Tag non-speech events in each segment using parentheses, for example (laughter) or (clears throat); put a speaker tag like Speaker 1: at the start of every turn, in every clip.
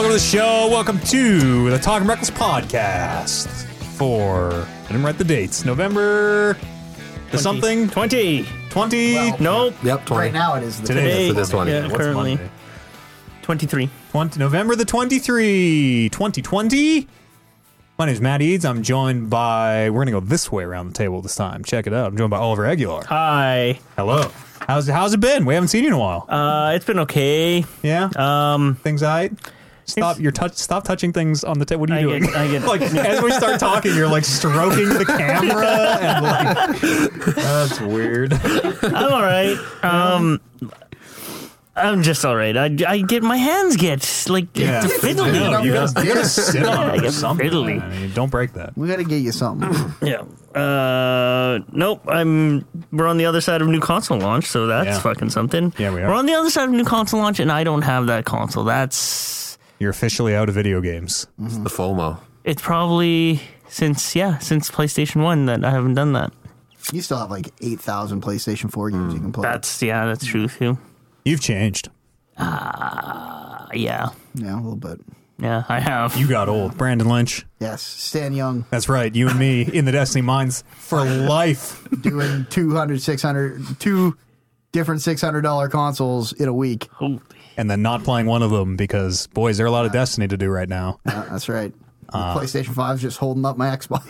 Speaker 1: of the show. Welcome to the Talking Reckless podcast for, I didn't write the dates, November the something
Speaker 2: 20.
Speaker 1: 20.
Speaker 2: Nope.
Speaker 3: Yep, 20.
Speaker 4: Right now it is the
Speaker 1: Today.
Speaker 4: today.
Speaker 3: That's for this one.
Speaker 2: Yeah,
Speaker 3: What's
Speaker 2: currently.
Speaker 3: Monday?
Speaker 2: 23.
Speaker 1: 20 November the 23, 2020. My name's Matt Eads. I'm joined by, we're going to go this way around the table this time. Check it out. I'm joined by Oliver Aguilar.
Speaker 2: Hi.
Speaker 1: Hello. How's, how's it been? We haven't seen you in a while.
Speaker 2: Uh, it's been okay.
Speaker 1: yeah.
Speaker 2: Um,
Speaker 1: things all right? Stop your touch. Stop touching things on the table. What are you
Speaker 2: I
Speaker 1: doing?
Speaker 2: get- I (laughs) get-
Speaker 1: like as we start talking, you're like stroking the camera and like that's weird.
Speaker 2: I'm all right. (laughs) Um, I'm just all right. I, I get my hands get like
Speaker 1: Yeah.
Speaker 2: fiddly.
Speaker 1: No, you gotta, you gotta sit on
Speaker 2: I
Speaker 1: it or
Speaker 2: guess
Speaker 1: something.
Speaker 2: fiddly.
Speaker 1: I mean, don't break that.
Speaker 4: We gotta get
Speaker 1: (clears throat)
Speaker 4: you something.
Speaker 2: (clears throat) Yeah. Uh, nope. I'm. We're on the other side of new console launch, so that's
Speaker 1: Yeah.
Speaker 2: fucking something.
Speaker 1: Yeah, we are.
Speaker 2: We're on the other side of new console launch, and I don't have that console. That's.
Speaker 1: You're officially out of video games.
Speaker 3: It's the FOMO.
Speaker 2: It's probably since yeah since PlayStation One that I haven't done that.
Speaker 4: you still have like eight thousand PlayStation Four games you can play.
Speaker 2: That's yeah, that's true too.
Speaker 1: You've changed.
Speaker 2: Uh, yeah,
Speaker 4: yeah, a little bit.
Speaker 2: yeah, I have.
Speaker 1: You got old. Brandon Lynch.
Speaker 4: Yes, Stan Young
Speaker 1: That's right. You and me in the Destiny Mines for life.
Speaker 4: doing (laughs) 200, 600, two different six hundred dollar consoles in a week.
Speaker 1: Oh.
Speaker 2: Holy-
Speaker 1: And then not playing one of them because, boys, there are a lot of Destiny to do right (laughs) now.
Speaker 4: Uh, that's right. PlayStation Five's just holding up my Xbox.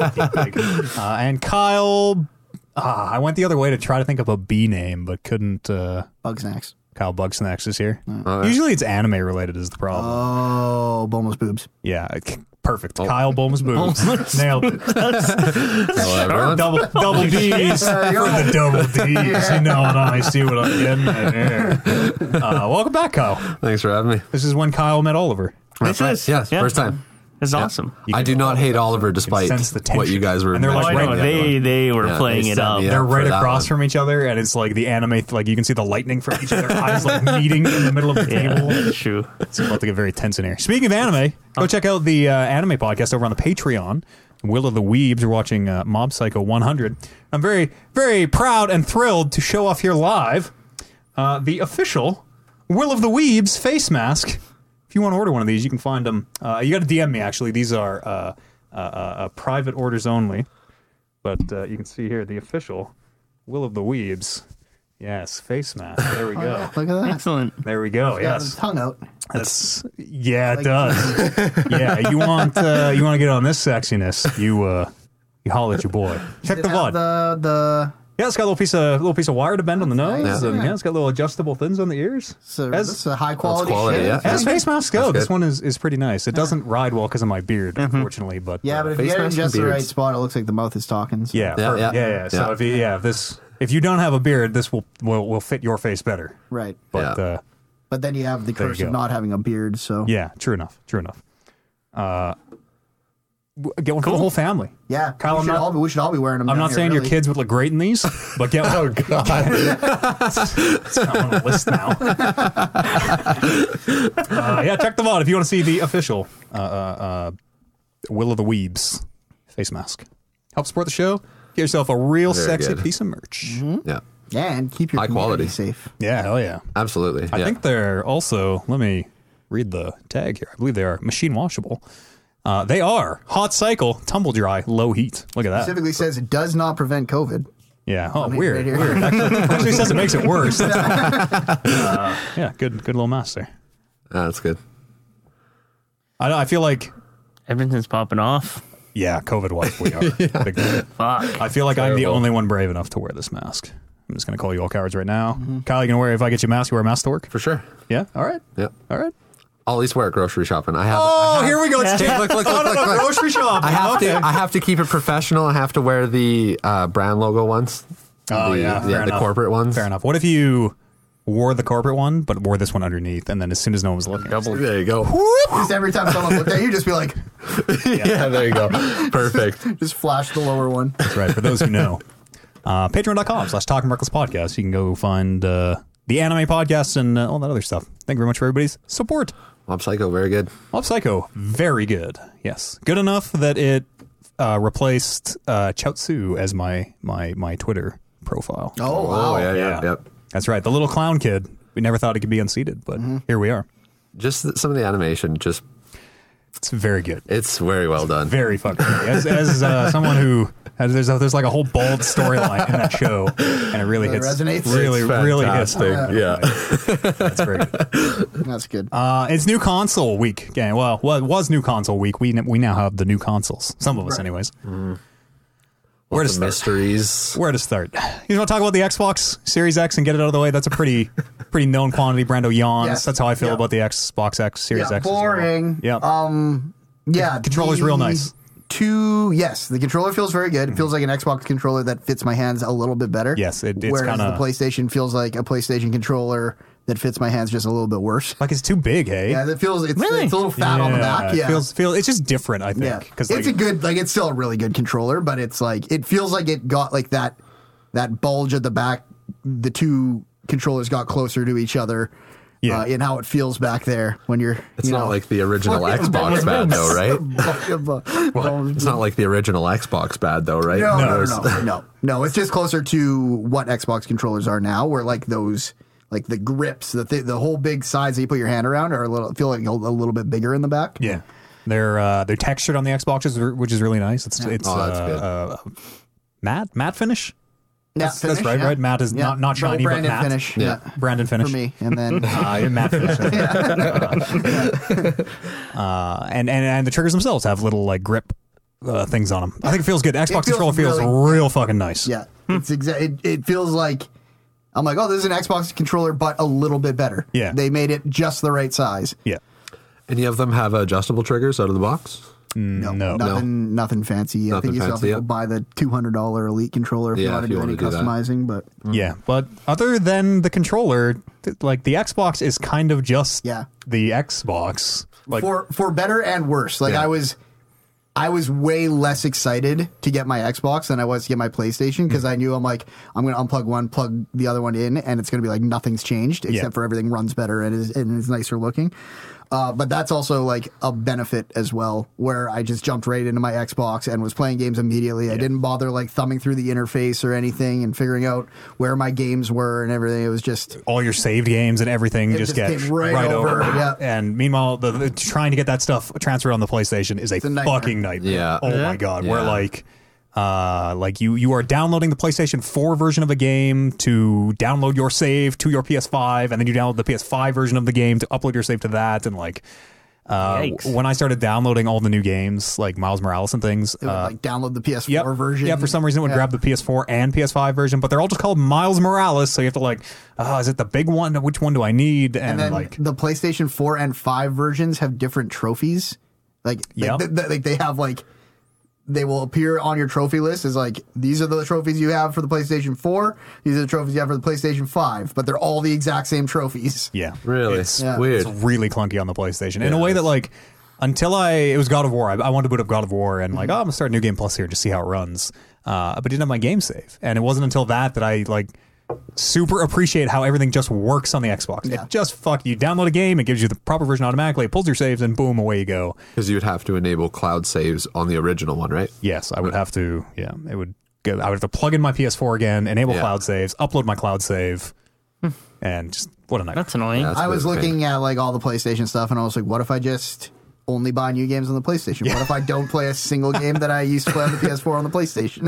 Speaker 1: Uh, and Kyle. Ah, I went the other way to try to think of a B name, but couldn't. Uh,
Speaker 4: (laughs) Bug snacks.
Speaker 1: Kyle Bugsnax is here. Usually it's anime related is the problem.
Speaker 4: Oh, Bulma's boobs.
Speaker 1: yeah, c- perfect.
Speaker 3: Oh.
Speaker 1: Kyle Bulma's boobs. (laughs) Nailed
Speaker 3: (laughs)
Speaker 1: it.
Speaker 3: Hello, everyone.
Speaker 1: Double double D's for the double D's. You know what I see what I'm getting at here. Uh, welcome back, Kyle.
Speaker 3: Thanks for having me.
Speaker 1: This is when Kyle met Oliver.
Speaker 2: This
Speaker 3: That's right.
Speaker 2: is-
Speaker 3: yes,
Speaker 2: yeah.
Speaker 3: first time.
Speaker 2: It's awesome.
Speaker 3: I do not hate Oliver, despite
Speaker 1: sense the
Speaker 3: what
Speaker 1: tension.
Speaker 3: you guys were.
Speaker 1: And they're like,
Speaker 2: Oh, I
Speaker 3: mentioning
Speaker 2: know.
Speaker 3: the other
Speaker 2: They
Speaker 3: one.
Speaker 2: they were
Speaker 3: Yeah,
Speaker 2: playing
Speaker 3: they
Speaker 2: it
Speaker 3: set
Speaker 2: up.
Speaker 3: me
Speaker 1: They're
Speaker 3: up for
Speaker 1: right
Speaker 3: that
Speaker 1: across
Speaker 3: one.
Speaker 1: from each other, and it's like the anime, like you can see the lightning from each other's eyes, like meeting in the middle of the
Speaker 2: (laughs)
Speaker 3: (laughs)
Speaker 2: Yeah,
Speaker 1: table.
Speaker 2: that's true.
Speaker 1: It's about to get very tense in here. Speaking of anime, go check out the uh, anime podcast over on the Patreon. Will of the Weebs are watching uh, Mob Psycho 100. I'm very, very proud and thrilled to show off here live uh, the official Will of the Weebs face mask. If you want to order one of these, you can find them. Uh, you got to DM me, actually. These are uh, uh, uh, uh, private orders only. But uh, you can see here the official Will of the Weebs. Yes, face mask. There we go.
Speaker 4: Look at that.
Speaker 2: Excellent.
Speaker 1: There we go.
Speaker 4: Got his
Speaker 1: Yes.
Speaker 4: tongue out.
Speaker 1: That's yeah, it does. (laughs) yeah, you want uh, you want to get on this sexiness, you uh, you holler at your boy. Check
Speaker 4: Did
Speaker 1: the
Speaker 4: it
Speaker 1: vod.
Speaker 4: have The the
Speaker 1: yeah, it's got a little piece of little piece of wire to bend on the nose,
Speaker 4: nice.
Speaker 1: and yeah, it's got little adjustable things on the ears.
Speaker 4: so
Speaker 1: As-
Speaker 4: this uh, is a high quality,
Speaker 3: quality,
Speaker 4: shit.
Speaker 3: yeah.
Speaker 1: As face masks go,
Speaker 3: That's
Speaker 1: this
Speaker 3: good.
Speaker 1: one is, is pretty nice. It doesn't ride well because of my beard, unfortunately. But
Speaker 4: Mm-hmm. Yeah,
Speaker 1: uh,
Speaker 4: but if
Speaker 3: Face
Speaker 4: you get it in
Speaker 3: masks and
Speaker 4: just the right
Speaker 3: beards.
Speaker 4: spot, it looks like the mouth is talking. so-
Speaker 1: yeah,
Speaker 3: Yeah,
Speaker 1: perfect. yeah,
Speaker 3: yeah,
Speaker 1: yeah, So
Speaker 3: yeah.
Speaker 1: if you, yeah, if this if you don't have a beard, this will will, will fit your face better.
Speaker 4: Right.
Speaker 1: But
Speaker 3: Yeah.
Speaker 1: uh,
Speaker 4: But then you have the
Speaker 1: There you
Speaker 4: curse of
Speaker 1: go.
Speaker 4: not having a beard, so
Speaker 1: yeah, true enough, true enough. Uh, w- get one for the whole family.
Speaker 4: Yeah,
Speaker 1: Kyle,
Speaker 4: we
Speaker 1: I'm
Speaker 4: should,
Speaker 1: not-
Speaker 4: all be, we should all be wearing them.
Speaker 1: I'm
Speaker 4: down
Speaker 1: not
Speaker 4: here,
Speaker 1: saying
Speaker 4: really.
Speaker 1: your kids would look great in these, but
Speaker 4: (laughs)
Speaker 1: get oh god, (laughs) it's not on the list
Speaker 4: (laughs)
Speaker 1: now. uh, yeah, check them out if you want to see the official uh, uh, uh, Will of the Weebs face mask. Help support the show. Get yourself a real
Speaker 3: Very
Speaker 1: sexy
Speaker 3: good.
Speaker 1: piece of merch.
Speaker 4: Mm-hmm.
Speaker 3: Yeah,
Speaker 4: Yeah, and keep your
Speaker 3: High quality.
Speaker 4: community safe.
Speaker 1: Yeah, hell yeah.
Speaker 3: absolutely.
Speaker 1: I
Speaker 3: yeah.
Speaker 1: think they're also. Let me read the tag here. I believe they are machine washable. Uh, they are hot cycle, tumble dry, low heat. Look at that.
Speaker 4: Specifically says it does not prevent COVID.
Speaker 1: Yeah. Oh,
Speaker 4: mean,
Speaker 1: weird.
Speaker 4: right here.
Speaker 1: weird. Actually,
Speaker 3: (laughs)
Speaker 1: actually says it makes it worse. That's uh, (laughs) yeah. Good. Good little master.
Speaker 3: Ah, that's good.
Speaker 1: I, I feel like
Speaker 2: Everything's popping off.
Speaker 1: yeah, COVID wife
Speaker 3: (laughs)
Speaker 1: we are. Big time.
Speaker 2: Fuck.
Speaker 1: I feel like I'm the
Speaker 3: Terrible.
Speaker 1: only one brave enough to wear this mask. I'm just gonna call you all cowards right now. Kyle, you gonna wear if I get you a mask, you wear a mask to work?
Speaker 3: Mm-hmm. For sure.
Speaker 1: Yeah. All right.
Speaker 3: Yeah.
Speaker 1: All right.
Speaker 3: I'll at least wear it grocery shopping. I have.
Speaker 1: Oh, here we go. (laughs) It's
Speaker 3: Look, look, look, look, look.
Speaker 1: Oh, grocery shop.
Speaker 3: I have to. I have to keep it professional. I have to wear the uh, brand logo ones.
Speaker 1: Oh
Speaker 3: the,
Speaker 1: yeah.
Speaker 3: yeah,
Speaker 1: fair
Speaker 3: the
Speaker 1: enough.
Speaker 3: corporate ones.
Speaker 1: Fair enough. What if you wore the corporate one, but wore this one underneath, and then as soon as no one was looking,
Speaker 3: There
Speaker 1: (laughs)
Speaker 3: you go.
Speaker 4: Just every time someone looked at you, just be like,
Speaker 3: yeah,
Speaker 1: (laughs)
Speaker 3: there you go. Perfect.
Speaker 4: just flash the lower one.
Speaker 1: That's right. For those who know, uh, patreon.com slash talking reckless podcast. You can go find uh, the anime podcast and uh, all that other stuff. Thank you very much for everybody's support.
Speaker 3: Mob Psycho, very good.
Speaker 1: Mob Psycho, very good. Yes. Good enough that it uh, replaced uh, Chaozu as my, my, my Twitter profile.
Speaker 4: Oh, wow.
Speaker 3: yeah, yeah,
Speaker 1: That's right. The little clown kid. We never thought it could be unseated, but here we are.
Speaker 3: just th- some of the animation, just
Speaker 1: It's very good.
Speaker 3: it's very well done.
Speaker 1: Very fucking good. As, as uh, someone who as there's a, there's like a whole bold storyline in that show, and it really
Speaker 4: Really
Speaker 1: hits.
Speaker 4: resonates?
Speaker 1: Really,
Speaker 3: It's
Speaker 1: really hits.
Speaker 3: fantastic, yeah.
Speaker 1: That's very good.
Speaker 4: That's good.
Speaker 1: Uh, it's new console week. Yeah, well, well, it was new console week. We we now have the new consoles. Some of us, anyways.
Speaker 3: Mm-hmm.
Speaker 1: Where to
Speaker 3: Lots of
Speaker 1: start?
Speaker 3: mysteries?
Speaker 1: Where to start? You want to talk about the Xbox Series X and get it out of the way? That's a
Speaker 3: (laughs)
Speaker 1: pretty pretty known quantity. Brando yawns.
Speaker 4: Yes.
Speaker 1: That's how I feel
Speaker 4: Yeah.
Speaker 1: about the Xbox X Series
Speaker 4: Yeah,
Speaker 1: X. as well.
Speaker 4: boring. Uh, Um,
Speaker 1: Yeah.
Speaker 4: Yeah,
Speaker 1: controller's real
Speaker 4: the
Speaker 1: nice.
Speaker 4: Two, yes, the controller feels very good. It feels like an Xbox controller that fits my hands a little bit better.
Speaker 1: Yes, it- it's
Speaker 4: whereas
Speaker 1: kinda-
Speaker 4: the PlayStation feels like a PlayStation controller that fits my hands just a little bit worse. (laughs)
Speaker 1: like it's too big, hey?
Speaker 4: Yeah, it feels it's,
Speaker 2: Really?
Speaker 4: it's a little (laughs) fat on the
Speaker 1: Yeah,
Speaker 4: back.
Speaker 1: it
Speaker 4: Yeah,
Speaker 1: feels feel it's just different. I
Speaker 4: yeah,
Speaker 1: think because
Speaker 4: it's a good like it's still a really good controller, but it's like it feels like it got like that that bulge at the back. The two controllers got closer to each other.
Speaker 1: Yeah.
Speaker 4: uh, in how it feels back there when you're.
Speaker 3: It's
Speaker 4: you
Speaker 3: not
Speaker 4: know, (laughs)
Speaker 3: like the original
Speaker 4: fucking
Speaker 3: Xbox bad though, right?
Speaker 4: Well,
Speaker 3: It's not like the original Xbox bad though, right?
Speaker 4: No, no,
Speaker 3: There's-
Speaker 4: no, no, no, no. It's just closer to what Xbox controllers are now, where like those, like the grips, the th- the whole big size that you put your hand around are a little feel like a, a little bit bigger in the back.
Speaker 1: yeah. They're uh, they're textured on the Xboxes, which is really nice. It's it's
Speaker 3: Oh, that's
Speaker 1: uh,
Speaker 3: good.
Speaker 1: uh, matte matte finish.
Speaker 4: that's,
Speaker 1: that's right, right? Matte is not- not shiny, but
Speaker 4: Brandon
Speaker 1: matte.
Speaker 4: finish.
Speaker 3: Yeah.
Speaker 4: yeah.
Speaker 1: Brandon finish (laughs)
Speaker 4: for me, and then
Speaker 1: Uh, yeah, matte
Speaker 4: (laughs)
Speaker 1: finish. (laughs) uh, and and and the triggers themselves have little like grip uh, things on them. I think it feels good. Xbox
Speaker 4: feels
Speaker 1: controller feels
Speaker 4: really-
Speaker 1: real fucking nice.
Speaker 4: yeah,
Speaker 1: Hmm.
Speaker 4: it's exact. It, it feels like I'm like, oh, this is an Xbox controller, but a little bit better.
Speaker 1: Yeah.
Speaker 4: they made it just the right size.
Speaker 1: yeah.
Speaker 3: Any of them have adjustable triggers out of the box?
Speaker 4: No,
Speaker 1: Mm, no.
Speaker 4: nothing, nothing fancy. I
Speaker 3: Nothing
Speaker 4: think you still have
Speaker 3: fancy,
Speaker 4: to
Speaker 3: yeah.
Speaker 4: go buy the two hundred dollar Elite controller if you
Speaker 3: Yeah,
Speaker 4: want
Speaker 3: if
Speaker 4: to
Speaker 3: you
Speaker 4: do any
Speaker 3: wanna do that.
Speaker 4: customizing. But
Speaker 1: Yeah, Mm-hmm. but other than the controller, th- like the Xbox is kind of just
Speaker 4: Yeah.
Speaker 1: the Xbox. Like
Speaker 4: for for better and worse, like
Speaker 3: Yeah.
Speaker 4: I was, I was way less excited to get my Xbox than I was to get my PlayStation
Speaker 1: Hmm.
Speaker 4: because I knew I'm like I'm gonna unplug one, plug the other one in, and it's gonna be like nothing's changed except for everything runs better and is and is nicer looking. Uh, but that's also like a benefit as well, where I just jumped right into my Xbox and was playing games immediately. I didn't bother like thumbing through the interface or anything and figuring out where my games were and everything. It was just
Speaker 1: all your saved games and everything just,
Speaker 4: just
Speaker 1: get
Speaker 4: came right over, yeah.
Speaker 1: And meanwhile, the, the trying to get that stuff transferred on the PlayStation is a,
Speaker 4: a nightmare.
Speaker 1: fucking nightmare.
Speaker 3: Yeah.
Speaker 1: Oh
Speaker 2: Yeah.
Speaker 1: my god, we're
Speaker 3: Yeah.
Speaker 1: like. Uh, like you, you are downloading the PlayStation 4 version of a game to download your save to your PS5, and then you download the PS5 version of the game to upload your save to that. And like, uh,
Speaker 2: Yikes.
Speaker 1: when I started downloading all the new games, like Miles Morales and things, uh,
Speaker 4: it would, like download the PS4
Speaker 1: yep.
Speaker 4: version.
Speaker 1: Yeah, for some reason it would grab the PS4 and PS5 version, but they're all just called Miles Morales, so you have to like, ah, is it the big one? Which one do I need? And,
Speaker 4: and then
Speaker 1: like,
Speaker 4: the PlayStation 4 and 5 versions have different trophies. Like,
Speaker 1: Yep.
Speaker 4: like, th- like, they have like they will appear on your trophy list as like these are the trophies you have for the PlayStation 4, these are the trophies you have for the PlayStation 5, but they're all the exact same trophies.
Speaker 1: yeah,
Speaker 3: Really?
Speaker 1: it's,
Speaker 3: Yeah.
Speaker 1: it's
Speaker 3: Weird.
Speaker 1: really clunky on the PlayStation in a way that like, until I it was God of War, I, I wanted to boot up God of War and like, oh, I'm gonna start New Game Plus here to see how it runs, uh, but didn't have my game save, and it wasn't until that that I like. Super appreciate how everything just works on the Xbox.
Speaker 4: Yeah.
Speaker 1: It just fuck you download a game, it gives you the proper version automatically, it pulls your saves, and boom, away you go.
Speaker 3: Because you would have to enable cloud saves on the original one, right?
Speaker 1: Yes, I would have to. Yeah, it would. Go, I would have to plug in my PS4 again, enable
Speaker 3: Yeah. Hmm.
Speaker 1: cloud saves, upload my cloud save, and just what a
Speaker 3: (laughs)
Speaker 1: nightmare.
Speaker 2: That's annoying.
Speaker 3: That's
Speaker 4: I was
Speaker 3: the thing.
Speaker 4: looking at like all the PlayStation stuff and I was like, what if I just only buy new games on the PlayStation? What if I don't play a single game that I used
Speaker 1: (laughs)
Speaker 4: to play on the PS4 on the PlayStation?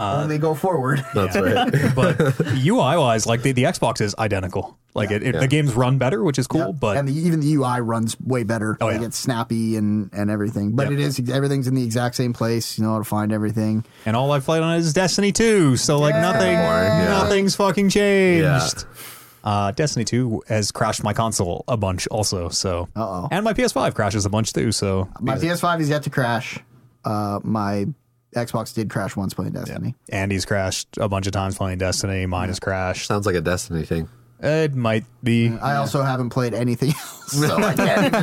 Speaker 4: only go forward.
Speaker 3: That's
Speaker 4: (laughs)
Speaker 3: right.
Speaker 1: but UI wise, like the, the Xbox is identical. Like it, it the games run better, which is cool. But
Speaker 4: and the, even the UI runs way better.
Speaker 1: Oh,
Speaker 4: like
Speaker 1: yeah.
Speaker 4: it's snappy and and everything. But it is everything's in the exact same place. You know how to find everything.
Speaker 1: and all I've played on it is Destiny two. So like nothing,
Speaker 3: Yeah.
Speaker 1: nothing's fucking changed.
Speaker 3: Yeah.
Speaker 1: Uh, Destiny two has crashed my console a bunch also. So
Speaker 4: Uh-oh.
Speaker 1: and my PS5 crashes a bunch too. So
Speaker 4: My PS5 is yet to crash. Uh, my Xbox did crash once playing Destiny.
Speaker 1: Andy's crashed a bunch of times playing Destiny. Mine has crashed.
Speaker 3: Sounds like a Destiny thing.
Speaker 1: It might be.
Speaker 4: I also haven't played anything (laughs) else, so I can't even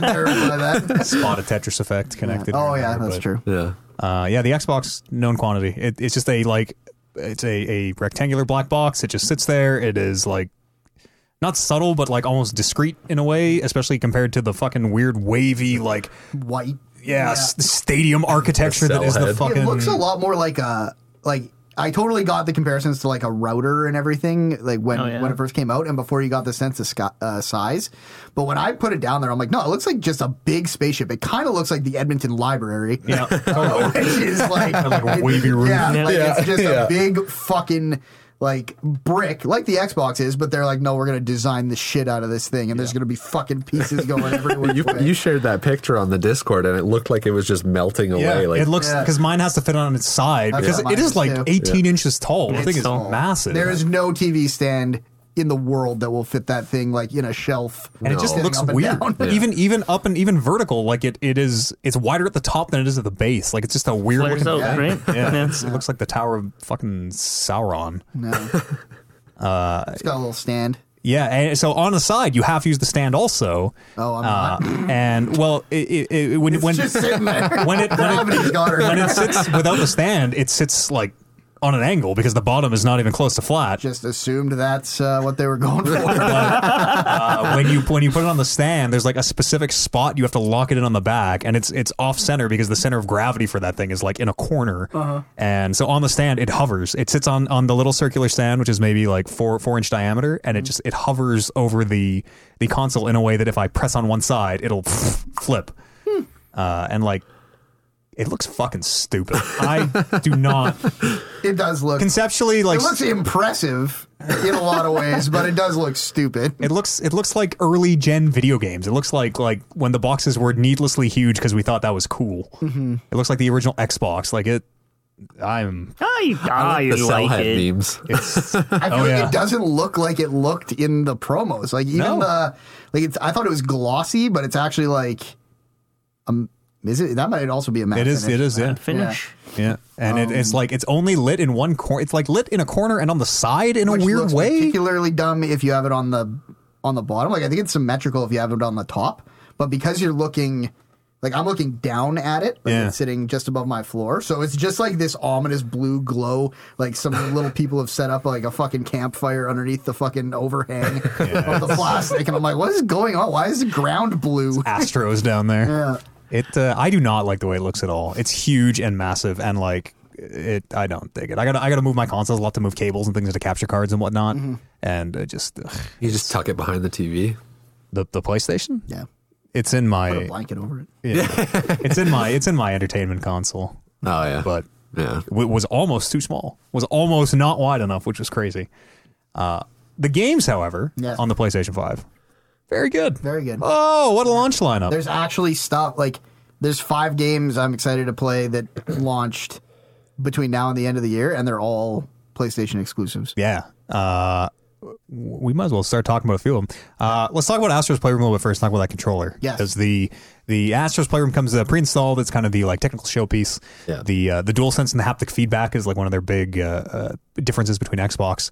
Speaker 1: (laughs)
Speaker 4: verify that.
Speaker 1: spot a Tetris effect connected.
Speaker 4: Oh
Speaker 1: or
Speaker 4: yeah,
Speaker 1: whatever,
Speaker 4: that's
Speaker 1: but,
Speaker 4: true.
Speaker 3: Yeah.
Speaker 1: Uh, yeah, the Xbox known quantity. It, it's just a like, it's a, a rectangular black box. It just sits there. It is like not subtle, but like almost discreet in a way, especially compared to the fucking weird wavy like
Speaker 4: White.
Speaker 1: yeah, s- stadium architecture that
Speaker 3: cell
Speaker 1: is the
Speaker 3: head. It
Speaker 1: fucking
Speaker 4: It looks a lot more like a like I totally got the comparisons to like a router and everything, like when
Speaker 2: yeah.
Speaker 4: when it first came out, and before you got the sense of sky, uh, size. But when I put it down there, I'm like, no, it looks like just a big spaceship. It kind of looks like the Edmonton Library,
Speaker 1: Yeah.
Speaker 4: Uh, (laughs)
Speaker 1: (laughs)
Speaker 4: which is like,
Speaker 1: Like a wavy roof.
Speaker 4: Yeah, like
Speaker 5: Yeah.
Speaker 4: it's just
Speaker 5: Yeah.
Speaker 4: a big fucking like brick, like the Xbox is. But they're like, no, we're gonna design the shit out of this thing, and there's gonna be
Speaker 1: (laughs)
Speaker 4: fucking pieces going everywhere.
Speaker 3: You,
Speaker 4: for it.
Speaker 3: you shared that picture on the Discord, and it looked like it was just melting away. like
Speaker 1: it looks
Speaker 4: Yeah.
Speaker 1: because mine has to fit on its side
Speaker 4: That's
Speaker 1: because
Speaker 4: what
Speaker 1: it
Speaker 4: mine
Speaker 1: is
Speaker 4: is,
Speaker 1: like
Speaker 4: too.
Speaker 1: 18 inches tall. I think it's
Speaker 2: tall.
Speaker 1: massive.
Speaker 4: There is no TV stand in the world that will fit that thing like in a shelf.
Speaker 1: and it just
Speaker 4: sitting
Speaker 1: looks
Speaker 4: up and
Speaker 1: weird.
Speaker 4: down. (laughs)
Speaker 1: Even even up and even vertical, like it it is. It's wider at the top than it is at the base. Like it's just a weird
Speaker 2: Flares
Speaker 1: looking
Speaker 2: out,
Speaker 1: thing.
Speaker 2: right?
Speaker 1: Yeah,
Speaker 2: (laughs) Yeah.
Speaker 1: It's- it looks like the Tower of fucking Sauron.
Speaker 4: No. it's got a little stand.
Speaker 1: Yeah, and so on the side, you have to use the stand also.
Speaker 4: Oh, I'm not.
Speaker 1: Uh, and well, it, it, it, when when
Speaker 4: Just sitting (laughs) there.
Speaker 1: (laughs) when it when it,
Speaker 4: Gravity's got her.
Speaker 1: when it sits without the stand, it sits like on an angle because the bottom is not even close to flat.
Speaker 4: Just assumed that's uh, what they were going for.
Speaker 1: (laughs) Uh, when you when you put it on the stand, there's like a specific spot you have to lock it in on the back, and it's it's off center because the center of gravity for that thing is like in a corner.
Speaker 4: Uh-huh.
Speaker 1: And so on the stand, it hovers. It sits on on the little circular stand, which is maybe like four four inch diameter, and it
Speaker 4: Mm-hmm.
Speaker 1: just it hovers over the the console in a way that if I press on one side, it'll (laughs) flip.
Speaker 4: Hmm.
Speaker 1: Uh, and like. It looks fucking stupid. I do not
Speaker 4: it does look. It
Speaker 1: conceptually like
Speaker 4: looks impressive in a lot of ways, but it does look stupid.
Speaker 1: (laughs) It looks it looks like early gen video games. It looks like like when the boxes were needlessly huge because we thought that was cool.
Speaker 4: Mm-hmm.
Speaker 1: It looks like the original Xbox. Like it, I'm
Speaker 2: I, I,
Speaker 3: the cell
Speaker 2: ah, like
Speaker 3: head
Speaker 2: it.
Speaker 3: memes.
Speaker 1: it's
Speaker 4: I feel
Speaker 1: Oh,
Speaker 4: like
Speaker 1: yeah.
Speaker 4: it doesn't look like it looked in the promos. Like even
Speaker 1: No.
Speaker 4: the like it's I thought it was glossy, but it's actually like um is it that might also be a matte
Speaker 1: it is
Speaker 4: finish.
Speaker 1: it is yeah
Speaker 2: Finish.
Speaker 1: yeah, and it,
Speaker 4: Um,
Speaker 1: it's like it's only lit in one corner. It's like lit in a corner and on the side in a
Speaker 4: Which
Speaker 1: weird
Speaker 4: looks
Speaker 1: way.
Speaker 4: Particularly dumb if you have it on the on the bottom. Like I think it's symmetrical if you have it on the top, but because you're looking. Like I'm looking down at it, like
Speaker 1: Yeah.
Speaker 4: it's sitting just above my floor, so it's just like this ominous blue glow. Like some (laughs) little people have set up like a fucking campfire underneath the
Speaker 1: (laughs)
Speaker 4: fucking overhang of the plastic, and I'm like, what is going on? Why is the ground blue?
Speaker 1: (laughs) Astros down there.
Speaker 4: Yeah.
Speaker 1: It uh, I do not like the way it looks at all. It's huge and massive and like it I don't dig it. I got to I got to move my consoles a lot to move cables and things into capture cards and whatnot.
Speaker 4: Mm-hmm.
Speaker 1: And it just ugh.
Speaker 3: (laughs) You just tuck it behind the TV.
Speaker 1: the the PlayStation?
Speaker 4: Yeah,
Speaker 1: It's in
Speaker 4: put a
Speaker 1: my
Speaker 4: blanket over it.
Speaker 1: (laughs) it's in my it's in my entertainment console,
Speaker 3: Oh yeah,
Speaker 1: but
Speaker 3: yeah.
Speaker 1: w- was almost too small. Was almost not wide enough, which was crazy. Uh, the games, however,
Speaker 4: Yeah.
Speaker 1: on the PlayStation Five, very good.
Speaker 4: Very good.
Speaker 1: Oh, what a launch lineup!
Speaker 4: There's actually stuff like there's five games I'm excited to play that launched between now and the end of the year, and they're all PlayStation exclusives.
Speaker 1: yeah. Uh, w- we might as well start talking about a few of them. Uh, let's talk about Astro's Playroom a little bit first. Talk about that controller.
Speaker 4: Yes.
Speaker 1: Because the the Astro's Playroom comes uh, pre-installed. It's kind of the like technical showpiece.
Speaker 3: Yeah.
Speaker 1: The uh, the DualSense and the haptic feedback is like one of their big uh, uh, differences between Xbox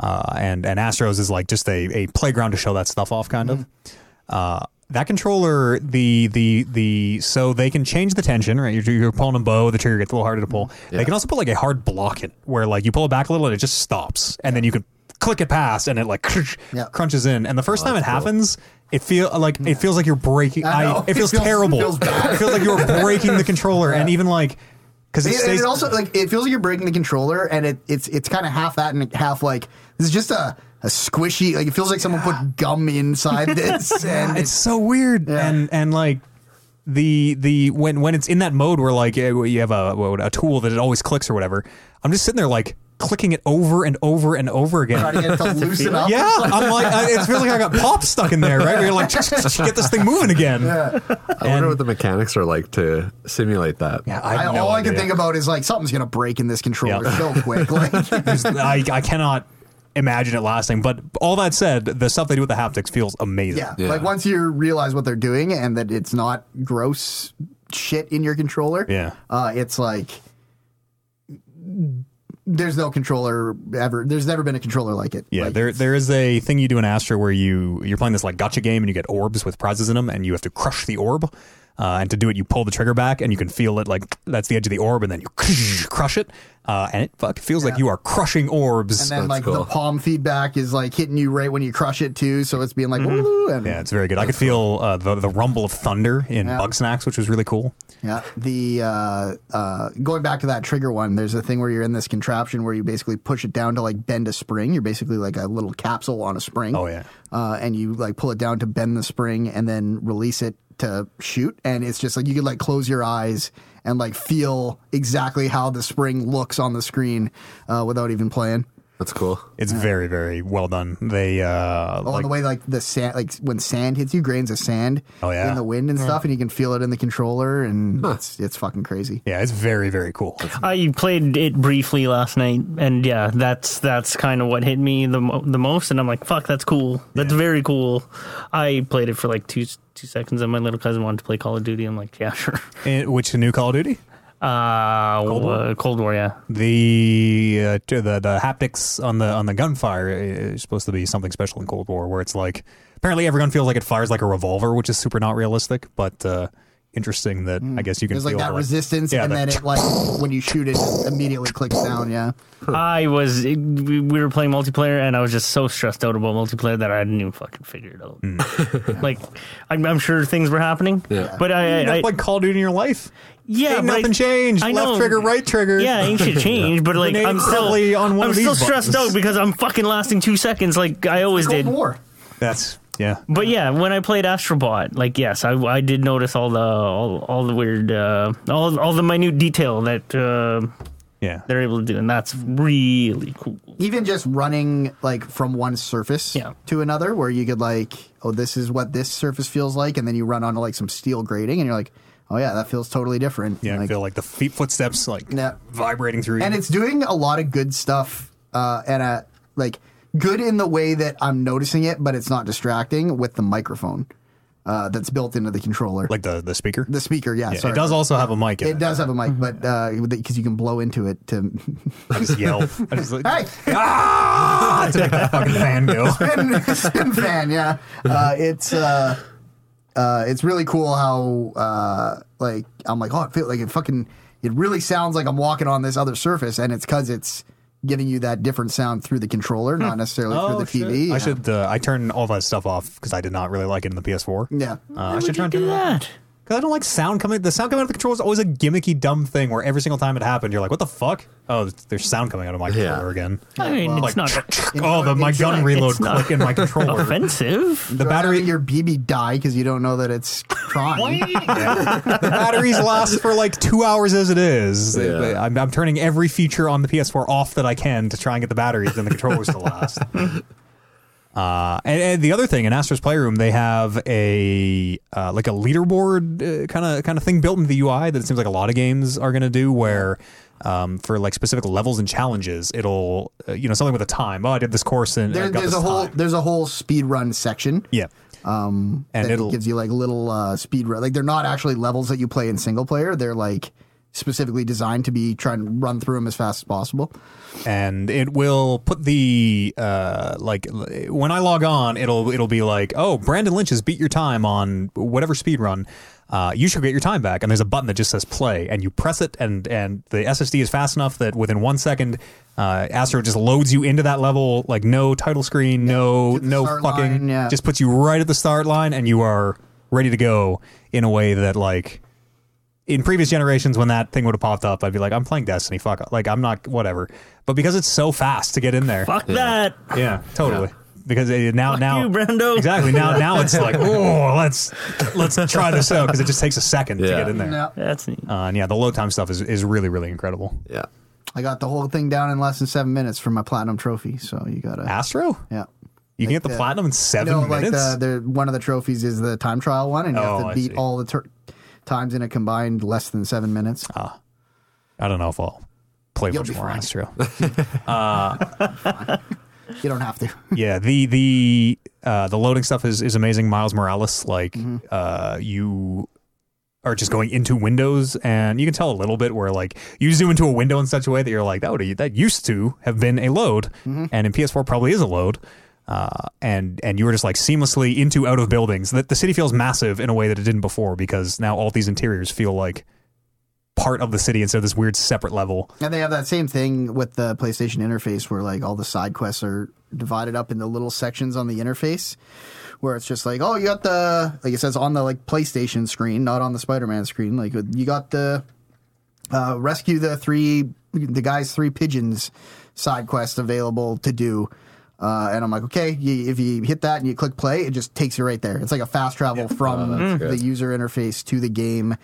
Speaker 1: uh, and and Astro's is like just a, a playground to show that stuff off, kind of. Uh, that controller, the the the so they can change the tension, right? You're, you're pulling a bow, the trigger gets a little harder to pull. They can also put like a hard block in, where like you pull it back a little and it just stops, and then you can click it past and it like (laughs)
Speaker 4: Yeah. Oh,
Speaker 1: crunches in. And the first time it happens, it feel like it feels like you're breaking.
Speaker 4: I
Speaker 1: I,
Speaker 4: know.
Speaker 1: it
Speaker 4: It
Speaker 1: feels,
Speaker 4: feels- it
Speaker 1: terrible.
Speaker 4: feels
Speaker 1: it feels like you're breaking the controller, and even like because it
Speaker 4: It, and
Speaker 1: stays.
Speaker 4: it also like it feels like you're breaking the controller, and it, it's it's kind of half that and half like this is just a, a squishy. Like it feels like someone put gum inside
Speaker 1: (laughs)
Speaker 4: this, and
Speaker 1: it's so weird and and like the the when when it's in that mode where like eh, you have a what- a tool that it always clicks or whatever i'm just sitting there like clicking it over and over and over
Speaker 4: trying
Speaker 1: again
Speaker 4: to get it to loosen
Speaker 1: (laughs)
Speaker 4: up.
Speaker 1: yeah i'm like I, it feels like i got pop stuck in there right where you're like get this thing moving again yeah,
Speaker 3: I wonder what the mechanics are like to simulate that.
Speaker 1: I,
Speaker 4: I,
Speaker 1: have no
Speaker 4: all I
Speaker 1: idea.
Speaker 4: can think about is like something's gonna break in this controller
Speaker 1: Yeah.
Speaker 4: so
Speaker 1: (laughs)
Speaker 4: quick. Like
Speaker 1: I, I cannot imagine it lasting but all that said the stuff they do with the haptics feels amazing
Speaker 4: Yeah.
Speaker 3: Yeah.
Speaker 4: Like once you realize what they're doing and that it's not gross shit in your controller,
Speaker 1: Yeah.
Speaker 4: uh, it's like there's no controller ever. There's never been a controller like it.
Speaker 1: Yeah,
Speaker 4: Like,
Speaker 1: there there is a thing you do in Astro where you you're playing this like gotcha game and you get orbs with prizes in them and you have to crush the orb. Uh, and to do it, you pull the trigger back, and you can feel it like that's the edge of the orb, and then you (laughs) crush it, uh, and it fuck, feels like you are crushing orbs.
Speaker 4: And then
Speaker 3: That's
Speaker 4: like the
Speaker 3: cool.
Speaker 4: palm feedback is like hitting you right when you crush it too, so it's being like "Woo," and
Speaker 1: Mm-hmm. Yeah, it's very good. I could feel uh, the the rumble of thunder in
Speaker 4: Yeah.
Speaker 1: Bug Snacks, which was really cool.
Speaker 4: Yeah, the uh, uh, going back to that trigger one. There's a thing where you're in this contraption where you basically push it down to like bend a spring. You're basically like a little capsule on a spring.
Speaker 1: Oh, yeah.
Speaker 4: uh, and you like pull it down to bend the spring and then release it to shoot. And it's just like you could like close your eyes and like feel exactly how the spring looks on the screen uh, without even playing.
Speaker 3: That's cool.
Speaker 1: It's very very well done. They uh,
Speaker 4: Oh,
Speaker 1: like-
Speaker 4: and the way like the sand, like when sand hits you, grains of sand
Speaker 1: Oh, yeah.
Speaker 4: in the wind and stuff, and you can feel it in the controller, and it's it's fucking crazy.
Speaker 1: yeah, it's very very cool.
Speaker 2: I Ah, played it briefly last night, and yeah, that's that's kind of what hit me the mo- the most. And I'm like, fuck, that's cool. That's very cool. I played it for like two two seconds, and my little cousin wanted to play Call of Duty. I'm like, yeah, (laughs) sure.
Speaker 1: And Eh, which the new Call of Duty?
Speaker 2: Uh, Cold War, uh, Cold War yeah.
Speaker 1: the uh, t- the the haptics on the on the gunfire is supposed to be something special in Cold War, where it's like apparently every gun feels like it fires like a revolver, which is super not realistic, but uh, interesting that I guess you can
Speaker 4: Hmm. There's
Speaker 1: feel
Speaker 4: like that
Speaker 1: the,
Speaker 4: resistance,
Speaker 1: Yeah,
Speaker 4: and
Speaker 1: the (laughs)
Speaker 4: then it like when you shoot it, it immediately clicks down. Yeah,
Speaker 2: I was we we were playing multiplayer, and I was just so stressed out about multiplayer that I didn't even fucking figure it out. (laughs) like, I'm, I'm sure things were happening,
Speaker 3: Yeah.
Speaker 2: but I,
Speaker 1: You
Speaker 2: I,
Speaker 1: never
Speaker 2: I
Speaker 1: played Call of Duty in your life.
Speaker 2: yeah,
Speaker 1: Ain't
Speaker 2: but I-
Speaker 1: nothing changed.
Speaker 2: I
Speaker 1: Left
Speaker 2: know.
Speaker 1: trigger, right trigger.
Speaker 2: Yeah, ain't shit changed, but like
Speaker 1: Grenade
Speaker 2: I'm
Speaker 1: probably
Speaker 2: still
Speaker 1: on one
Speaker 2: I'm
Speaker 1: of these
Speaker 2: still stressed
Speaker 1: buttons.
Speaker 2: out because I'm fucking lasting two seconds like I always did.
Speaker 4: War.
Speaker 1: (laughs) That's yeah.
Speaker 2: But yeah, when I played Astrobot, like yes, I, I did notice all the all, all the weird uh, all all the minute detail that uh,
Speaker 1: Yeah.
Speaker 2: they're able to do, and that's really cool.
Speaker 4: Even just running like from one surface
Speaker 2: Yeah.
Speaker 4: to another, where you could like, oh, this is what this surface feels like, and then you run onto like some steel grating, and you're like, oh yeah, that feels totally different.
Speaker 1: Yeah, I
Speaker 4: Like,
Speaker 1: feel like the feet footsteps like
Speaker 4: Yeah.
Speaker 1: vibrating through
Speaker 4: and
Speaker 1: you.
Speaker 4: it's doing a lot of good stuff, uh, and uh, like good in the way that I'm noticing it, but it's not distracting with the microphone uh, that's built into the controller,
Speaker 1: like the, the speaker.
Speaker 4: the speaker. Yeah,
Speaker 1: Yeah,
Speaker 4: sorry.
Speaker 1: it does also have a mic in it.
Speaker 4: It does have a mic, but uh, because you can blow into it
Speaker 1: (laughs)
Speaker 4: to
Speaker 1: I just yell. I just
Speaker 4: (laughs)
Speaker 1: like,
Speaker 4: hey,
Speaker 1: ah! (laughs) to make that fucking fan go.
Speaker 4: spin fan, yeah. Uh, it's uh, uh, it's really cool how uh, like I'm like oh it feel like it fucking it really sounds like I'm walking on this other surface, and it's because it's giving you that different sound through the controller, not necessarily
Speaker 1: Oh,
Speaker 4: through the
Speaker 1: shit.
Speaker 4: TV.
Speaker 1: I
Speaker 4: yeah.
Speaker 1: should. Uh, I turned all that stuff off because I did not really like it in the PS4.
Speaker 4: yeah.
Speaker 1: Uh, I should try and
Speaker 2: Do
Speaker 1: turn it off
Speaker 2: that.
Speaker 1: because I don't like sound coming. The sound coming out of the controller is always a gimmicky, dumb thing where every single time it happened, you're like, "What the fuck? Oh, there's sound coming out of my
Speaker 3: Yeah.
Speaker 1: controller again."
Speaker 2: I mean,
Speaker 4: well,
Speaker 1: like,
Speaker 2: it's not (laughs)
Speaker 1: oh, the, my
Speaker 4: it's
Speaker 1: gun
Speaker 4: not-
Speaker 1: reload
Speaker 2: it's not-
Speaker 1: click in my controller.
Speaker 2: offensive.
Speaker 1: the battery,
Speaker 4: your BB die because you don't know that it's
Speaker 1: (laughs)
Speaker 4: trying.
Speaker 1: the batteries last for like two hours as it is.
Speaker 3: Yeah.
Speaker 1: I'm, I'm turning every feature on the PS4 off that I can to try and get the batteries and the controllers to
Speaker 4: (laughs)
Speaker 1: last. Uh, and, and the other thing in Astro's Playroom, they have a uh, like a leaderboard kind of kind of thing built into the UI that it seems like a lot of games are going to do, where um, for like specific levels and challenges, it'll uh, you know something with a time. Oh, I did this course and I
Speaker 4: There,
Speaker 1: got
Speaker 4: there's
Speaker 1: this
Speaker 4: a whole
Speaker 1: time.
Speaker 4: there's a whole speed run section.
Speaker 1: yeah,
Speaker 4: um,
Speaker 1: And
Speaker 4: and
Speaker 1: it'll-
Speaker 4: it gives you like little uh, speed run. Like they're not actually levels that you play in single player. They're like specifically designed to be trying to run through them as fast as possible.
Speaker 1: and it will put the uh, like l- when I log on, it'll it'll be like, oh, Brandon Lynch has beat your time on whatever speed run. Uh, you should get your time back. And there's a button that just says play, and you press it, and and the SSD is fast enough that within one second, uh, Astro just loads you into that level. Like no title screen, no
Speaker 4: the
Speaker 1: no
Speaker 4: start
Speaker 1: fucking,
Speaker 4: line, yeah.
Speaker 1: just puts you right at the start line, and you are ready to go in a way that like in previous generations when that thing would have popped up, I'd be like, I'm playing Destiny. Fuck, it. like I'm not whatever. But because it's so fast to get in there,
Speaker 2: Fuck that.
Speaker 1: yeah, totally. Because it, now, now,
Speaker 2: you, Brando.
Speaker 1: exactly. Now, now
Speaker 2: (laughs)
Speaker 1: it's like, oh, let's let's try this out because it just takes a second to
Speaker 3: Yeah.
Speaker 1: get in there.
Speaker 4: Yeah.
Speaker 2: That's neat.
Speaker 1: Uh, and yeah, the load time stuff is, is really really incredible.
Speaker 3: Yeah.
Speaker 4: I got the whole thing down in less than seven minutes for my platinum trophy. So you gotta
Speaker 1: Astro,
Speaker 4: yeah.
Speaker 1: you can get the,
Speaker 4: the-
Speaker 1: platinum in Ah. seven
Speaker 4: No, like
Speaker 1: minutes.
Speaker 4: the, the one of the trophies is the time trial one, and you
Speaker 1: Oh,
Speaker 4: have
Speaker 1: I
Speaker 4: to beat
Speaker 1: see.
Speaker 4: all the tur times in a combined less than seven minutes.
Speaker 1: Ah. I don't know if I'll play much
Speaker 4: be
Speaker 1: more
Speaker 4: fine.
Speaker 1: Astro.
Speaker 4: you don't have to. (laughs)
Speaker 1: yeah the the uh, the loading stuff is is amazing miles morales like uh, you are just going into windows and you can tell a little bit where like you zoom into a window in such a way that you're like that would that used to have been a load and in ps4 probably is a load Uh, and and you were just like seamlessly into out of buildings. The, the city feels massive in a way that it didn't before because now all these interiors feel like part of the city instead of this weird separate level.
Speaker 4: And they have that same thing with the PlayStation interface where like all the side quests are divided up into little sections on the interface where it's just like, oh, you got the like it says on the like PlayStation screen, not on the Spider-Man screen. Like you got the uh, rescue the three the guys three pigeons side quest available to do. Uh, and I'm like, okay, you, if you hit that and you click play, it just takes you right there. It's like a fast travel from the user interface to the game,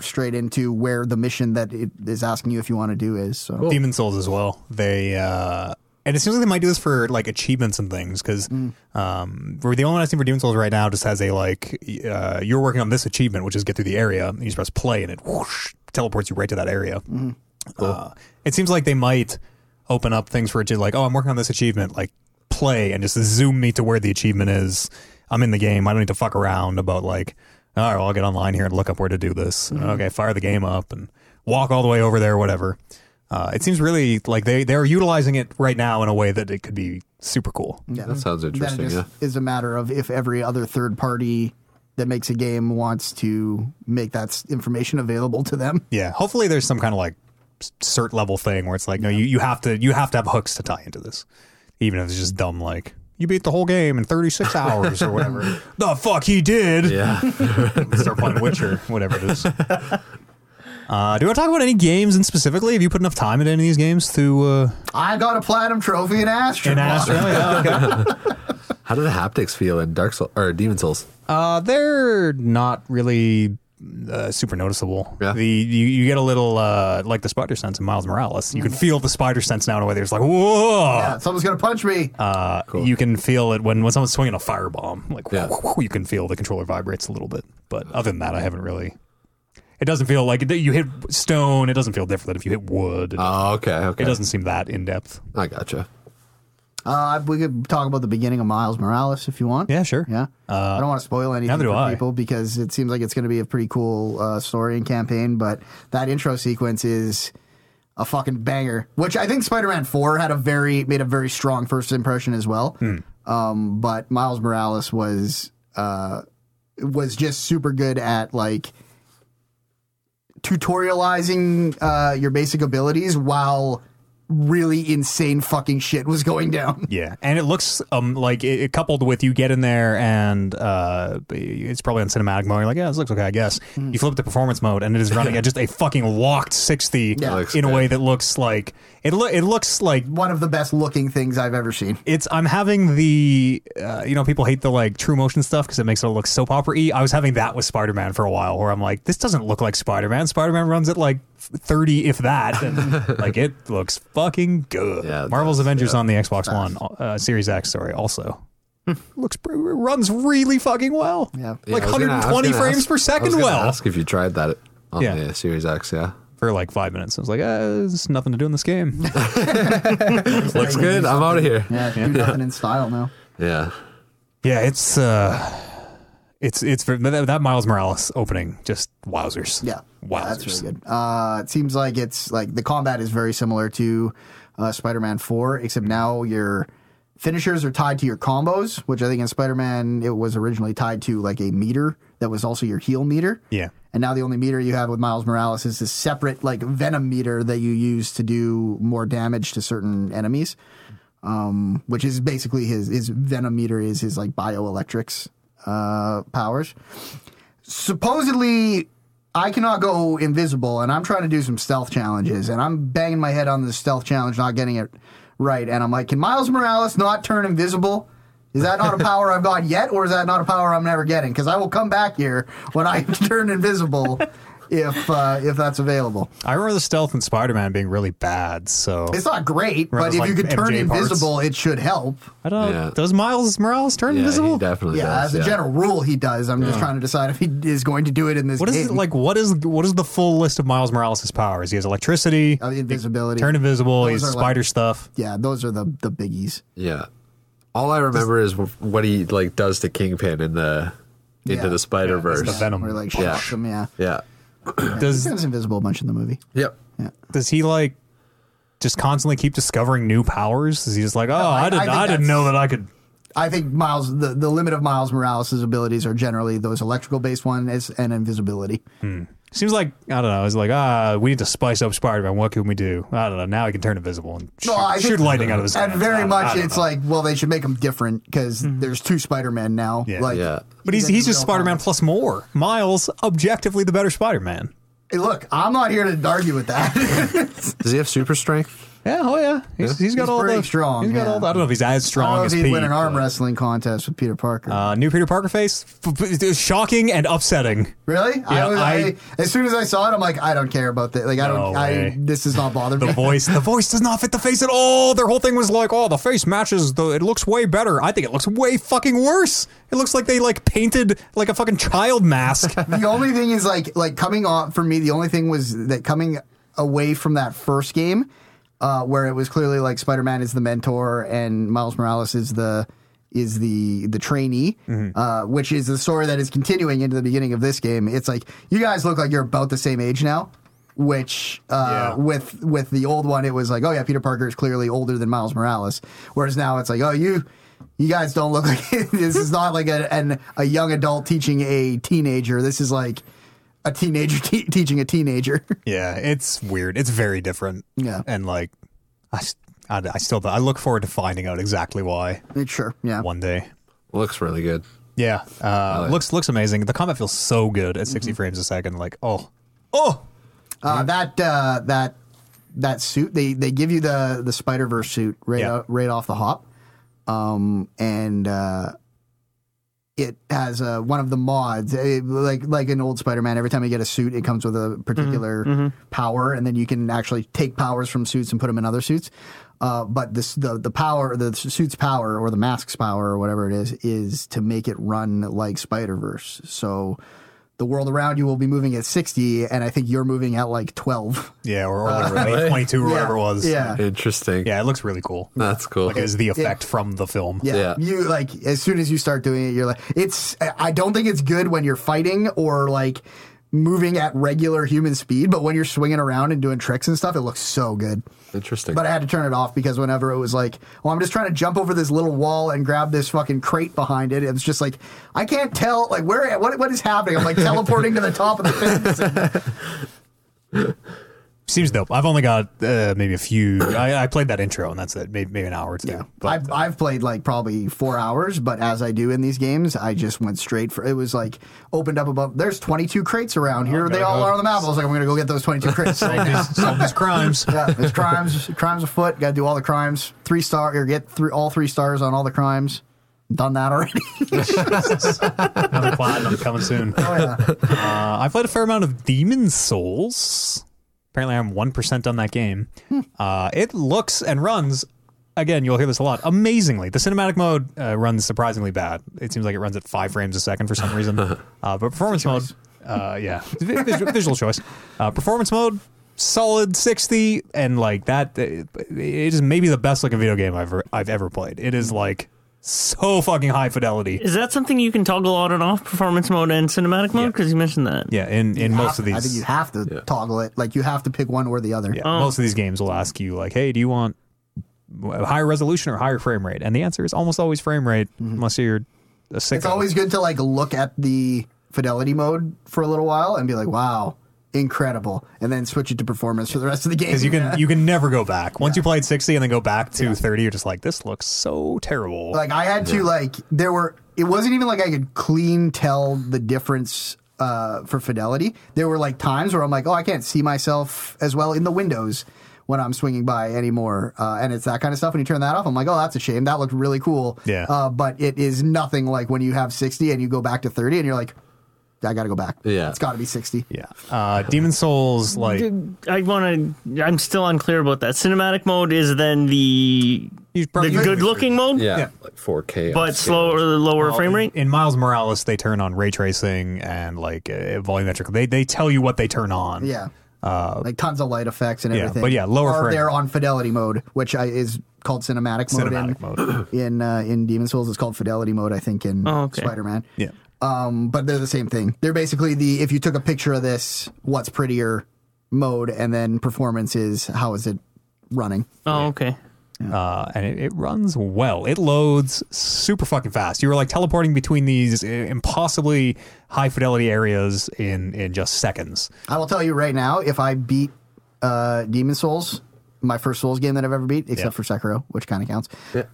Speaker 4: straight into where the mission that it is asking you if you want to do is. So
Speaker 1: Demon Souls as well. They uh, and it seems like they might do this for like achievements and things because um, we're the only one I've seen for Demon Souls right now just has a like y- uh, you're working on this achievement, which is get through the area. And you just press play and it whoosh, teleports you right to that area. Uh, it seems like they might open up things for it to like oh I'm working on this achievement like play and just zoom me to where the achievement is. I'm in the game. I don't need to fuck around about like all right, well, I'll get online here and look up where to do this. Okay, fire the game up and walk all the way over there, whatever. Uh, it seems really like they they're utilizing it right now in a way that it could be super cool.
Speaker 4: yeah.
Speaker 3: That sounds
Speaker 4: Then it
Speaker 3: interesting,
Speaker 4: just
Speaker 3: yeah.
Speaker 4: is a matter of if every other third party that makes a game wants to make that s- information available to them.
Speaker 1: Yeah, hopefully there's some kind of like s- cert level thing where it's like, no, you, you have to you have to have hooks to tie into this, even if it's just dumb like you beat the whole game in (laughs) 36 hours or whatever. the fuck he did.
Speaker 3: Yeah. (laughs)
Speaker 1: Start playing Witcher, whatever it (laughs) is. Uh, do you want to talk about any games and specifically? Have you put enough time into any of these games to uh,
Speaker 4: I got a platinum trophy in Astro.
Speaker 1: in Australia? Okay.
Speaker 3: How do the haptics feel in Dark Souls or Demon Souls?
Speaker 1: Uh, they're not really uh, super noticeable.
Speaker 3: Yeah.
Speaker 1: The you, you get a little uh, like the spider sense in Miles Morales. You can feel the spider sense now in a way. There's like whoa.
Speaker 4: Yeah, (laughs) someone's gonna punch me.
Speaker 1: Uh, You can feel it when when someone's swinging a firebomb. Like
Speaker 3: Yeah.
Speaker 1: you can feel the controller vibrates a little bit. But other than that, I haven't really. It doesn't feel like you hit stone. It doesn't feel different than if you hit wood.
Speaker 3: Oh, okay, okay.
Speaker 1: it doesn't seem that in depth.
Speaker 3: I gotcha.
Speaker 4: Uh, we could talk about the beginning of Miles Morales if you want.
Speaker 1: Yeah, sure.
Speaker 4: Yeah. I don't want to spoil anything
Speaker 1: Uh, neither do
Speaker 4: for
Speaker 1: I.
Speaker 4: people because it seems like it's going to be a pretty cool uh, story and campaign, but that intro sequence is a fucking banger, which I think Spider-Man 4 had a very made a very strong first impression as well.
Speaker 1: Hmm.
Speaker 4: Um, but Miles Morales was uh, was just super good at like tutorializing uh, your basic abilities while really insane fucking shit was going down. (laughs)
Speaker 1: Yeah, and it looks um like it, it coupled with you get in there and uh it's probably on cinematic mode. You're like, yeah, this looks okay, I guess. You flip to performance mode, and it is
Speaker 3: (laughs)
Speaker 1: running at just a fucking locked sixty
Speaker 4: Yeah.
Speaker 3: Looks
Speaker 1: in a
Speaker 3: good.
Speaker 1: way that looks like it. Lo- it looks like
Speaker 4: One of the best looking things I've ever seen.
Speaker 1: it's. I'm having the uh, you know people hate the like true motion stuff because it makes it look soap opera y. I was having that with Spider Man for a while, where I'm like, this doesn't look like Spider Man. Spider Man runs at like thirty, if that, and (laughs) like it looks fucking good.
Speaker 3: Yeah, it
Speaker 1: Marvel's Avengers on the Xbox One uh, Series X, sorry, also looks pr- runs really fucking well.
Speaker 4: Yeah.
Speaker 1: like
Speaker 3: Yeah, I was gonna- I was
Speaker 1: 120
Speaker 3: gonna
Speaker 1: frames
Speaker 3: ask-
Speaker 1: per
Speaker 3: I was
Speaker 1: second.
Speaker 3: gonna
Speaker 1: Well,
Speaker 3: ask if you tried that on
Speaker 1: Yeah.
Speaker 3: the Series X. Yeah,
Speaker 1: for like five minutes, I was like, eh, there's nothing to do in this game.
Speaker 3: looks good. I'm out of here.
Speaker 4: Yeah,
Speaker 1: (laughs)
Speaker 4: do nothing in style now.
Speaker 3: Yeah,
Speaker 1: Yeah, it's uh, it's it's ver- that, that Miles Morales opening just wowzers.
Speaker 4: Yeah,
Speaker 1: wowzers.
Speaker 4: that's really good. Uh, it seems like it's like the combat is very similar to uh, Spider-Man Four, except now your finishers are tied to your combos, which I think in Spider-Man it was originally tied to like a meter that was also your heal meter.
Speaker 1: Yeah.
Speaker 4: And now the only meter you have with Miles Morales is this separate like venom meter that you use to do more damage to certain enemies, um, which is basically his his venom meter is his like bioelectrics uh, powers. Supposedly, I cannot go invisible, and I'm trying to do some stealth challenges, and I'm banging my head on the stealth challenge, not getting it right. And I'm like, can Miles Morales not turn invisible? Is that not a power I've got yet, or is that not a power I'm never getting? Because I will come back here when I (laughs) turn invisible, if uh, if that's available.
Speaker 1: I remember the stealth in Spider Man being really bad. So
Speaker 4: It's not great,
Speaker 1: Remember
Speaker 4: but if
Speaker 1: those,
Speaker 4: you
Speaker 1: like,
Speaker 4: could turn
Speaker 1: MJ parts?
Speaker 4: invisible, it should help.
Speaker 1: I don't.
Speaker 3: Yeah.
Speaker 1: Does Miles Morales turn
Speaker 3: yeah,
Speaker 1: invisible?
Speaker 3: he definitely.
Speaker 4: Yeah,
Speaker 3: does,
Speaker 4: as a
Speaker 3: yeah.
Speaker 4: general rule, he does. I'm just trying to decide if he is going to do it in this.
Speaker 1: What is it
Speaker 4: game.
Speaker 1: like? What is what is the full list of Miles Morales' powers? He has electricity,
Speaker 4: Uh, invisibility?
Speaker 1: turn invisible, he has
Speaker 4: Those are like-
Speaker 1: spider stuff.
Speaker 4: yeah, those are the the biggies.
Speaker 3: Yeah. All I remember is wh- what he like does to Kingpin in the into
Speaker 4: Yeah.
Speaker 3: the Spider Verse.
Speaker 1: The
Speaker 3: Yeah.
Speaker 1: Venom.
Speaker 4: Or like
Speaker 3: Yeah.
Speaker 4: shocks them. Yeah,
Speaker 1: Does
Speaker 4: he was invisible a bunch in the movie.
Speaker 3: Yep.
Speaker 1: does he like just constantly keep discovering new powers? Is he just like, oh, I,
Speaker 4: I- I
Speaker 1: didn't,
Speaker 4: think
Speaker 1: I, didn't
Speaker 4: that's-
Speaker 1: know that I could
Speaker 4: I think Miles, the, the limit of Miles Morales' abilities are generally those electrical based ones and invisibility.
Speaker 1: Seems like I don't know. It's like ah, we need to spice up Spider-Man. What can we do? I don't know. Now he can turn invisible and shoot,
Speaker 4: No, I think-
Speaker 1: shoot lightning out of his.
Speaker 4: And
Speaker 1: hands. I
Speaker 4: very
Speaker 1: don't- I
Speaker 4: much,
Speaker 1: don't
Speaker 4: it's
Speaker 1: know.
Speaker 4: like, well, they should make them different because there's two Spider Men now.
Speaker 1: Yeah.
Speaker 4: like,
Speaker 3: Yeah.
Speaker 1: But he's
Speaker 4: then
Speaker 1: he's
Speaker 4: you
Speaker 1: just
Speaker 4: go,
Speaker 1: Spider-Man plus more. Miles objectively the better Spider-Man.
Speaker 4: Hey, look, I'm not here to argue
Speaker 1: (laughs)
Speaker 4: with that.
Speaker 3: Does he have super strength?
Speaker 1: Yeah, oh yeah, he's, he's got
Speaker 4: He's
Speaker 1: all
Speaker 4: pretty
Speaker 1: the
Speaker 4: strong,
Speaker 1: He's got
Speaker 4: yeah.
Speaker 1: all. The, I don't know if he's as
Speaker 4: I don't
Speaker 1: strong
Speaker 4: know if
Speaker 1: as
Speaker 4: he'd
Speaker 1: Pete.
Speaker 4: win an arm
Speaker 1: but-
Speaker 4: wrestling contest with Peter Parker.
Speaker 1: Uh, new Peter Parker face, F- f- it's shocking and upsetting.
Speaker 4: really? I,
Speaker 1: yeah,
Speaker 4: was,
Speaker 1: I-
Speaker 4: I, as soon as I saw it, I'm like, I don't care about that. Like, I don't.
Speaker 1: No
Speaker 4: I
Speaker 1: way.
Speaker 4: this does not bother (laughs)
Speaker 1: The
Speaker 4: me.
Speaker 1: voice, the voice does not fit the face at all. Their whole thing was like, oh, the face matches. The it looks way better. I think it looks way fucking worse. It looks like they like painted like a fucking child
Speaker 4: (laughs)
Speaker 1: mask.
Speaker 4: the only thing is like like coming off for me. The only thing was that coming away from that first game, uh, where it was clearly like Spider Man is the mentor and Miles Morales is the is the the trainee, uh, which is the story that is continuing into the beginning of this game. It's like you guys look like you're about the same age now. Which
Speaker 1: Yeah.
Speaker 4: uh, with with the old one, it was like, oh yeah, Peter Parker is clearly older than Miles Morales. Whereas now it's like, oh you you guys don't look like (laughs) this is not like a an, a young adult teaching a teenager. This is like a teenager (laughs) te- teaching a teenager. (laughs)
Speaker 1: Yeah, it's weird. It's very different.
Speaker 4: Yeah.
Speaker 1: and like, I, s- I, I still I look forward to finding out exactly why
Speaker 4: sure, yeah.
Speaker 1: one day.
Speaker 3: Looks really good.
Speaker 1: Yeah, uh, looks looks amazing. The combat feels so good at
Speaker 4: Mm-hmm.
Speaker 1: 60 frames a second. Like, oh, oh,
Speaker 4: Uh, that uh, that that suit they they give you the the Spider Verse suit right
Speaker 1: Yeah.
Speaker 4: out, right off the hop, um, and uh, it has uh, one of the mods it- like like an old Spider Man. Every time you get a suit, it comes with a particular power, and then you can actually take powers from suits and put them in other suits. Uh, but this, the the power, the suit's power, or the mask's power, or whatever it is, is to make it run like Spider Verse. So the world around you will be moving at 60 and i think you're moving at like 12
Speaker 1: yeah, or, or whatever, 22 or whatever it was.
Speaker 4: Uh, yeah
Speaker 3: Interesting.
Speaker 1: yeah, it looks really cool.
Speaker 3: That's cool.
Speaker 1: Like, it was the effect from the film.
Speaker 4: yeah.
Speaker 3: Yeah.
Speaker 4: you like as soon as you start doing it you're like it's I- i don't think it's good when you're fighting or like moving at regular human speed but when you're swinging around and doing tricks and stuff it looks so good
Speaker 3: Interesting.
Speaker 4: but i had to turn it off because whenever it was like well i'm just trying to jump over this little wall and grab this fucking crate behind it it's just like i can't tell like where what, what is happening i'm like (laughs) teleporting to the top of the fence
Speaker 1: Seems dope. I've only got uh, maybe a few. I, I played that intro, and that's it. Maybe, maybe an hour or two.
Speaker 4: Yeah,
Speaker 1: But uh,
Speaker 4: I've, I've played like probably four hours, but as I do in these games, I just went straight for it. Was like opened up above. There's 22 crates around here. They all
Speaker 1: go.
Speaker 4: are on the map. I was like, I'm gonna go get those 22 crates. right now.
Speaker 1: solve these crimes.
Speaker 4: yeah, there's crimes, crimes afoot. Got to do all the crimes. Three star or get three, all three stars on all the crimes. Done that already.
Speaker 1: Another platinum coming soon. uh, I played a fair amount of Demon Souls. Apparently, I'm one percent on that game. Uh, it looks and runs. Again, you'll hear this a lot. Amazingly, the cinematic mode uh, runs surprisingly bad. It seems like it runs at five frames a second for some reason. uh, but performance mode, uh, yeah, vi- visual, visual choice. Uh, performance mode, solid sixty, and like that, it, it is maybe the best looking video game I've ever, I've ever played. It is like so fucking high fidelity.
Speaker 2: Is that something you can toggle on and off performance mode and cinematic mode? Because you mentioned that.
Speaker 1: Yeah, in, in most of these,
Speaker 4: (laughs) I think you have to toggle it. Like you have to pick one or the other.
Speaker 1: yeah, most of these games will ask you like, "Hey, do you want a higher resolution or higher frame rate?" And the answer is almost always frame rate, unless you're a sicko.
Speaker 4: Mm-hmm. It's always good to like look at the fidelity mode for a little while and be like, wow, incredible, and then switch it to performance for the rest of the game.
Speaker 1: because you can you can never go back. Once you played sixty and then go back to thirty, you're just like, "This looks so terrible."
Speaker 4: Like I had to like there were it wasn't even like I could clean tell the difference uh, for fidelity. There were like times where I'm like, oh, I can't see myself as well in the windows when I'm swinging by anymore, uh, and it's that kind of stuff. When you turn that off, I'm like, oh, that's a shame. That looked really cool.
Speaker 1: Yeah.
Speaker 4: Uh, but it is nothing like when you have 60 and you go back to 30 and you're like, I got to go back.
Speaker 3: Yeah.
Speaker 4: It's got to be 60.
Speaker 1: yeah, uh, Demon Souls like
Speaker 2: I want to. I'm still unclear about that. Cinematic mode is then the
Speaker 1: you
Speaker 2: the
Speaker 1: probably-
Speaker 2: good looking mode,
Speaker 3: yeah.
Speaker 1: Yeah. Oh,
Speaker 3: Like 4K.
Speaker 2: but slower, lower frame rate.
Speaker 1: In Miles Morales, they turn on ray tracing and like uh, volumetric. They they tell you what they turn on.
Speaker 4: Yeah. like tons of light effects and
Speaker 1: Uh, yeah,
Speaker 4: everything.
Speaker 1: but yeah, lower
Speaker 4: Or
Speaker 1: frame.
Speaker 4: they're on fidelity mode, which I, is called cinematic mode. in-
Speaker 1: cinematic mode.
Speaker 4: in uh, in Demon Souls. It's called Fidelity Mode, I think, in
Speaker 2: Oh, okay.
Speaker 4: Spider Man.
Speaker 1: Yeah.
Speaker 4: Um, but they're the same thing. They're basically the if you took a picture of this, what's prettier mode, and then performance is how is it running.
Speaker 2: Oh, okay.
Speaker 1: uh, and it, it runs well. It loads super fucking fast. You were like teleporting between these uh, impossibly high fidelity areas in in just seconds.
Speaker 4: I will tell you right now, if I beat uh, Demon Souls, my first Souls game that I've ever beat, except for Sekiro, which kind of counts,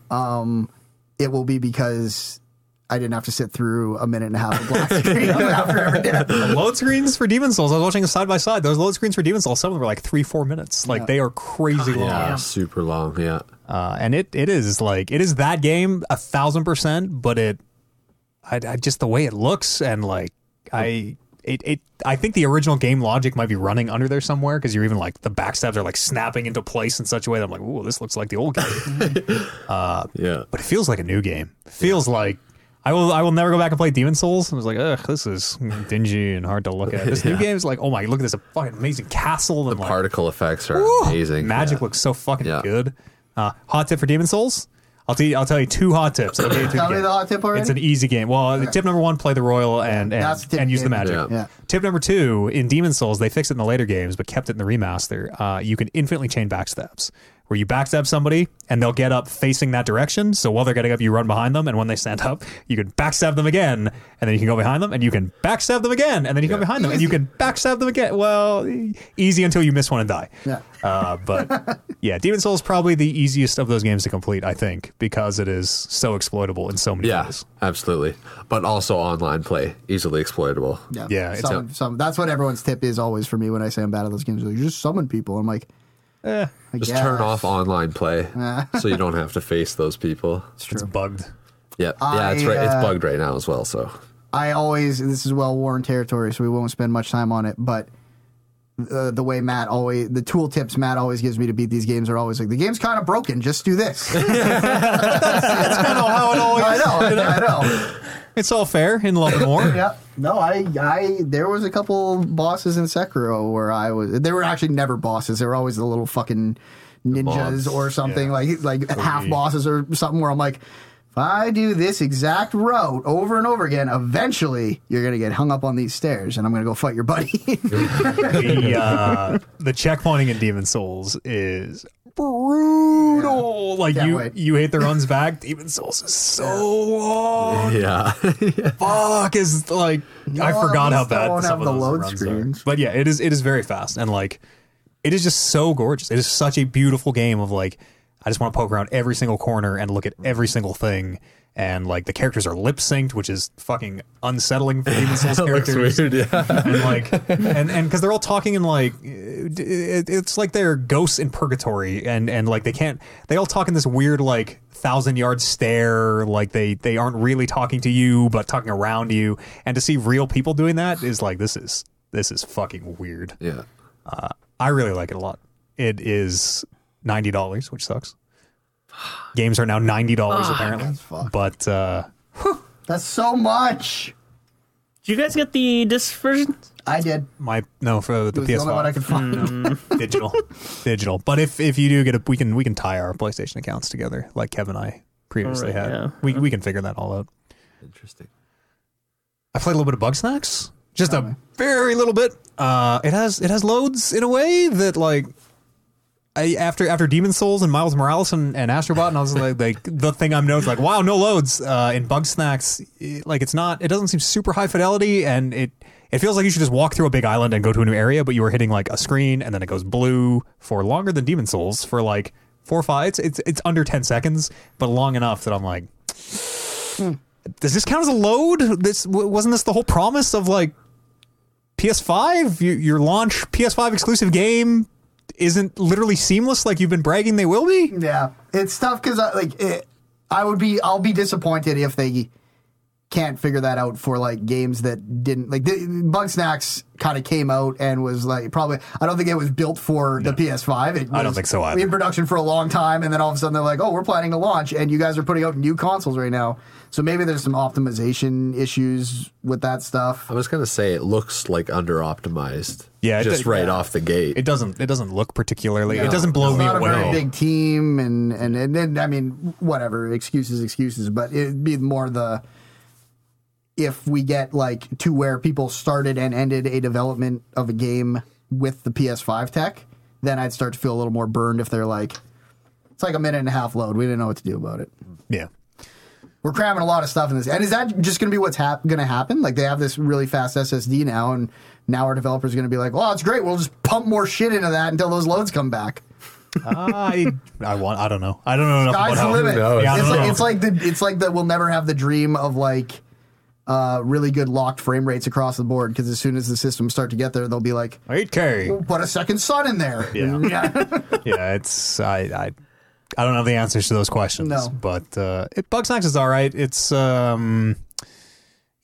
Speaker 4: um, it will be because I didn't have to sit through a minute and a half of black screen
Speaker 1: (laughs)
Speaker 4: (laughs) after every death.
Speaker 1: The load screens for Demon Souls. I was watching them side by side. Those load screens for Demon Souls. Some of them were like three, four minutes. Like they are crazy long.
Speaker 3: super long. Yeah.
Speaker 1: uh, and it it is like it is that game a thousand percent, but it, I, I just the way it looks and like I it, it I think the original game logic might be running under there somewhere because you're even like the backstabs are like snapping into place in such a way that I'm like, ooh, this looks like the old game,
Speaker 3: Yeah.
Speaker 1: but it feels like a new game. It feels like. I will. I will never go back and play Demon Souls. I was like, ugh, this is dingy and hard to look at. This new game is like, oh my, look at this fucking amazing castle. And like,
Speaker 3: Particle effects are
Speaker 1: Woo!
Speaker 3: amazing.
Speaker 1: Magic
Speaker 3: Yeah.
Speaker 1: looks so fucking
Speaker 3: Yeah.
Speaker 1: good. Uh, hot tip for Demon Souls. I'll tell you. I'll tell you two hot tips.
Speaker 4: (laughs)
Speaker 1: I'll give you two
Speaker 4: Tell me
Speaker 1: again.
Speaker 4: the hot tip already?
Speaker 1: It's an e- easy game. Well, tip number one: play the royal and
Speaker 4: That's the
Speaker 1: and,
Speaker 4: tip
Speaker 1: and use the
Speaker 4: game.
Speaker 1: magic.
Speaker 3: Yeah.
Speaker 4: Yeah.
Speaker 1: Tip number two: in Demon Souls, they fixed it in the later games, but kept it in the remaster. Uh, you can infinitely chain backstabs, where you backstab somebody and they'll get up facing that direction. So while they're getting up, you run behind them, and when they stand up, you can backstab them again, and then you can go behind them, and you can backstab them again, and then you go behind them, and you can backstab them again. Well, e- easy until you miss one and die.
Speaker 4: Yeah.
Speaker 1: Uh,
Speaker 4: (laughs)
Speaker 1: but yeah, Demon Souls is probably the easiest of those games to complete, I think, because it is so exploitable in so many
Speaker 3: Yeah,
Speaker 1: ways.
Speaker 3: absolutely. But also online play, easily exploitable.
Speaker 4: Yeah,
Speaker 1: Yeah, it's
Speaker 4: Summon, summon- that's what everyone's tip is always for me when I say I'm bad at those games. Like, you just summon people. I'm like,
Speaker 1: Eh.
Speaker 4: I
Speaker 3: Just
Speaker 4: guess.
Speaker 3: turn off
Speaker 1: (laughs)
Speaker 3: online play so you don't have to face those people.
Speaker 1: It's
Speaker 4: (laughs)
Speaker 1: bugged.
Speaker 3: Yep. yeah, it's
Speaker 4: I,
Speaker 3: right. It's
Speaker 4: uh,
Speaker 3: bugged right now as well. So
Speaker 4: I always this is well worn territory, so we won't spend much time on it. But uh, the way Matt always the tool tips Matt always gives me to beat these games are always like the game's kind of broken. Just do this. (laughs) I
Speaker 1: Oh, how it always-
Speaker 4: know, I know.
Speaker 1: (laughs) It's all fair in Love and War.
Speaker 4: (laughs) Yeah, no, I, I there was a couple bosses in Sekiro where I was. They were actually never bosses. They were always the little fucking ninjas
Speaker 3: mobs.
Speaker 4: or something like like half bosses or something. Where I'm like. If I do this exact route over and over again, eventually you're gonna get hung up on these stairs, and I'm gonna go fight your buddy. (laughs)
Speaker 1: The, uh, the checkpointing in Demon Souls is brutal. Like
Speaker 4: Can't
Speaker 1: you,
Speaker 4: wait.
Speaker 1: you hate the runs back. Demon Souls is so long.
Speaker 3: yeah, (laughs)
Speaker 1: Fuck is like I
Speaker 4: at
Speaker 1: forgot how
Speaker 4: least I
Speaker 1: bad
Speaker 4: won't
Speaker 1: some
Speaker 4: have
Speaker 1: of
Speaker 4: the
Speaker 1: those
Speaker 4: load
Speaker 1: runs are.
Speaker 4: screens.
Speaker 1: But yeah, it is it is very fast and like it is just so gorgeous. It is such a beautiful game of like I just want to poke around every single corner and look at every single thing. And like the characters are lip synced, which is fucking unsettling for Demon Souls
Speaker 3: looks
Speaker 1: characters (laughs)
Speaker 3: weird. Yeah,
Speaker 1: and like and and because they're all talking in like it, it- it's like they're ghosts in purgatory and and like they can't they all talk in this weird like thousand yard stare like they they aren't really talking to you but talking around you and to see real people doing that is like this is this is fucking weird
Speaker 3: yeah.
Speaker 1: i really like it a lot it is $90 which sucks games are now $90 apparently
Speaker 4: fucked.
Speaker 1: but uh
Speaker 4: That's so much.
Speaker 2: Did you guys get the disc version?
Speaker 4: I did.
Speaker 1: my no for the
Speaker 4: It was the
Speaker 1: ps5
Speaker 4: only one I could
Speaker 2: (laughs)
Speaker 4: find.
Speaker 1: digital, digital. But if if you do get a, we can we can tie our PlayStation accounts together like Kevin and I previously had.
Speaker 2: Alright, yeah.
Speaker 1: We we can figure that all out.
Speaker 3: Interesting.
Speaker 1: I played a little bit of Bug Snacks, just a very little bit. Uh, it has it has loads in a way that like. I, after after Demon Souls and Miles Morales and, and Astrobot and I was like like the thing I'm known is like wow no loads uh, in Bug Snacks it- like it's not it doesn't seem super high fidelity and it it feels like you should just walk through a big island and go to a new area but you were hitting like a screen and then it goes blue for longer than Demon Souls for like four or five it's it's, it's under ten seconds but long enough that I'm like does this count as a load? This w- wasn't this the whole promise of like PS5, your, your launch PS5 exclusive game isn't literally seamless like you've been bragging they will be.
Speaker 4: Yeah, it's tough because I like it, I would be I'll be disappointed if they can't figure that out for like games that didn't like the, Bug Snacks kind of came out and was like probably I don't think it was built for the PS5. It
Speaker 1: I don't
Speaker 4: was
Speaker 1: think so either.
Speaker 4: In production for a long time, and then all of a sudden they're like, oh, we're planning to launch, and you guys are putting out new consoles right now. So maybe there's some optimization issues with that stuff.
Speaker 3: I was gonna say it looks like under optimized.
Speaker 1: Yeah, it
Speaker 3: just
Speaker 1: does-
Speaker 3: right
Speaker 1: yeah.
Speaker 3: off the gate.
Speaker 1: It doesn't it doesn't look particularly it
Speaker 3: No,
Speaker 1: doesn't blow
Speaker 4: it's
Speaker 1: me
Speaker 4: not a
Speaker 1: away.
Speaker 4: very big team, and and and then I mean, whatever excuses, excuses, but it'd be more the if we get like to where people started and ended a development of a game with the PS5 tech, then I'd start to feel a little more burned if they're like, It's like a minute and a half load. We didn't know what to do about it.
Speaker 1: Yeah.
Speaker 4: We're cramming a lot of stuff in this. And is that just going to be what's hap- going to happen? Like they have this really fast SSD now, and now our developers going to be like, "Well, it's great. We'll just pump more shit into that until those loads come back."
Speaker 1: I I want. I don't know. I don't know enough
Speaker 4: Sky's
Speaker 1: about
Speaker 4: the
Speaker 1: how.
Speaker 4: limit.
Speaker 3: knows?
Speaker 1: Yeah, I
Speaker 4: it's,
Speaker 1: don't
Speaker 4: like,
Speaker 1: know.
Speaker 4: it's like the it's like that we'll never have the dream of like uh, really good locked frame rates across the board because as soon as the systems start to get there, they'll be like,
Speaker 1: 8K.
Speaker 4: "Put a second sun in there."
Speaker 1: Yeah.
Speaker 4: (laughs) yeah.
Speaker 1: (laughs) yeah, it's I I I don't have the answers to those questions.
Speaker 4: No.
Speaker 1: but uh, it bug snacks is all right. It's um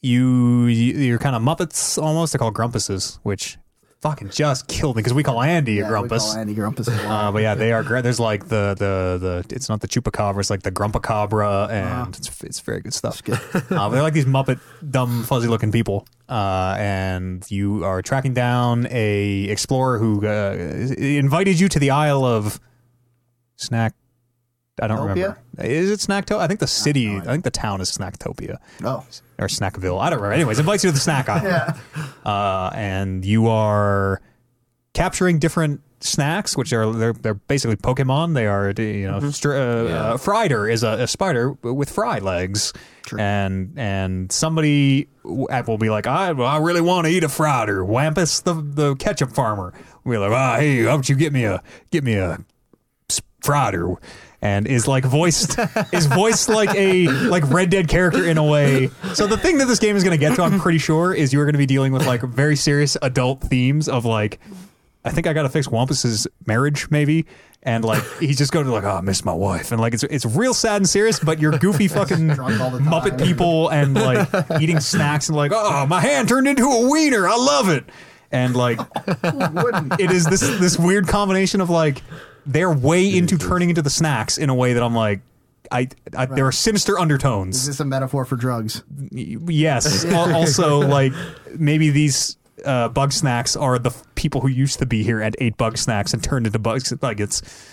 Speaker 1: you you- you're kind of muppets almost. They're called grumpuses, which fucking just killed me because we call Andy a
Speaker 4: Yeah, we call
Speaker 1: grumpus.
Speaker 4: Andy Grumpus. a lot.
Speaker 1: Uh, but yeah, they are great. There's like the the the it's not the chupacabra, it's like the grumpacabra, and it's it's very Uh-huh. good stuff. (laughs) uh, they're like these Muppet, dumb, fuzzy looking people, uh, and you are tracking down a explorer who uh, invited you to the Isle of Snack. I don't
Speaker 4: Topia?
Speaker 1: remember. Is it Snacktopia? I think the city, I think the town is Snacktopia
Speaker 4: oh,
Speaker 1: or Snackville. I don't remember. Anyways, invites you to the snack aisle. Uh, and you are capturing different snacks, which are they're, they're basically Pokemon. They are you know str- uh, uh, Frider is a, a spider with fry legs, and and somebody w- will be like, I I really want to eat a Frider. Wampus the the ketchup farmer. We're like, ah, hey, how about you get me a get me a Frauder and is like voiced (laughs) is voiced like a like Red Dead character in a way. So the thing that this game is going to get to, I'm pretty sure, is you're going to be dealing with like very serious adult themes of like, I think I got to fix Wampus's marriage maybe, and like he's just going to like, oh, I miss my wife, and like it's it's real sad and serious, but you're goofy fucking
Speaker 4: (laughs) drunk all the time.
Speaker 1: Muppet people and like eating snacks and like, oh, my hand turned into a wiener, I love it, and like
Speaker 4: wouldn't.
Speaker 1: it is this this weird combination of like they're way into turning into the snacks in a way that I'm like I, I there are sinister undertones.
Speaker 4: Is this a metaphor for drugs?
Speaker 1: Yes. Al- also like maybe these uh, bug snacks are the f- people who used to be here and ate bug snacks and turned into bugs (laughs) like it's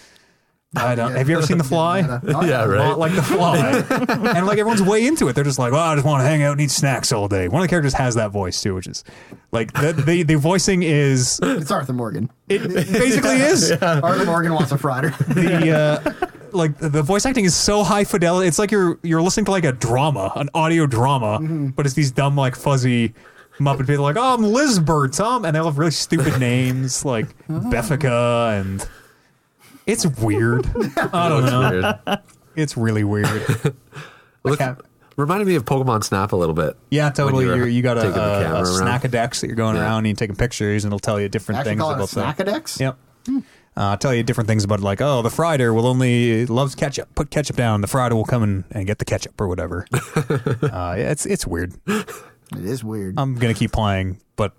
Speaker 1: I don't have you ever seen The Fly?
Speaker 4: Oh,
Speaker 3: Yeah, right.
Speaker 1: Not like the
Speaker 3: (laughs)
Speaker 1: fly. and like everyone's way into it. They're just like, well, I just want to hang out and eat snacks all day. One of the characters has that voice too, which is like the the, the voicing is
Speaker 4: It's
Speaker 1: (laughs)
Speaker 4: Arthur Morgan.
Speaker 1: it
Speaker 3: (laughs)
Speaker 1: basically is.
Speaker 4: Arthur Morgan wants a
Speaker 1: (laughs)
Speaker 4: frider.
Speaker 1: the uh, like the voice acting is so high fidelity. It's like you're you're listening to like a drama, an audio drama,
Speaker 3: Mm-hmm.
Speaker 1: but it's these dumb like fuzzy Muppet people like, oh, I'm Lizbert, um, and they all have really
Speaker 3: (laughs)
Speaker 1: stupid names like
Speaker 3: Oh.
Speaker 1: Befika and it's
Speaker 3: (laughs)
Speaker 1: weird. I don't know. (laughs) It's really weird.
Speaker 3: Look, reminded me of Pokemon Snap a little bit.
Speaker 1: Yeah, totally.
Speaker 3: When
Speaker 1: You
Speaker 3: you were
Speaker 1: you got a,
Speaker 3: taking the camera
Speaker 1: a, a
Speaker 3: around.
Speaker 1: snackadex that you're going
Speaker 3: Yeah.
Speaker 1: around and you're taking pictures, and it'll tell you different
Speaker 4: Actually
Speaker 1: things
Speaker 4: call it a
Speaker 1: about that.
Speaker 4: snackadex.
Speaker 1: Yep. Uh, tell you different things about it, like oh the fryer will only loves ketchup. Put ketchup down. The fryer will come and, and get the ketchup or whatever. uh, yeah, it's it's weird.
Speaker 4: It is weird.
Speaker 1: I'm gonna keep playing, but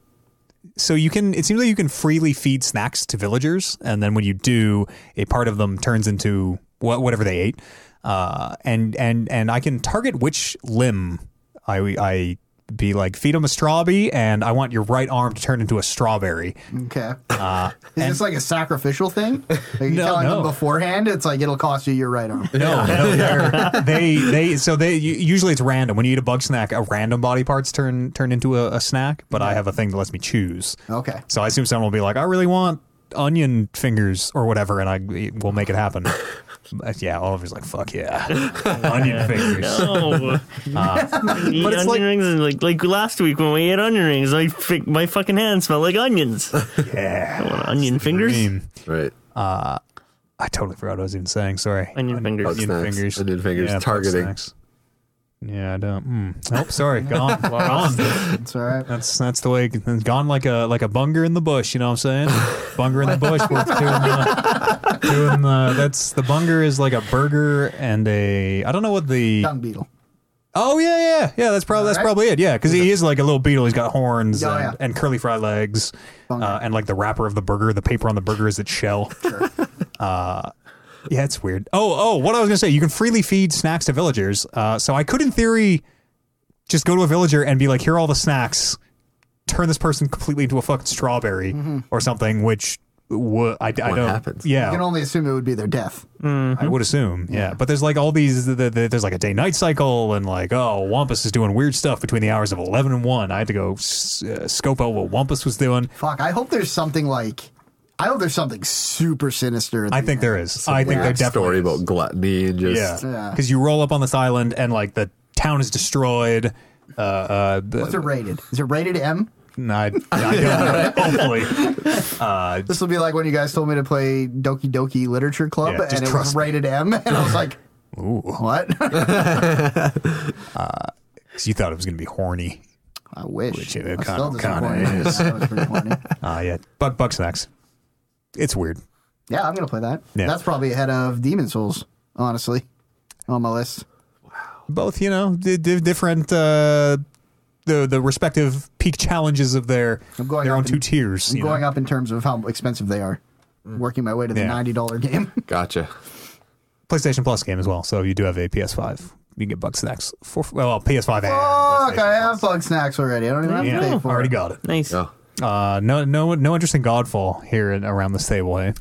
Speaker 1: so you can. It seems like you can freely feed snacks to villagers, and then when you do, a part of them turns into wha- whatever they ate. Uh, and and and I can target which limb I I be like feed them a strawberry, and I want your right arm to turn into a strawberry.
Speaker 4: okay. is this like a sacrificial thing? Are you
Speaker 1: uh, No,
Speaker 4: telling
Speaker 1: no.
Speaker 4: them beforehand? It's like it'll cost you your
Speaker 1: (laughs)
Speaker 4: right arm.
Speaker 1: No, no, they're- they they so they u- usually it's random. When you eat a bug snack, a random body parts turn turn into a, a snack. But I have a thing that lets me choose.
Speaker 4: Okay.
Speaker 1: So I assume someone will be like, I really want onion fingers or whatever, and I will make it happen. Uh, yeah, Oliver's like, fuck yeah, onion fingers. (laughs)
Speaker 2: No. You
Speaker 1: Uh, But
Speaker 2: eat
Speaker 1: it's
Speaker 2: onion
Speaker 1: like-
Speaker 2: rings and like like last week when we ate onion rings, I fi- my fucking hands smelled
Speaker 1: (laughs)
Speaker 2: like onions.
Speaker 1: Yeah,
Speaker 2: Want onion fingers?
Speaker 1: Dream.
Speaker 3: Right.
Speaker 1: I totally forgot what I was even saying. Sorry.
Speaker 2: Onion fingers.
Speaker 1: Onion
Speaker 3: Snacks.
Speaker 1: fingers.
Speaker 3: Onion fingers.
Speaker 1: Yeah, fuck
Speaker 3: Targeting.
Speaker 1: snacks. Yeah, I don't. Mm. Nope. Sorry. Gone. Gone.
Speaker 4: It's all right.
Speaker 1: That's that's the way it's gone like a like a bunger in the bush. You know what I'm saying? bunger in the bush. We're doing the, doing the that's the bunger is like a burger and a I don't know what the
Speaker 4: Dung beetle.
Speaker 1: oh yeah yeah yeah that's probably that's
Speaker 4: Alright.
Speaker 1: probably it yeah because he is like a little beetle. He's got horns
Speaker 4: Oh,
Speaker 1: and,
Speaker 4: yeah.
Speaker 1: and curly fry legs
Speaker 4: Bunger.
Speaker 1: uh, and like the wrapper of the burger. The paper on the burger is its
Speaker 4: (laughs)
Speaker 1: shell. Uh, Yeah, it's weird. Oh, oh, what I was gonna say, you can freely feed snacks to villagers. Uh, so I could, in theory, just go to a villager and be like, "Here are all the snacks." Turn this person completely into a fucking strawberry or something, which wo- I, I don't.
Speaker 3: happens.
Speaker 4: Mm-hmm. You
Speaker 1: Yeah,
Speaker 4: can only assume it would be their death.
Speaker 1: I
Speaker 3: Mm-hmm.
Speaker 1: would assume. Yeah, but there's like all these. The, the, there's like a day night cycle, and like oh, Wampus is doing weird stuff between the hours of eleven and one. I had to go s- uh, scope out what Wampus was doing.
Speaker 4: Fuck. I hope there's something like I hope there's something super sinister. at
Speaker 1: I
Speaker 4: the
Speaker 1: think
Speaker 4: end.
Speaker 1: there is. I think there
Speaker 3: Like,
Speaker 1: definitely
Speaker 3: story
Speaker 1: is.
Speaker 3: about gluttony and just
Speaker 1: Yeah,
Speaker 4: Yeah.
Speaker 1: because you roll up on this island and like the town is destroyed. Uh, uh, the-
Speaker 4: What's it rated? Is it rated M?
Speaker 1: no, I,
Speaker 3: (laughs)
Speaker 1: I don't know. Hopefully, uh,
Speaker 4: This will be like when you guys told me to play Doki Doki Literature Club,
Speaker 1: Yeah, just
Speaker 4: and it
Speaker 1: trust
Speaker 4: was
Speaker 1: me.
Speaker 4: rated M, and I was like, "What?
Speaker 1: (laughs) because you thought it was gonna be horny.
Speaker 4: I wish."
Speaker 1: Which it
Speaker 4: I'm
Speaker 1: kinda-
Speaker 4: still (laughs)
Speaker 1: kinda
Speaker 4: disappointed.
Speaker 1: is.
Speaker 4: That was pretty horny.
Speaker 1: Uh, yeah, but Buck Snacks. It's weird.
Speaker 4: Yeah, I'm gonna play that.
Speaker 1: Yeah.
Speaker 4: That's probably ahead of Demon Souls, honestly, on my list.
Speaker 1: Both, you know, di- di- different uh, the the respective peak challenges of their
Speaker 4: I'm going
Speaker 1: their
Speaker 4: up
Speaker 1: own
Speaker 4: in-
Speaker 1: two tiers. you know?
Speaker 4: Going up in terms of how expensive they are.
Speaker 1: Mm.
Speaker 4: Working my way to the
Speaker 1: Yeah.
Speaker 4: ninety dollar game.
Speaker 3: gotcha.
Speaker 1: PlayStation Plus game as well. So if you do have a PS5, you can get Buck Snacks for well PS5.
Speaker 4: Fuck!
Speaker 1: and PlayStation.
Speaker 4: I have bug snacks already. I don't even have
Speaker 1: Yeah,
Speaker 4: to pay
Speaker 2: No.
Speaker 4: for
Speaker 1: already
Speaker 4: it.
Speaker 1: got it.
Speaker 2: Nice.
Speaker 3: Oh,
Speaker 1: Uh, no, no, no interest in Godfall here in, around this table. Eh?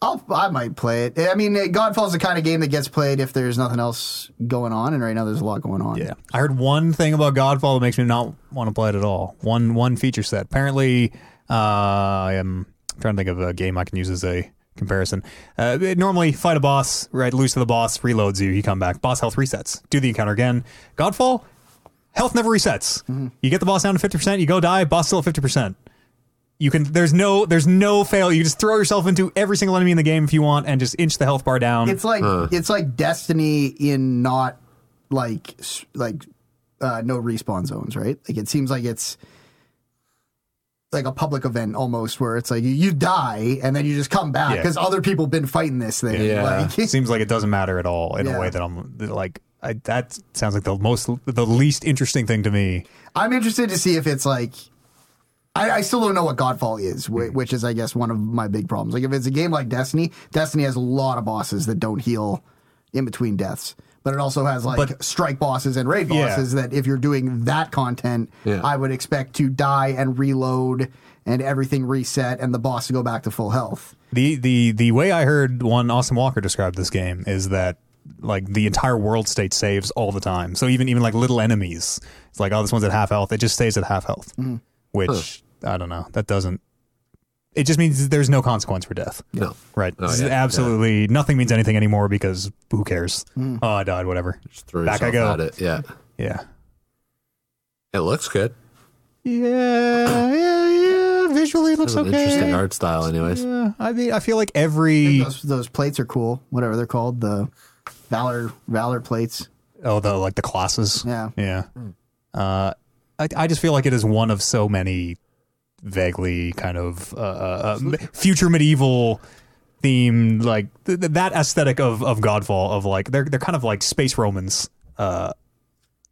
Speaker 4: I'll, I might play it. I mean, Godfall's the kind of game that gets played if there's nothing else going on, and right now there's a lot going on.
Speaker 1: Yeah, I heard one thing about Godfall that makes me not want to play it at all. One one feature set. Apparently, uh, I am trying to think of a game I can use as a comparison. Uh, it- normally, fight a boss, right? Lose to the boss, reloads you, you come back. Boss health resets. Do the encounter again. Godfall, health never resets. You get the boss down to fifty percent, you go die. Boss still at fifty percent. You can. There's no. There's no fail. You just throw yourself into every single enemy in the game if you want, and just inch the health bar down.
Speaker 4: It's like it's like Destiny in not like s- like uh, no respawn zones, right? Like it seems like it's like a public event almost, where it's like you, you die and then you just come back
Speaker 1: Yeah.
Speaker 4: because other people have been fighting this thing.
Speaker 3: Yeah. (laughs)
Speaker 4: Like, (laughs)
Speaker 1: seems like it doesn't matter at all in a
Speaker 4: Yeah.
Speaker 1: way that I'm that, like I, that sounds like the most the least interesting thing to me.
Speaker 4: I'm interested to see if it's like. I, I still don't know what Godfall is,
Speaker 1: Hmm.
Speaker 4: whi- which is, I guess, one of my big problems. Like, if it's a game like Destiny, Destiny has a lot of bosses that don't heal in between deaths, but it also has like
Speaker 1: But-
Speaker 4: strike bosses and raid
Speaker 1: Yeah.
Speaker 4: bosses that, if you're doing that content,
Speaker 3: Yeah.
Speaker 4: I would expect to die and reload and everything reset and the boss to go back to full health.
Speaker 1: The the the way I heard one Austin Walker describe this game is that like the entire world state saves all the time. So even even like little enemies, it's like oh this one's at half health. It just stays at half health,
Speaker 4: Mm-hmm.
Speaker 1: which I don't know. That doesn't. It just means there's no consequence for death.
Speaker 3: no.
Speaker 1: Right.
Speaker 3: Oh,
Speaker 1: This is
Speaker 3: yeah, yeah.
Speaker 1: absolutely nothing means anything anymore because who cares?
Speaker 4: Mm.
Speaker 1: Oh, I died. Whatever.
Speaker 3: Just threw
Speaker 1: Back I
Speaker 3: yourself
Speaker 1: go.
Speaker 3: At it. Yeah.
Speaker 1: Yeah.
Speaker 3: It looks good.
Speaker 1: Yeah. Yeah. Yeah. Visually it looks Mm-hmm.
Speaker 3: It's an interesting art style, anyways.
Speaker 1: Yeah, I mean, I feel like every
Speaker 4: Those, those plates are cool, whatever they're called, the Valor Valor plates.
Speaker 1: oh the like the classes.
Speaker 4: Yeah.
Speaker 1: yeah.
Speaker 3: Hmm.
Speaker 1: Uh, I I just feel like it is one of so many vaguely kind of uh, uh, uh, future medieval themed like th- th- that aesthetic of of Godfall of like they're they're kind of like space Romans. Uh,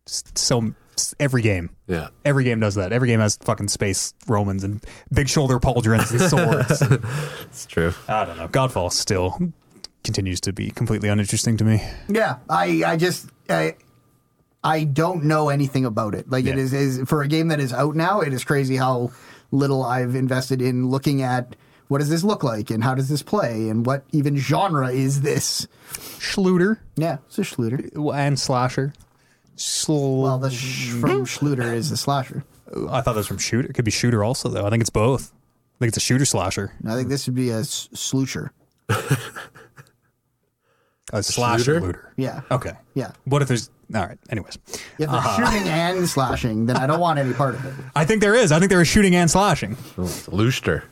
Speaker 1: s- so s- every game.
Speaker 3: Yeah.
Speaker 1: Every game does that. Every game has fucking space Romans and big shoulder pauldrons
Speaker 3: (laughs)
Speaker 1: and swords.
Speaker 3: It's true.
Speaker 1: I don't know. Godfall still continues to be completely uninteresting to me.
Speaker 4: Yeah, I, I just I, I don't know anything about it. Like it
Speaker 1: Yeah.
Speaker 4: is, is for a game that is out now. It is crazy how little I've invested in looking at what does this look like and how does this play and what even genre is this.
Speaker 1: Schluter.
Speaker 4: Yeah, it's a Schluter.
Speaker 1: and slasher. Sl-
Speaker 4: Well, the sh- (laughs) from Schluter is the slasher.
Speaker 1: I thought that was from shooter. It could be shooter also though. I think it's both. I think it's a shooter slasher.
Speaker 4: And I think this would be a s- slusher.
Speaker 1: A slasher
Speaker 3: Shooter?
Speaker 1: looter.
Speaker 4: Yeah.
Speaker 1: Okay.
Speaker 4: Yeah.
Speaker 1: What if there's all right? Anyways,
Speaker 4: If they're shooting and slashing, then I don't want any part of it.
Speaker 1: I think there is. I think there is shooting and slashing.
Speaker 3: Looster.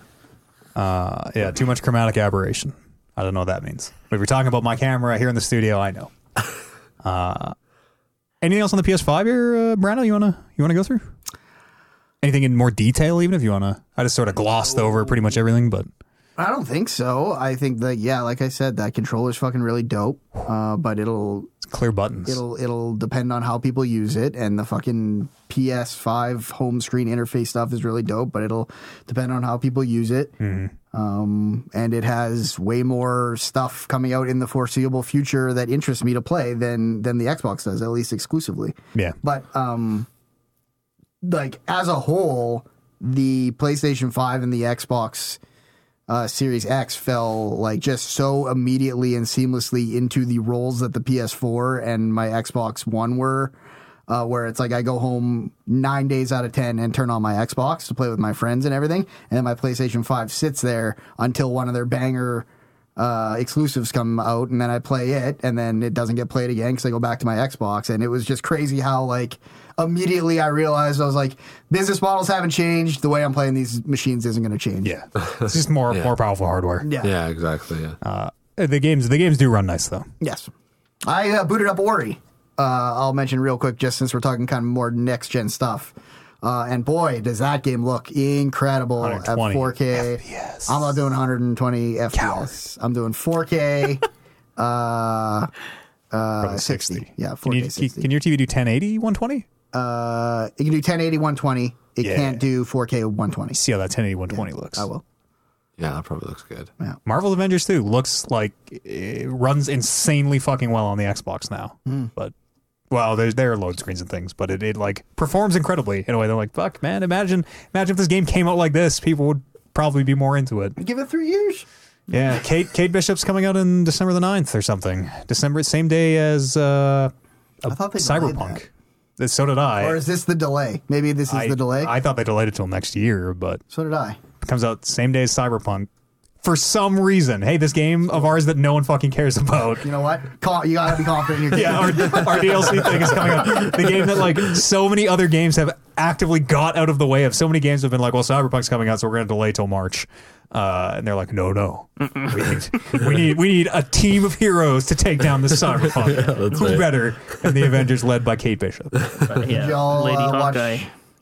Speaker 1: Uh, yeah. Too much chromatic aberration. I don't know what that means. But if you're talking about my camera here in the studio, I know. Uh, anything else on the PS5 here, uh, Brando? You wanna you wanna go through? Anything in more detail, even if you wanna? I just sort of glossed over pretty much everything, but
Speaker 4: (laughs) I don't think so. I think that yeah, like I said, that controller's fucking really dope. Uh, but it'll
Speaker 1: it's clear buttons.
Speaker 4: It'll it'll depend on how people use it, and the fucking PS5 home screen interface stuff is really dope, but it'll depend on how people use it. Um, and it has way more stuff coming out in the foreseeable future that interests me to play than than the Xbox does, at least exclusively.
Speaker 1: Yeah.
Speaker 4: But um, like as a whole, the PlayStation 5 and the Xbox uh, Series X fell like just so immediately and seamlessly into the roles that the PS4 and my Xbox One were. uh, where it's like I go home nine days out of ten and turn on my Xbox to play with my friends and everything, and then my PlayStation Five sits there until one of their banger uh, exclusives come out, and then I play it, and then it doesn't get played again because I go back to my Xbox, and it was just crazy how like immediately I realized I was like, business models haven't changed. The way I'm playing these machines isn't going to change.
Speaker 1: Yeah, it's just more more powerful hardware.
Speaker 4: Yeah.
Speaker 3: Yeah, exactly. Yeah.
Speaker 1: Uh, The games the games do run nice though.
Speaker 4: Yes. I uh, booted up Ori. Uh, I'll mention real quick, just since we're talking kind of more next gen stuff. Uh, and boy, does that game look incredible at
Speaker 1: 120
Speaker 4: 4K.
Speaker 1: FPS.
Speaker 4: I'm not doing 120 FPS. I'm
Speaker 1: (laughs)
Speaker 4: doing 4K. uh,
Speaker 1: Probably
Speaker 4: 60. Yeah,
Speaker 1: can,
Speaker 4: 4K
Speaker 1: you, can-
Speaker 4: 60.
Speaker 1: can your TV do 1080 120?
Speaker 4: uh, it can do 1080, 120. It
Speaker 1: Yeah.
Speaker 4: can't do 4K 120.
Speaker 1: See how that 1080 120 looks.
Speaker 4: I will.
Speaker 3: yeah, that probably looks good.
Speaker 1: Marvel Avengers 2 looks like it runs insanely fucking well on the Xbox now.
Speaker 4: Hmm.
Speaker 1: But well, there's there are load screens and things, but it, it like performs incredibly in a way. They're like, fuck, man, imagine imagine if this game came out like this, people would probably be more into it.
Speaker 4: Give it three years.
Speaker 1: Yeah, Kate Kate Bishop's coming out in December the 9th or something. December same day as uh,
Speaker 4: I thought they delayed
Speaker 1: Cyberpunk. Uh, So did I.
Speaker 4: that. Or is this the delay? Maybe this is
Speaker 1: I,
Speaker 4: the delay.
Speaker 1: I thought they delayed it till next year, but
Speaker 4: so did I.
Speaker 1: it comes out same day as Cyberpunk. For some reason, hey, this game of ours that no one fucking cares about.
Speaker 4: You know what? Call, you gotta
Speaker 1: (laughs)
Speaker 4: be confident in your game.
Speaker 1: Yeah, our, our DLC thing is coming up. The game that like so many other games have actively got out of the way of. So many games have been like, well, Cyberpunk's coming out, so we're going to delay till March. Uh, and they're like, no, no, we need, we need we need a team of heroes to take down
Speaker 3: (laughs)
Speaker 1: this Cyberpunk. Who
Speaker 3: right.
Speaker 1: better than the Avengers led by Kate Bishop?
Speaker 2: But yeah,
Speaker 4: Did y'all
Speaker 2: Lady
Speaker 4: uh,
Speaker 2: Hawkeye.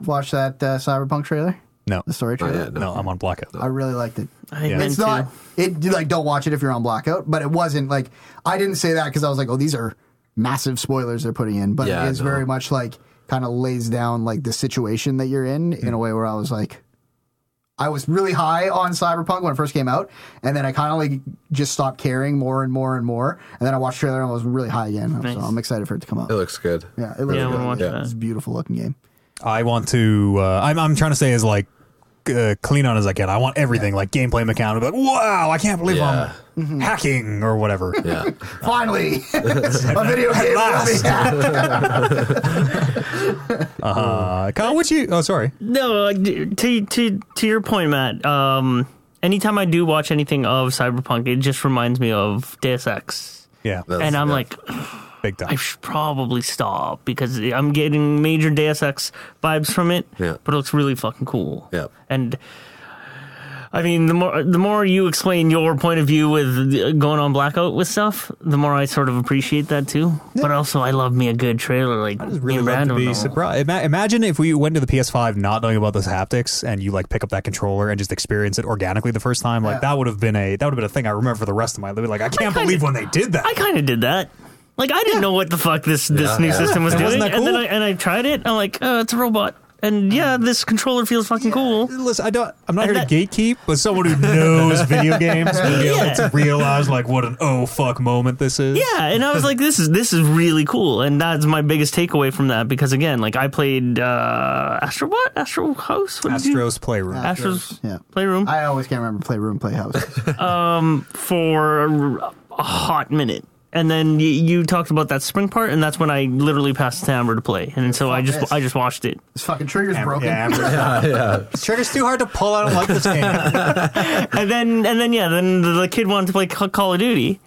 Speaker 4: watch, watch that uh, Cyberpunk trailer?
Speaker 1: No,
Speaker 4: The story trailer?
Speaker 3: Oh, yeah, no.
Speaker 1: no, I'm on blackout.
Speaker 4: I really liked it.
Speaker 2: I
Speaker 1: Yeah.
Speaker 2: meant
Speaker 4: It's not,
Speaker 2: to.
Speaker 4: it, you, like, don't watch it if you're on blackout, but it wasn't like, I didn't say that because I was like, oh, these are massive spoilers they're putting in, but
Speaker 3: Yeah,
Speaker 4: it is
Speaker 3: no.
Speaker 4: very much like, kind of lays down like the situation that you're in in a way where I was like, I was really high on Cyberpunk when it first came out, and then I kind of like just stopped caring more and more and more, and then I watched the trailer and I was really high again. So I'm excited for it to come out.
Speaker 3: It looks good.
Speaker 4: Yeah, it looks
Speaker 2: Yeah, I
Speaker 4: good.
Speaker 2: wanna watch
Speaker 4: Yeah.
Speaker 2: that.
Speaker 4: It's a beautiful
Speaker 3: (laughs)
Speaker 4: looking game.
Speaker 1: I want to. Uh, I'm I'm trying to say as like uh, clean on as I can. I want everything like gameplay mechanic. Like, wow, I can't believe
Speaker 3: Yeah.
Speaker 1: I'm hacking or
Speaker 3: (laughs)
Speaker 1: whatever. (laughs)
Speaker 3: Yeah.
Speaker 4: Finally, (laughs) a video game.
Speaker 1: last.
Speaker 4: Yeah.
Speaker 1: Uh, Kyle, what you? Oh, sorry.
Speaker 2: No, uh, d- to to to your point, Matt. Um, anytime I do watch anything of Cyberpunk, it just reminds me of Deus Ex,
Speaker 1: Yeah,
Speaker 3: That's-
Speaker 2: and I'm
Speaker 3: yeah.
Speaker 2: like,
Speaker 1: big
Speaker 2: I
Speaker 1: time.
Speaker 2: should probably stop because I'm getting major Deus Ex vibes from it.
Speaker 3: Yeah.
Speaker 2: But it looks really fucking cool.
Speaker 3: Yeah.
Speaker 2: And I mean, the more the more you explain your point of view with the- going on blackout with stuff, the more I sort of appreciate that too. But also, I love me a good trailer. Like I
Speaker 1: Really love to be surprised. Ima- imagine if we went to the PS5 not knowing about those haptics, and you like pick up that controller and just experience it organically the first time. Like
Speaker 4: Yeah.
Speaker 1: that would have been a that would have been a thing I remember for the rest of my life. Like I can't
Speaker 2: kinda-
Speaker 1: believe when they did that.
Speaker 2: I kind of did that. Like I didn't know what the fuck this this new system was
Speaker 1: And
Speaker 2: doing,
Speaker 1: wasn't that
Speaker 2: and then
Speaker 1: cool?
Speaker 2: I, and I tried it. I'm like, oh, it's a robot, and yeah, this controller feels fucking cool.
Speaker 1: Listen, I don't. I'm not
Speaker 2: And
Speaker 1: here to gatekeep, but someone who knows video games will be able
Speaker 2: Yeah.
Speaker 1: to realize like what an oh fuck moment this is.
Speaker 2: Yeah, and I was like, this is this is really cool, and that's my biggest takeaway from that because again, like I played uh, Astro what Astro House, what did you-
Speaker 1: Astros Playroom.
Speaker 2: Astro's
Speaker 4: Yeah.
Speaker 2: Playroom
Speaker 4: I always can't remember play room,
Speaker 3: (laughs)
Speaker 4: play house.
Speaker 2: for a, a hot minute. And then you, you talked about that spring part, and that's when I literally passed the hammer to play, and so I just
Speaker 4: this.
Speaker 2: I just watched it.
Speaker 4: This fucking trigger's
Speaker 1: Am-
Speaker 4: broken.
Speaker 1: Yeah, Amber- Trigger's too hard to pull. I don't like this game.
Speaker 2: and then and then yeah, then the, the kid wanted to play Ca- Call of Duty.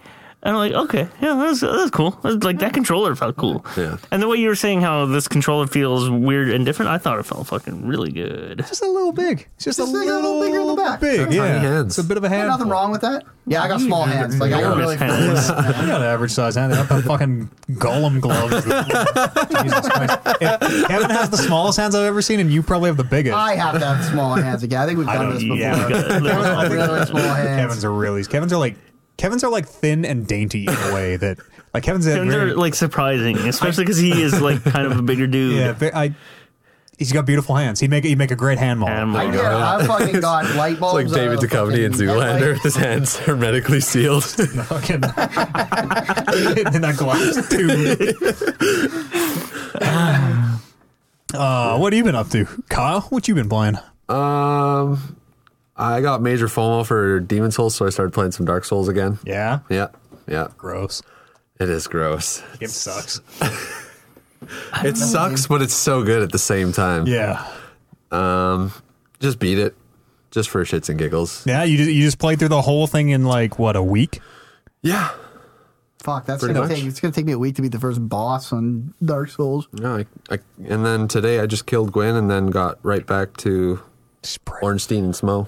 Speaker 2: And I'm like, okay, yeah, that's that's cool. That's- like that controller felt cool.
Speaker 3: Yeah.
Speaker 2: And the way you were saying how this controller feels weird and different, I thought it felt fucking really good.
Speaker 1: Just a little big. It's just, a
Speaker 4: Just like a
Speaker 1: little,
Speaker 4: little bigger in the back.
Speaker 1: Big,
Speaker 3: Tiny
Speaker 1: yeah.
Speaker 3: hands.
Speaker 1: It's a bit of a
Speaker 4: Ain't
Speaker 1: hand.
Speaker 4: nothing wrong with that. Yeah, I got small hands. Like I got really.
Speaker 2: Enormous hands.
Speaker 3: (laughs)
Speaker 1: I got average size hand. I've got fucking golem gloves. (laughs) Jesus Christ. If Kevin has the smallest hands I've ever seen, and you probably have the biggest.
Speaker 4: I have to have small hands again. I think we've done
Speaker 1: don't-
Speaker 4: this before.
Speaker 1: yeah, we
Speaker 4: (laughs) Yeah, really small hands.
Speaker 1: Kevin's are really. Kevin's are like. Kevin's are like thin and dainty in a way that like Kevin's. had
Speaker 2: And
Speaker 1: very,
Speaker 2: they're like surprising, especially because he is like kind of a bigger dude.
Speaker 1: yeah, ve- I. He's got beautiful hands. He would make he would make a great hand model.
Speaker 2: And I'm
Speaker 4: I
Speaker 2: like,
Speaker 4: did. I fucking got light bulbs.
Speaker 3: Like David
Speaker 4: out of
Speaker 3: Duchovny
Speaker 4: fucking
Speaker 3: and Zoolander
Speaker 4: headlight.
Speaker 3: with (laughs) his hands hermetically sealed. (laughs)
Speaker 1: (laughs) fucking in that glass tube. uh, what have you been up to, Kyle? What you been playing?
Speaker 3: um, I got major FOMO for Demon Souls, so I started playing some Dark Souls again.
Speaker 1: Yeah,
Speaker 3: Yeah, yeah.
Speaker 1: gross.
Speaker 3: It is gross.
Speaker 1: Game sucks.
Speaker 3: It sucks, but it's so good at the same time.
Speaker 1: Yeah.
Speaker 3: Um, just beat it, just for shits and giggles.
Speaker 1: Yeah, you just, you just played through the whole thing in like what a week?
Speaker 3: Yeah.
Speaker 4: Fuck, that's
Speaker 3: Pretty
Speaker 4: gonna
Speaker 3: much.
Speaker 4: take. It's gonna take me a week to beat the first boss on Dark Souls.
Speaker 3: No, I, I, and then today I just killed Gwen and then got right back to Ornstein and Smo.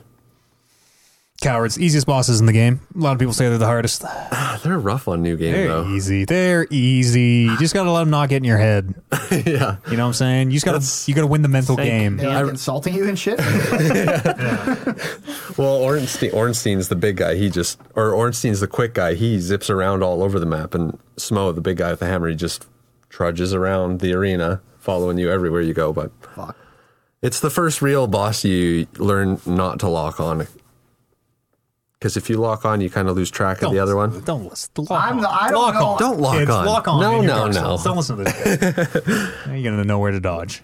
Speaker 1: Cowards, easiest bosses in the game. A lot of people say they're the hardest.
Speaker 3: Ah, They're rough on new game
Speaker 1: They're
Speaker 3: though.
Speaker 1: easy. They're easy. You just gotta let them not get in your head.
Speaker 3: (laughs) yeah.
Speaker 1: You know what I'm saying? You just gotta
Speaker 3: That's-
Speaker 1: you gotta win the mental
Speaker 2: Thank-
Speaker 1: game.
Speaker 4: They're like insulting you
Speaker 3: (laughs)
Speaker 4: and shit.
Speaker 3: Well, Ornstein, Ornstein's the big guy. He just, or Ornstein's the quick guy. He zips around all over the map, and Smo, the big guy with the hammer, he just trudges around the arena, following you everywhere you go. But
Speaker 4: Fuck.
Speaker 3: it's the first real boss you learn not to lock on, because if you lock on, you kind of lose track of the other one.
Speaker 1: Don't listen. Lock
Speaker 4: I'm
Speaker 1: on.
Speaker 4: the- I don't
Speaker 1: lock
Speaker 4: know.
Speaker 1: on.
Speaker 3: Don't lock
Speaker 1: Kids,
Speaker 3: on.
Speaker 1: Lock on.
Speaker 3: No,
Speaker 1: in your
Speaker 3: no,
Speaker 1: Dark
Speaker 3: no.
Speaker 1: Souls. Don't listen to this.
Speaker 3: (laughs)
Speaker 1: guy. Now You're gonna know where to dodge.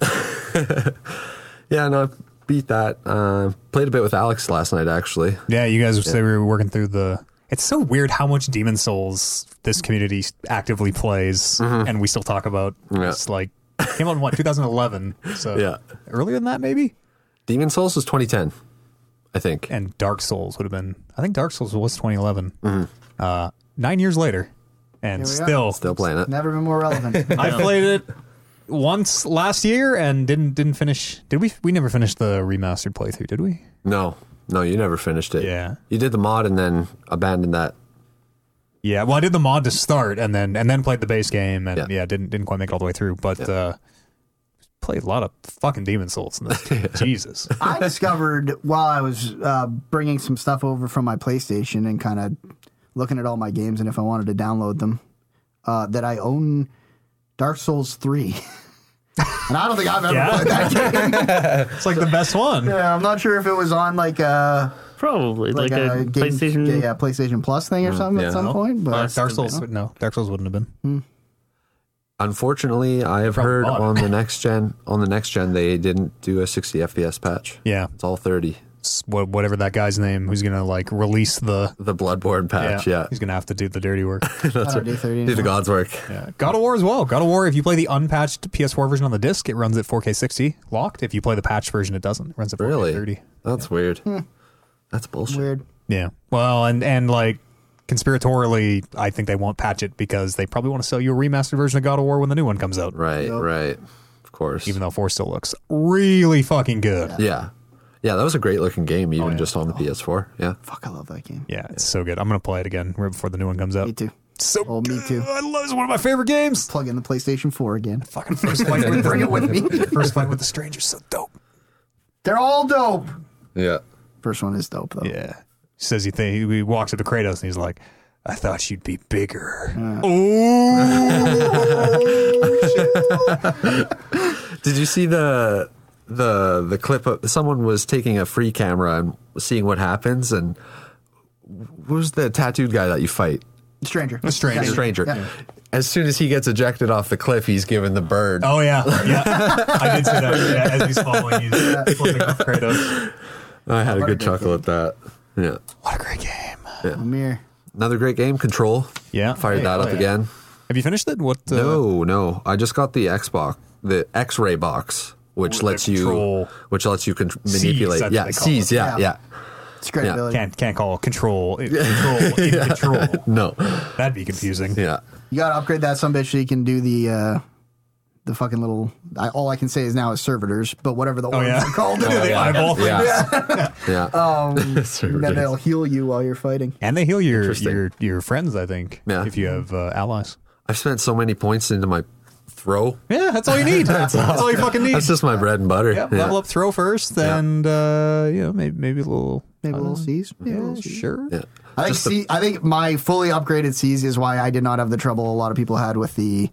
Speaker 3: Yeah, no, I beat that. Uh, played a bit with Alex last night, actually.
Speaker 1: Yeah, you guys say we were working through the. It's so weird how much Demon Souls this community actively plays, and we still talk about.
Speaker 3: Mm-hmm. Yeah.
Speaker 1: It's like came out in what 2011, so
Speaker 3: Yeah.
Speaker 1: earlier than that maybe.
Speaker 3: Demon Souls was 2010, I think.
Speaker 1: And Dark Souls would have been. I think Dark Souls was 2011.
Speaker 3: Mm-hmm.
Speaker 1: Uh, nine years later, and
Speaker 4: Here we are.
Speaker 1: still,
Speaker 3: Still playing it.
Speaker 4: Never been more relevant.
Speaker 1: I played it once last year and didn't didn't finish. Did we? We never finished the remastered playthrough, did we?
Speaker 3: No, no, you never finished it.
Speaker 1: Yeah.
Speaker 3: you did the mod and then abandoned that.
Speaker 1: Yeah, well, I did the mod to start, and then and then played the base game, and yeah,
Speaker 3: Yeah.
Speaker 1: didn't didn't quite make it all the way through, but uh, played a lot of fucking Demon Souls in this. game. Jesus,
Speaker 4: I discovered while I was uh, bringing some stuff over from my PlayStation and kind of looking at all my games and if I wanted to download them, uh, that I own Dark Souls 3. (laughs) and I don't think I've ever
Speaker 1: Yeah.
Speaker 4: played that game.
Speaker 1: (laughs) it's like the best one.
Speaker 4: Yeah, I'm not sure if it was on like a,
Speaker 2: Probably like,
Speaker 4: like
Speaker 2: a,
Speaker 4: a, game,
Speaker 2: PlayStation.
Speaker 4: yeah, yeah, PlayStation Plus thing or something
Speaker 3: yeah.
Speaker 4: at some point. But
Speaker 1: Uh, Dark Souls, no, Dark Souls wouldn't have been.
Speaker 3: Unfortunately, I have
Speaker 1: Probably
Speaker 3: heard
Speaker 1: bought it.
Speaker 3: on the next gen on the next gen they didn't do a 60 FPS patch.
Speaker 1: Yeah,
Speaker 3: It's all 30.
Speaker 1: it's wha- whatever that guy's name, who's gonna like release the.
Speaker 3: The Bloodborne patch, yeah.
Speaker 1: he's gonna have to do the dirty work.
Speaker 4: I don't do 30
Speaker 3: Do the
Speaker 4: anymore.
Speaker 3: God's work.
Speaker 1: Yeah. God of War as well. God of War, if you play the unpatched PS4 version on the disc, it runs at 4K 60 locked. If you play the patched version, it doesn't. It runs at 4K
Speaker 3: Really?
Speaker 1: 30.
Speaker 3: That's weird.
Speaker 1: Hmm.
Speaker 3: That's bullshit.
Speaker 4: Weird.
Speaker 1: Yeah. Well, and and like conspiratorially, I think they won't patch it because they probably want to sell you a remastered version of God of War when the new one comes out.
Speaker 3: Right, right. Of course.
Speaker 1: Even though four still looks really fucking good. Yeah,
Speaker 3: yeah. Yeah, that was a great looking game
Speaker 1: Oh,
Speaker 3: even just on the PS4. Yeah.
Speaker 4: Fuck, I love that game.
Speaker 1: it's so good. I'm gonna play it again right before the new one comes out.
Speaker 4: Me too.
Speaker 1: So
Speaker 4: Oh, me too.
Speaker 1: good. I love it's one of my favorite games.
Speaker 4: Plug in the PlayStation 4 again.
Speaker 1: Fucking first fight (laughs) with
Speaker 4: Bring it with (laughs) me.
Speaker 1: first fight with the strangers so dope.
Speaker 4: They're all dope.
Speaker 3: Yeah.
Speaker 4: First one is dope though.
Speaker 1: Yeah. Says he think he walks up to Kratos and he's like, I thought you'd be bigger. oh
Speaker 3: Did you see the the the clip of someone was taking a free camera and seeing what happens and who's the tattooed guy that you fight?
Speaker 4: Stranger.
Speaker 1: stranger.
Speaker 3: The stranger. As soon as he gets ejected off the cliff, he's given the bird.
Speaker 1: Oh yeah, yeah. I did see that. (laughs) Yeah, as he's following, he's flipping off Kratos.
Speaker 3: I had a
Speaker 4: What a
Speaker 3: good
Speaker 4: great
Speaker 3: chuckle at that. Yeah.
Speaker 1: What a great game.
Speaker 4: I'm here.
Speaker 3: Another great game, Control.
Speaker 1: Yeah.
Speaker 3: Fired
Speaker 1: Hey,
Speaker 3: that
Speaker 1: oh,
Speaker 3: up
Speaker 1: yeah.
Speaker 3: again.
Speaker 1: Have you finished it? What? Uh,
Speaker 3: No, no. I just got the Xbox, the X-ray box, which
Speaker 1: the
Speaker 3: lets you,
Speaker 1: control.
Speaker 3: which lets you con-
Speaker 1: Seize,
Speaker 3: manipulate.
Speaker 1: that's what
Speaker 3: yeah,
Speaker 1: they call
Speaker 3: seize.
Speaker 1: it.
Speaker 3: Yeah,
Speaker 4: Yeah.
Speaker 3: yeah,
Speaker 4: It's great
Speaker 3: Yeah.
Speaker 4: ability.
Speaker 1: Can't can't call control. It, (laughs) control in control.
Speaker 3: No,
Speaker 1: That'd be confusing. (laughs)
Speaker 3: yeah.
Speaker 4: You gotta upgrade that some bitch so you can do the uh the fucking little. I, all I can say is now is servitors, but whatever the
Speaker 1: Oh
Speaker 4: orbs
Speaker 1: yeah.
Speaker 4: are called, (laughs)
Speaker 1: Do the eyeball thing.
Speaker 3: Yeah. (laughs) yeah.
Speaker 4: um, then
Speaker 3: Servitors.
Speaker 4: they'll heal you while you're fighting.
Speaker 1: And they heal your
Speaker 3: Interesting.
Speaker 1: your your friends. I think.
Speaker 3: Yeah.
Speaker 1: If you have uh, allies.
Speaker 3: I've spent so many points into my throw.
Speaker 1: Yeah, that's all you (laughs) need. that's, all you fucking need.
Speaker 3: That's just my bread and butter.
Speaker 1: yeah,
Speaker 3: Yeah.
Speaker 1: level up, throw first, and uh, you know maybe maybe a little.
Speaker 4: Maybe we'll see. Maybe
Speaker 1: Um, Yeah,
Speaker 4: we'll see.
Speaker 1: sure.
Speaker 3: Yeah.
Speaker 4: I think
Speaker 3: Just the-
Speaker 4: C, I think my fully upgraded C's is why I did not have the trouble a lot of people had with the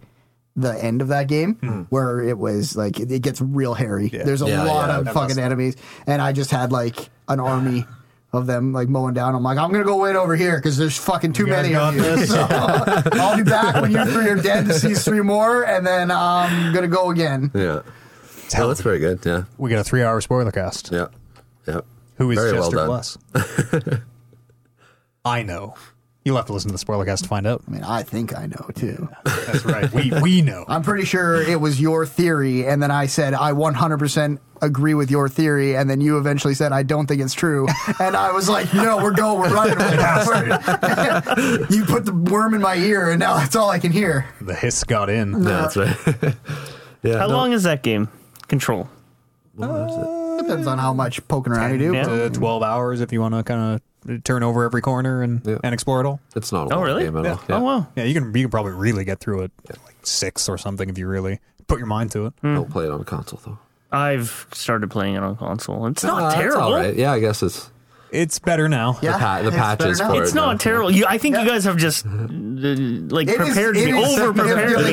Speaker 4: the end of that game where it was like it, it gets real hairy. There's a
Speaker 3: Hmm. Yeah,
Speaker 4: lot
Speaker 3: yeah.
Speaker 4: of fucking enemies, and I just had like an army of them like mowing down. I'm like, I'm gonna go wait over here because there's fucking too
Speaker 1: guys
Speaker 4: many
Speaker 1: got
Speaker 4: of you.
Speaker 1: this.
Speaker 4: So, (laughs) I'll be back when you three are dead to seize three more, and then I'm gonna go again.
Speaker 3: yeah. Oh, that's very good. Yeah.
Speaker 1: We got a three-hour spoiler cast.
Speaker 3: Yeah. Yeah.
Speaker 1: Who is
Speaker 3: Very well (laughs)
Speaker 1: Chester
Speaker 3: done.
Speaker 1: Bless? I know. You'll have to listen to the spoiler cast to find out.
Speaker 4: I mean, I think I know too.
Speaker 1: That's
Speaker 3: (laughs)
Speaker 1: right. We we know.
Speaker 4: I'm pretty sure it was your theory, and then I said I 100% agree with your theory, and then you eventually said I don't think it's
Speaker 1: (laughs)
Speaker 4: true, and I was like, no, we're going, we're running right now. We're- (laughs) you put the worm in my ear, and now that's all I can hear.
Speaker 1: The hiss got in.
Speaker 3: Yeah, that's right. (laughs) yeah.
Speaker 2: How
Speaker 3: no,
Speaker 2: long is that game? Control.
Speaker 4: Depends on how much poking around you do.
Speaker 2: Yeah.
Speaker 1: Uh, Twelve hours if you want to kind of turn over every corner and and explore it all.
Speaker 3: It's not a
Speaker 2: Oh,
Speaker 3: long
Speaker 2: really?
Speaker 3: game at all.
Speaker 2: Oh, wow.
Speaker 1: Yeah, you can you can probably really get through it at like six or something if you really put your mind to it.
Speaker 3: Don't play it on console though.
Speaker 2: I've started playing it on console. It's not
Speaker 3: Uh, that's
Speaker 2: terrible.
Speaker 3: all right. Yeah, I guess it's
Speaker 1: It's better now.
Speaker 4: Yeah,
Speaker 3: the, pa- the
Speaker 4: it's better
Speaker 3: patches
Speaker 4: now.
Speaker 3: for
Speaker 2: It's
Speaker 3: it.
Speaker 2: (laughs)
Speaker 3: now.
Speaker 2: not terrible. You, I think you guys have
Speaker 3: (laughs)
Speaker 2: just uh, like
Speaker 4: It is-
Speaker 2: prepared
Speaker 4: it
Speaker 2: me,
Speaker 4: is
Speaker 2: over
Speaker 4: significantly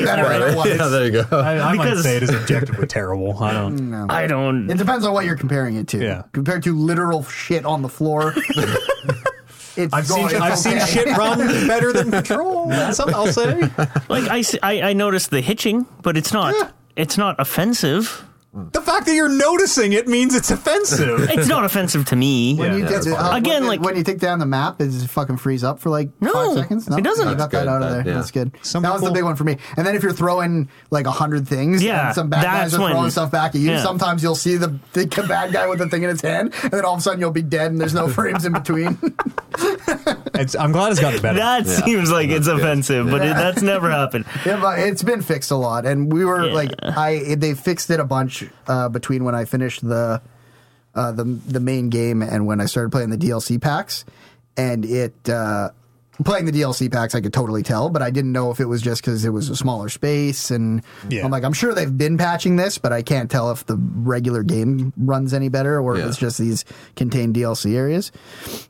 Speaker 2: prepared me.
Speaker 4: better
Speaker 2: for
Speaker 4: than
Speaker 2: it.
Speaker 4: it was.
Speaker 3: (laughs) Yeah, there
Speaker 2: (laughs)
Speaker 3: you go.
Speaker 1: I, I might
Speaker 2: Because-
Speaker 1: say it is objectively terrible. I don't.
Speaker 2: I don't.
Speaker 4: It depends on what you're comparing it to.
Speaker 1: Yeah.
Speaker 4: Compared to literal shit on
Speaker 1: (laughs)
Speaker 4: the floor. it's
Speaker 1: I've seen
Speaker 4: going-
Speaker 1: I've
Speaker 4: it's
Speaker 1: seen
Speaker 4: okay.
Speaker 1: shit run better than control. That's something I'll say.
Speaker 2: Like I, s- I- I noticed the hitching, but it's not. It's not offensive.
Speaker 1: The fact that you're noticing it means it's
Speaker 2: (laughs)
Speaker 1: offensive.
Speaker 2: It's not offensive to me.
Speaker 4: (laughs) When you
Speaker 3: Yeah,
Speaker 4: get
Speaker 3: that's
Speaker 4: to-
Speaker 3: fine.
Speaker 4: uh,
Speaker 2: Again,
Speaker 4: when,
Speaker 2: like-
Speaker 4: when you take down the map, does it fucking freeze up for like
Speaker 2: No,
Speaker 4: five seconds?
Speaker 2: it doesn't.
Speaker 4: You
Speaker 2: That's
Speaker 4: got that
Speaker 3: good,
Speaker 4: out of
Speaker 3: that-
Speaker 4: there.
Speaker 3: yeah.
Speaker 4: That's good.
Speaker 1: Some
Speaker 4: that was the
Speaker 1: people-
Speaker 4: big one for me. And then if you're throwing like a hundred things,
Speaker 2: Yeah,
Speaker 4: and some bad guys
Speaker 2: that's
Speaker 4: are throwing
Speaker 2: when-
Speaker 4: stuff back at you.
Speaker 2: yeah.
Speaker 4: Sometimes you'll see the, the bad guy with the thing in his hand, and then all of a sudden you'll be dead, and there's no (laughs) frames in between.
Speaker 1: It's, I'm glad it's gotten better.
Speaker 2: That seems like it's offensive, but it, that's never happened.
Speaker 4: Yeah, but it's been fixed a lot, and we were
Speaker 2: Yeah.
Speaker 4: like, I they fixed it a bunch uh, between when I finished the uh, the the main game and when I started playing the DLC packs, and it. Uh, Playing the DLC packs, I could totally tell, but I didn't know if it was just because it was a smaller space, and
Speaker 1: Yeah.
Speaker 4: I'm like, I'm sure they've been patching this, but I can't tell if the regular game runs any better or
Speaker 3: Yeah.
Speaker 4: if it's just these contained DLC areas.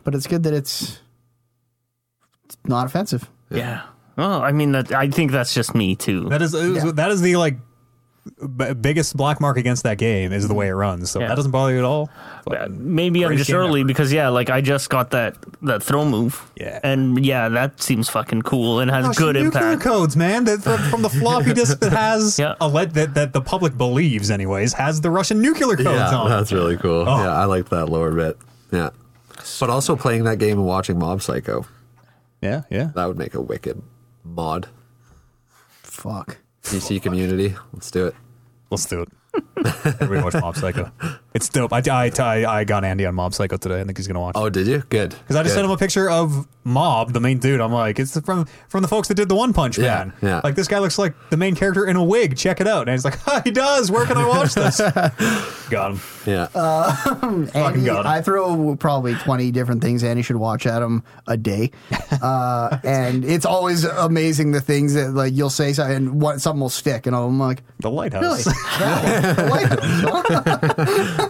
Speaker 4: But it's good that it's, it's not offensive.
Speaker 2: Yeah. Well, I mean, that, I think that's just me too.
Speaker 1: That is
Speaker 4: Yeah.
Speaker 1: that is the like b- biggest black mark against that game is the way it runs. So
Speaker 2: Yeah.
Speaker 1: that doesn't bother you at all.
Speaker 2: Uh, Maybe I'm
Speaker 1: Great
Speaker 2: just
Speaker 1: game
Speaker 2: early because yeah, like I just got that that throw move.
Speaker 1: Yeah.
Speaker 2: And yeah, that seems fucking cool and has
Speaker 1: Gosh,
Speaker 2: good
Speaker 1: nuclear
Speaker 2: impact.
Speaker 1: codes, man, that from, from the (laughs) floppy disk that has
Speaker 2: Yeah.
Speaker 1: a lead that, that the public believes, anyways, has the Russian nuclear codes
Speaker 3: Yeah,
Speaker 1: on.
Speaker 3: that's really cool. Yeah, I like that lower bit. Yeah, but also playing that game and watching Mob Psycho
Speaker 1: Yeah, yeah.
Speaker 3: that would make a wicked mod.
Speaker 4: Fuck.
Speaker 3: PC community, let's do it.
Speaker 1: Let's do it. (laughs) Everybody watch Mob Psycho. It's dope. I, I, I, I got Andy on Mob Psycho today. I think he's gonna watch.
Speaker 3: Oh, did you? Good.
Speaker 1: Because I just
Speaker 3: Good.
Speaker 1: sent him a picture of Mob, the main dude. I'm like, it's from from the folks that did the One Punch
Speaker 3: Yeah,
Speaker 1: Man.
Speaker 3: yeah.
Speaker 1: Like this guy looks like the main character in a wig. Check it out. And he's like, (laughs) ha, he does. Where can I watch
Speaker 2: (laughs)
Speaker 1: this? got him.
Speaker 3: Yeah.
Speaker 4: Andy,
Speaker 1: got 'em.
Speaker 4: I throw probably 20 different things Andy should watch at him
Speaker 1: (laughs)
Speaker 4: a day. Uh, and it's always amazing the things that like you'll say something and what something will stick and
Speaker 1: (laughs)
Speaker 4: I'm like
Speaker 1: The
Speaker 4: really
Speaker 1: Lighthouse.
Speaker 4: That one? Like,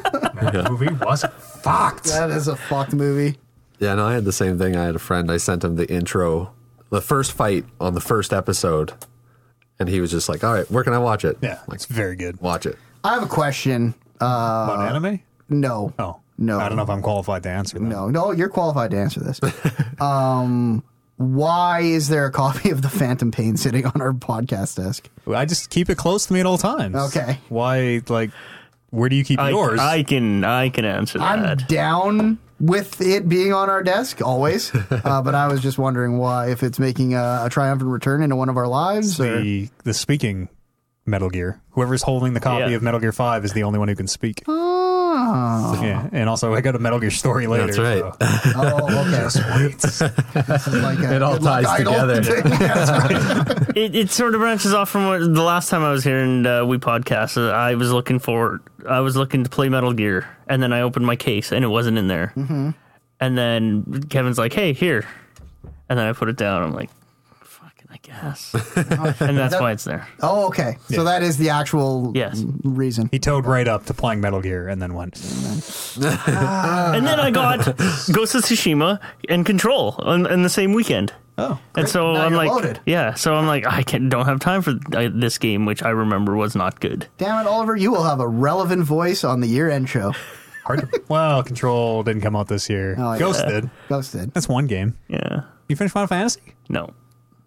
Speaker 1: That movie was fucked.
Speaker 4: that is a fucked movie.
Speaker 3: Yeah, no, I had the same thing. I had a friend. I sent him the intro, the first fight on the first episode, and he was just like, "All right, where can I watch it?
Speaker 1: Yeah, it's very good.
Speaker 3: Watch it."
Speaker 4: I have a question. Uh,
Speaker 1: About anime?
Speaker 4: no.
Speaker 1: Oh.
Speaker 4: No.
Speaker 1: I don't know if I'm qualified to answer that.
Speaker 4: No, no, you're qualified to answer
Speaker 1: (laughs)
Speaker 4: this. um, why is there a copy of The Phantom Pain sitting on our podcast desk?
Speaker 1: I just keep it close to me at all times.
Speaker 4: Okay.
Speaker 1: Why, like, where do you keep
Speaker 2: I,
Speaker 1: yours?
Speaker 2: I can I can answer that.
Speaker 4: I'm down with it being on our
Speaker 3: (laughs)
Speaker 4: desk always, uh, but I was just wondering why if it's making a, a triumphant return into one of our lives. Or,
Speaker 1: the, the speaking Metal Gear. Whoever's holding the copy
Speaker 2: Yeah.
Speaker 1: of Metal Gear 5 is the only one who can speak.
Speaker 4: oh,
Speaker 1: Yeah. And also, I got a Metal Gear story later.
Speaker 3: That's right.
Speaker 1: so-
Speaker 4: oh, okay.
Speaker 1: (laughs)
Speaker 3: (laughs)
Speaker 4: This is like a
Speaker 3: It all
Speaker 4: good luck
Speaker 3: ties
Speaker 4: idol.
Speaker 3: together.
Speaker 4: Yeah, that's right.
Speaker 2: it, it sort of branches off from what, the last time I was here and uh, we podcast. uh, I was looking for, I was looking to play Metal Gear, and then I opened my case and it wasn't in there.
Speaker 4: Mm-hmm.
Speaker 2: And then Kevin's like, "Hey, here," and then I put it down. I'm like, "Fucking, I
Speaker 4: (laughs)
Speaker 2: guess," and that's why it's there.
Speaker 4: (laughs) Oh, okay. So that is the actual
Speaker 2: Yes.
Speaker 4: reason.
Speaker 1: He towed right up to playing Metal Gear and then went,
Speaker 2: And then I
Speaker 4: (laughs)
Speaker 2: got Ghost of Tsushima and Control on, in the same weekend.
Speaker 1: "Oh,
Speaker 2: And so
Speaker 4: Now
Speaker 2: I'm
Speaker 4: you're
Speaker 2: like,
Speaker 4: loaded.
Speaker 2: yeah. So I'm like, I can don't have time for uh, this game, which I remember was not good.
Speaker 4: Damn it, Oliver, you will have a relevant voice on the year end show.
Speaker 1: hard to- well, Control didn't come out this year.
Speaker 4: Oh, yeah.
Speaker 1: Ghost did.
Speaker 3: (laughs)
Speaker 4: Ghosted.
Speaker 1: That's one game.
Speaker 2: Yeah.
Speaker 1: You finished Final Fantasy?
Speaker 2: No.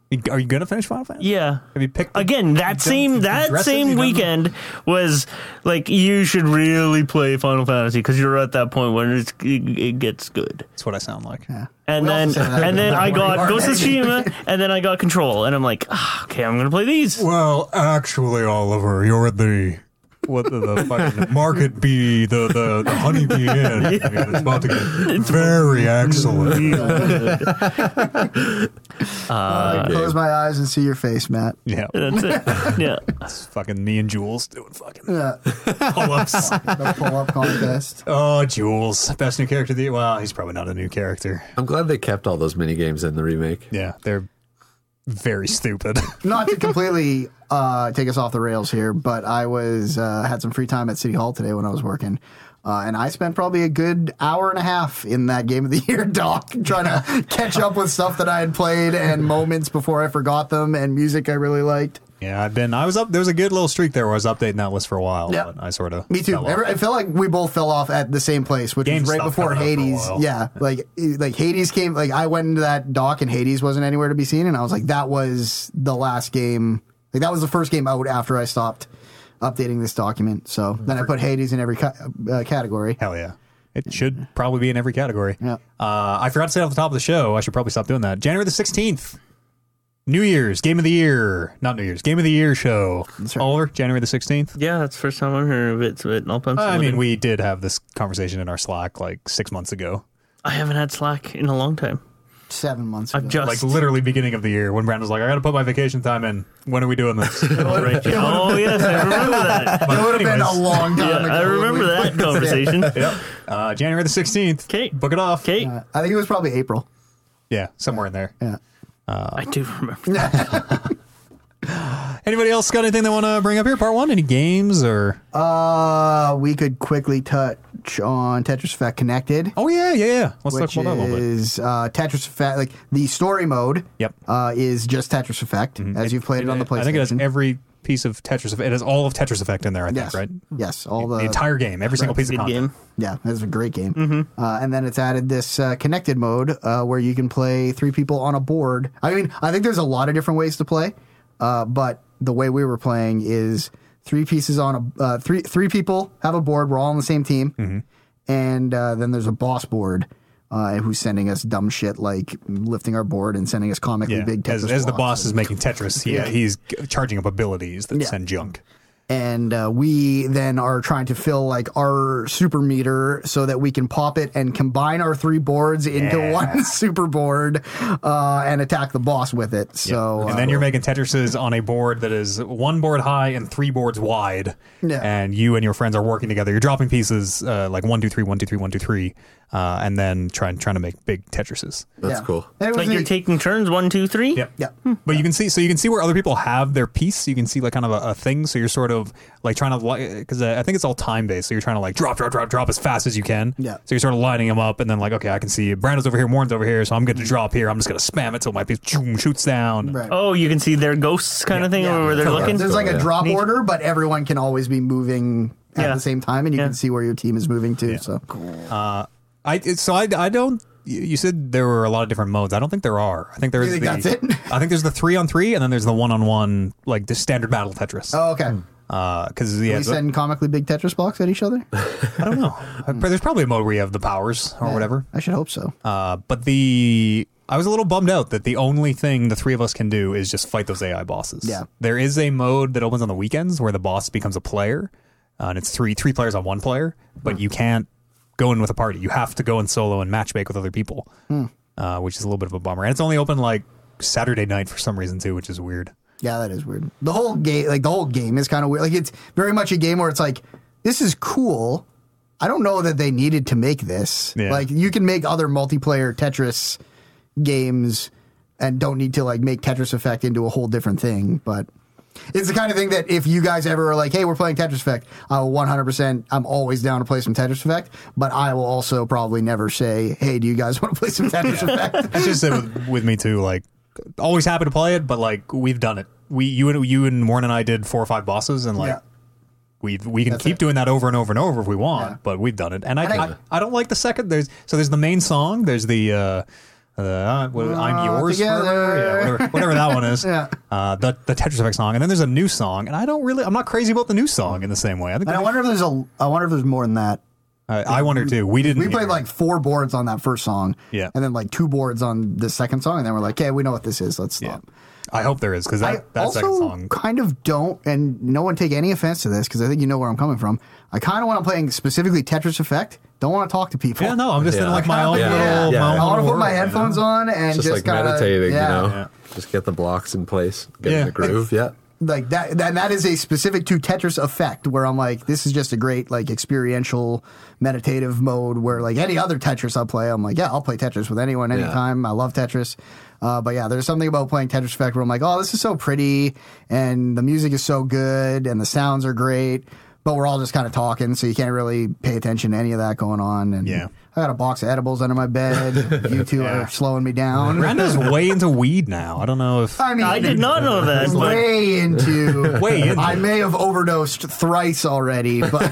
Speaker 1: You- Are you gonna finish Final Fantasy?
Speaker 2: Yeah.
Speaker 1: Have you picked the-
Speaker 2: Again, that same that
Speaker 1: dress it, you
Speaker 2: same
Speaker 1: don't-
Speaker 2: weekend was like you should really play Final Fantasy because you're at that point when it's, it, it gets good.
Speaker 1: That's what I sound like.
Speaker 2: And
Speaker 4: We
Speaker 2: then
Speaker 4: also said that
Speaker 2: and then
Speaker 4: about
Speaker 2: I got
Speaker 4: Mario
Speaker 2: Ghost of
Speaker 4: (laughs)
Speaker 2: Tsushima and then I got Control and I'm like, ah, okay, I'm gonna play these.
Speaker 1: Well, actually, Oliver, you're at the what the, the fucking (laughs) market bee, the the, the (laughs) honeybee inn. It's about to get very excellent.
Speaker 4: Uh, I close my eyes and see your face, Matt.
Speaker 1: Yeah,
Speaker 2: Uh, That's
Speaker 4: (laughs)
Speaker 2: it. Yeah.
Speaker 1: it's fucking me and Jules doing fucking
Speaker 4: Yeah,
Speaker 1: pull-ups.
Speaker 4: Uh, the pull up contest.
Speaker 1: oh, Jules, best new character. Of the well, he's probably not a new character.
Speaker 3: I'm glad they kept all those mini games in the remake.
Speaker 1: Yeah, they're very stupid. (laughs)
Speaker 4: Not to completely uh, take us off the rails here, but I was uh, had some free time at City Hall today when I was working. Uh, and I spent probably a good hour and a half in that game of the year (laughs) doc, trying to catch up with stuff that I had played and moments before I forgot them and music I really liked.
Speaker 1: yeah, I've been. I was up. There was a good little streak there where I was updating that list for a while.
Speaker 4: Yeah.
Speaker 1: but I sort of
Speaker 4: Me too.
Speaker 1: fell off.
Speaker 4: Every, it felt like we both fell off at the same place, which
Speaker 1: Game
Speaker 4: was right
Speaker 1: stopped
Speaker 4: before
Speaker 1: coming up for a
Speaker 4: Hades.
Speaker 1: while.
Speaker 4: Yeah, like e, like Hades came. Like I went into that dock and Hades wasn't anywhere to be seen, and I was like, that was the last game. Like that was the first game out after I stopped updating this document. So then I put Hades in every ca- uh, category.
Speaker 1: Hell yeah. It should probably be in every category.
Speaker 4: Yeah.
Speaker 1: Uh, I forgot to say it off the top of the show. I should probably stop doing that. January the 16th. New Year's, Game of the Year. Not New Year's, Game of the Year show.
Speaker 4: right.
Speaker 1: Oliver, January the 16th.
Speaker 2: Yeah, that's the first time I'm hearing of it, but I'll pencil
Speaker 1: I
Speaker 2: it
Speaker 1: mean,
Speaker 2: in.
Speaker 1: we did have this conversation in our Slack like six months ago.
Speaker 2: I haven't had Slack in a long time.
Speaker 4: Seven months.
Speaker 2: I've
Speaker 4: Ago.
Speaker 1: (laughs)
Speaker 2: just (laughs)
Speaker 1: Like literally beginning of the year when Brandon was like, I got to put my vacation time in. When are we doing
Speaker 4: (laughs)
Speaker 1: this?
Speaker 2: Oh, right, yeah. Oh, yes, I remember that.
Speaker 4: it would have been a
Speaker 1: Anyways. (laughs)
Speaker 4: long time
Speaker 2: Yeah,
Speaker 4: ago.
Speaker 2: I remember
Speaker 4: We-
Speaker 2: that
Speaker 4: (laughs)
Speaker 2: conversation.
Speaker 1: uh, January the 16th.
Speaker 2: Okay.
Speaker 1: Book it off.
Speaker 2: Okay,
Speaker 4: I think it was probably April.
Speaker 1: Yeah, somewhere in there.
Speaker 4: Yeah.
Speaker 2: I do remember. That.
Speaker 1: Anybody else got anything they want to bring up here? Part one? Any games or.
Speaker 4: Uh, we could quickly touch on Tetris Effect Connected.
Speaker 1: oh, yeah, yeah, yeah. Let's
Speaker 4: which
Speaker 1: talk about that a little bit.
Speaker 4: is uh, Tetris Effect. Like the story mode.
Speaker 1: Yep. Mm-hmm.
Speaker 4: Uh, is just Tetris Effect as you've played it, on the PlayStation.
Speaker 1: I think it has every piece of Tetris. It has all of Tetris Effect in there. I think,
Speaker 4: yes,
Speaker 1: right?
Speaker 4: Yes, all the,
Speaker 1: the entire game, every single piece of
Speaker 2: Good
Speaker 1: content.
Speaker 2: game.
Speaker 4: yeah. That's a great game.
Speaker 1: Mm-hmm.
Speaker 4: Uh, and then it's added this uh, connected mode uh, where you can play three people on a board. I mean, I think there's a lot of different ways to play, uh, but the way we were playing is three pieces on a uh, three three people have a board. We're all on the same team,
Speaker 1: Mm-hmm.
Speaker 4: and uh, then there's a boss board. Uh, who's sending us dumb shit like lifting our board and sending us comically
Speaker 1: Yeah.
Speaker 4: big Tetris
Speaker 1: As, as the
Speaker 4: blocks
Speaker 1: boss
Speaker 4: and-
Speaker 1: is making Tetris, he, he's g- charging up abilities that send junk.
Speaker 4: and uh, we then are trying to fill like our super meter so that we can pop it and combine our three boards into
Speaker 1: Yeah.
Speaker 4: one (laughs) super board uh, and attack the boss with it. So
Speaker 1: and
Speaker 4: uh,
Speaker 1: then you're making Tetrises on a board that is one board high and three boards wide.
Speaker 4: Yeah.
Speaker 1: And you and your friends are working together. You're dropping pieces uh, like one, two, three, one, two, three, one, two, three, uh, and then trying trying to make big Tetrises.
Speaker 3: That's
Speaker 4: yeah.
Speaker 3: cool.
Speaker 4: And it was
Speaker 2: Like you're
Speaker 4: neat.
Speaker 2: taking turns, one, two, three.
Speaker 1: Yep.
Speaker 4: Yeah.
Speaker 1: But you can see, so you can see where other people have their piece. You can see like kind of a, a thing. So you're sort of like trying to, because uh, I think it's all time based. So you're trying to like drop, drop, drop, drop as fast as you can.
Speaker 4: Yeah.
Speaker 1: So you're sort of lining them up, and then like, okay, I can see Brandon's over here, Warren's over here, so I'm good to drop here. I'm just gonna spam it till my piece choom, shoots down.
Speaker 4: Right.
Speaker 2: Oh, you can see their ghosts kind of thing
Speaker 4: Yeah.
Speaker 2: where they're
Speaker 3: Totally.
Speaker 2: looking.
Speaker 4: There's like a
Speaker 3: Yeah.
Speaker 4: drop order, but everyone can always be moving at
Speaker 2: Yeah.
Speaker 4: the same time, and you
Speaker 2: Yeah.
Speaker 4: can see where your team is moving to. So cool.
Speaker 1: I it- so I, I don't. You you said there were a lot of different modes. I don't think there are. I think there is.
Speaker 4: think
Speaker 1: the,
Speaker 4: that's it?
Speaker 1: I think there's the three on three, and then there's the one on one, like the standard battle Tetris.
Speaker 4: Oh, okay.
Speaker 1: because Hmm. yeah,
Speaker 4: We send comically big Tetris blocks at each other.
Speaker 1: I don't
Speaker 4: (laughs)
Speaker 1: know. I- There's probably a mode where you have the powers or whatever.
Speaker 4: I should hope so.
Speaker 1: Uh, but the I was a little bummed out that the only thing the three of us can do is just fight those AI bosses.
Speaker 4: Yeah.
Speaker 1: There is a mode that opens on the weekends where the boss becomes a player, uh, and it's three three players on one player,
Speaker 4: Hmm.
Speaker 1: but you can't go in with a party. You have to go in solo and matchmake with other people,
Speaker 4: Hmm.
Speaker 1: uh, which is a little bit of a bummer. And it's only open like Saturday night for some reason too, which is weird.
Speaker 4: Yeah, that is weird. The whole game, like the whole game, is kind of weird. Like it's very much a game where it's like, this is cool. I don't know that they needed to make this.
Speaker 1: Yeah.
Speaker 4: Like you can make other multiplayer Tetris games and don't need to like make Tetris Effect into a whole different thing. But it's the kind of thing that if you guys ever are like, hey, we're playing Tetris Effect, I will 100%. I'm always down to play some Tetris Effect, but I will also probably never say, hey, do you guys (laughs) want to play some Tetris Effect?
Speaker 1: It's just that with, with me too. Like, always happy to play it, but like we've done it. We you and you and Warren and I did four or five bosses, and like
Speaker 4: Yeah.
Speaker 1: we we can
Speaker 4: That's
Speaker 1: keep
Speaker 4: it.
Speaker 1: doing that over and over and over if we want.
Speaker 4: Yeah.
Speaker 1: But we've done it, and I,
Speaker 4: And I-
Speaker 1: I I don't like the second. There's so there's the main song. There's the. uh Uh, what- I'm
Speaker 4: We're all
Speaker 1: yours
Speaker 4: together.
Speaker 1: forever. Yeah, whatever, whatever that one is.
Speaker 4: (laughs) Yeah.
Speaker 1: Uh, the the Tetris Effect song, and then there's a new song, and I don't really, I'm not crazy about the new song in the same way. I think
Speaker 4: And I
Speaker 1: that-
Speaker 4: wonder if there's a. I wonder if there's more than that.
Speaker 1: I, I wonder too. We didn't.
Speaker 4: We played
Speaker 1: hear.
Speaker 4: like four boards on that first song,
Speaker 1: Yeah.
Speaker 4: and then like two boards on the second song, and then we're like, "Okay, we know what this is. Let's stop."
Speaker 1: I hope there is because
Speaker 4: I
Speaker 1: that, that second
Speaker 4: also
Speaker 1: song.
Speaker 4: kind of don't, and no one take any offense to this because I think you know where I'm coming from. I kind of want to play specifically Tetris Effect. Don't want to talk to people.
Speaker 1: Yeah, no, I'm just in
Speaker 3: Yeah.
Speaker 1: like
Speaker 4: (laughs)
Speaker 1: my own
Speaker 4: Yeah.
Speaker 1: little.
Speaker 3: Yeah.
Speaker 1: My own
Speaker 4: I want to
Speaker 1: little
Speaker 4: put my
Speaker 1: world, you know?
Speaker 4: headphones on and
Speaker 3: Just,
Speaker 4: just,
Speaker 3: like
Speaker 4: kinda,
Speaker 3: meditating,
Speaker 4: yeah.
Speaker 3: you know, just get the blocks in place, get
Speaker 1: Yeah.
Speaker 3: in the groove. Yeah.
Speaker 4: like that, that that is a specific to Tetris effect where I'm like, this is just a great like experiential meditative mode where like any other Tetris I'll play, I'm like, yeah, I'll play Tetris with anyone anytime. I love Tetris. Uh, but yeah, there's something about playing Tetris Effect where I'm like, oh, this is so pretty and the music is so good and the sounds are great. But we're all just kind of talking, so you can't really pay attention to any of that going on. And
Speaker 1: Yeah.
Speaker 4: I got a box of edibles under my bed. you two are slowing me down.
Speaker 1: Brenda's way into weed now. I don't know if.
Speaker 4: (laughs) I mean,
Speaker 2: I did not know that. But
Speaker 4: way
Speaker 1: (laughs)
Speaker 4: into
Speaker 1: Way into
Speaker 4: I may have overdosed thrice
Speaker 1: (laughs)
Speaker 4: already, but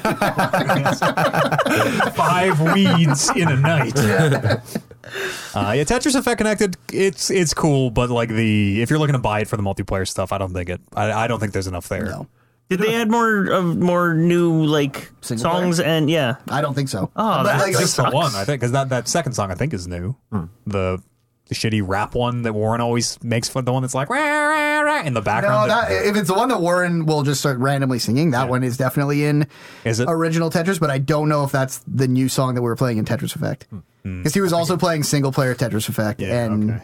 Speaker 1: five weeds in a
Speaker 4: (laughs)
Speaker 1: night. Uh, yeah, Tetris Effect connected. It's it's cool, but like the if you're looking to buy it for the multiplayer stuff, I don't think it. I, I don't think there's enough there.
Speaker 4: No.
Speaker 2: did they add more of more new like
Speaker 4: Single
Speaker 2: songs and yeah?
Speaker 4: I don't think so.
Speaker 2: Oh,
Speaker 4: but
Speaker 2: that
Speaker 4: like,
Speaker 1: That's the
Speaker 2: sucks.
Speaker 1: one I think because that, that second song I think is new.
Speaker 4: Hmm.
Speaker 1: The the shitty rap one that Warren always makes fun. The one that's like rah, rah, rah, in the
Speaker 4: (laughs) no,
Speaker 1: background.
Speaker 4: that, if it's the one that Warren will just start randomly singing, that one is definitely in
Speaker 1: Is it?
Speaker 4: original Tetris, but I don't know if that's the new song that we were playing in Tetris Effect.
Speaker 1: Hmm.
Speaker 4: Because he was also playing single player Tetris Effect,
Speaker 1: Yeah,
Speaker 4: and
Speaker 1: okay.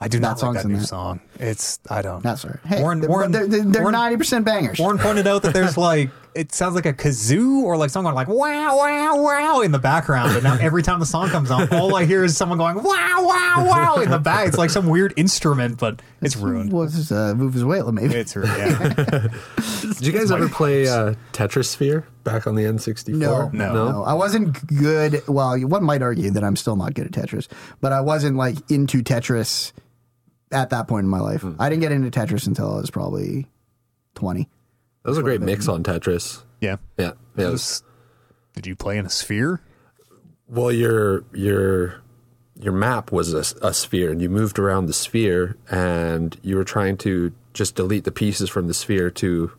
Speaker 1: I do not
Speaker 4: that
Speaker 1: like
Speaker 4: song's
Speaker 1: that
Speaker 4: in
Speaker 1: new
Speaker 4: that.
Speaker 1: song. It's I don't.
Speaker 4: that's all right. Hey,
Speaker 1: Warren,
Speaker 4: they're,
Speaker 1: Warren,
Speaker 4: they're, they're
Speaker 1: Warren-
Speaker 4: 90% bangers.
Speaker 1: Warren pointed out that there's like it sounds like a kazoo or like someone like wow wow wow in the background, but now every time the song comes on, all I hear is someone going wow wow wow in the back. It's like some weird instrument, but it's ruined.
Speaker 4: was this, uh, Vuvuzuela, maybe.
Speaker 1: It's ruined. Yeah.
Speaker 3: Did you guys ever play uh, Tetrisphere back on the N64?
Speaker 4: No,
Speaker 1: No.
Speaker 4: I wasn't good. Well, one might argue that I'm still not good at Tetris, but I wasn't like into Tetris at that point in my life.
Speaker 3: Hmm.
Speaker 4: I didn't get into Tetris until I was probably 20.
Speaker 3: That was a great mix on Tetris.
Speaker 1: yeah.
Speaker 3: Yeah. yeah it was-
Speaker 1: Just- Did you play in a sphere?
Speaker 3: Well, your your your map was a, s- a sphere, and you moved around the sphere, and you were trying to just delete the pieces from the sphere to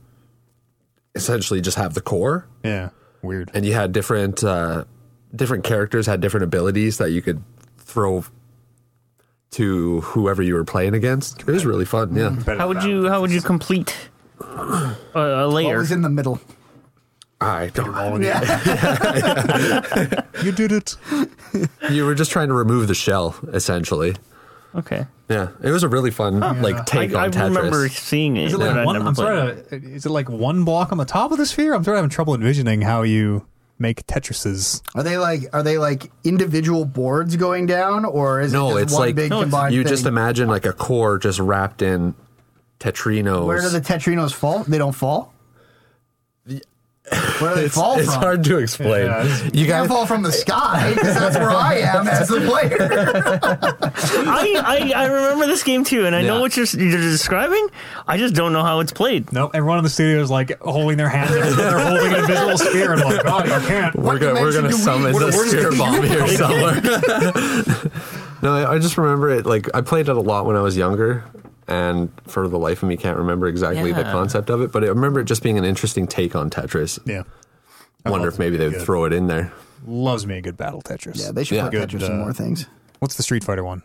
Speaker 3: essentially just have the core.
Speaker 1: Yeah. Weird.
Speaker 3: And you had different uh, different characters had different abilities that you could throw to whoever you were playing against. It was really fun. Yeah,
Speaker 2: How would you how would you complete a, a
Speaker 4: I
Speaker 2: layer?
Speaker 4: was in the middle.
Speaker 3: I don't.
Speaker 4: Yeah.
Speaker 1: You did it.
Speaker 3: You were just trying to remove the shell, essentially.
Speaker 2: Okay,
Speaker 3: Yeah, it was a really fun like
Speaker 2: I,
Speaker 3: take
Speaker 2: I
Speaker 3: on Tetris.
Speaker 2: remember seeing it.
Speaker 1: Is it like
Speaker 2: but I
Speaker 1: one?
Speaker 2: never
Speaker 1: I'm
Speaker 2: played it.
Speaker 1: sorry. To, is it like one block on the top of the sphere? I'm sort of having trouble envisioning how you make Tetrises.
Speaker 4: Are they like are they like individual boards going down or is
Speaker 3: No,
Speaker 4: it just
Speaker 3: it's
Speaker 4: one
Speaker 3: like
Speaker 4: big
Speaker 3: you
Speaker 4: combined thing?
Speaker 3: just imagine like a core just wrapped in Tetrinos.
Speaker 4: Where do the (laughs) Tetrinos fall? They
Speaker 3: (laughs)
Speaker 4: don't fall? Where do they fall
Speaker 3: it's
Speaker 4: from?
Speaker 3: hard to explain. you
Speaker 4: They can't
Speaker 3: guys,
Speaker 4: fall from the sky because that's where I am as
Speaker 3: (laughs)
Speaker 4: the player.
Speaker 2: I, I I remember this game too, and I know
Speaker 3: Yeah.
Speaker 2: what you're, you're describing. I just don't know how it's played.
Speaker 1: Nope. Everyone in the studio is like holding their hands. up, They're holding an invisible sphere. And I'm like, God, I can't.
Speaker 3: we're gonna we're
Speaker 4: dimension
Speaker 3: gonna
Speaker 4: do we-
Speaker 3: summon
Speaker 4: what-
Speaker 3: the
Speaker 4: what is
Speaker 3: spear bomb
Speaker 4: the-
Speaker 3: here somewhere.
Speaker 4: (laughs)
Speaker 3: no, I, I just remember it. Like I played it a lot when I was younger, and for the life of me, can't remember exactly the
Speaker 2: Yeah.
Speaker 3: concept of it. But I remember it just being an interesting take on Tetris.
Speaker 1: Yeah.
Speaker 4: Oh,
Speaker 3: Wonder if maybe they would throw it in there.
Speaker 1: Loves me a good battle Tetris.
Speaker 4: yeah, they should
Speaker 3: Yeah.
Speaker 4: put Tetris
Speaker 1: Good,
Speaker 4: in
Speaker 1: uh,
Speaker 4: more things.
Speaker 1: What's the Street Fighter one?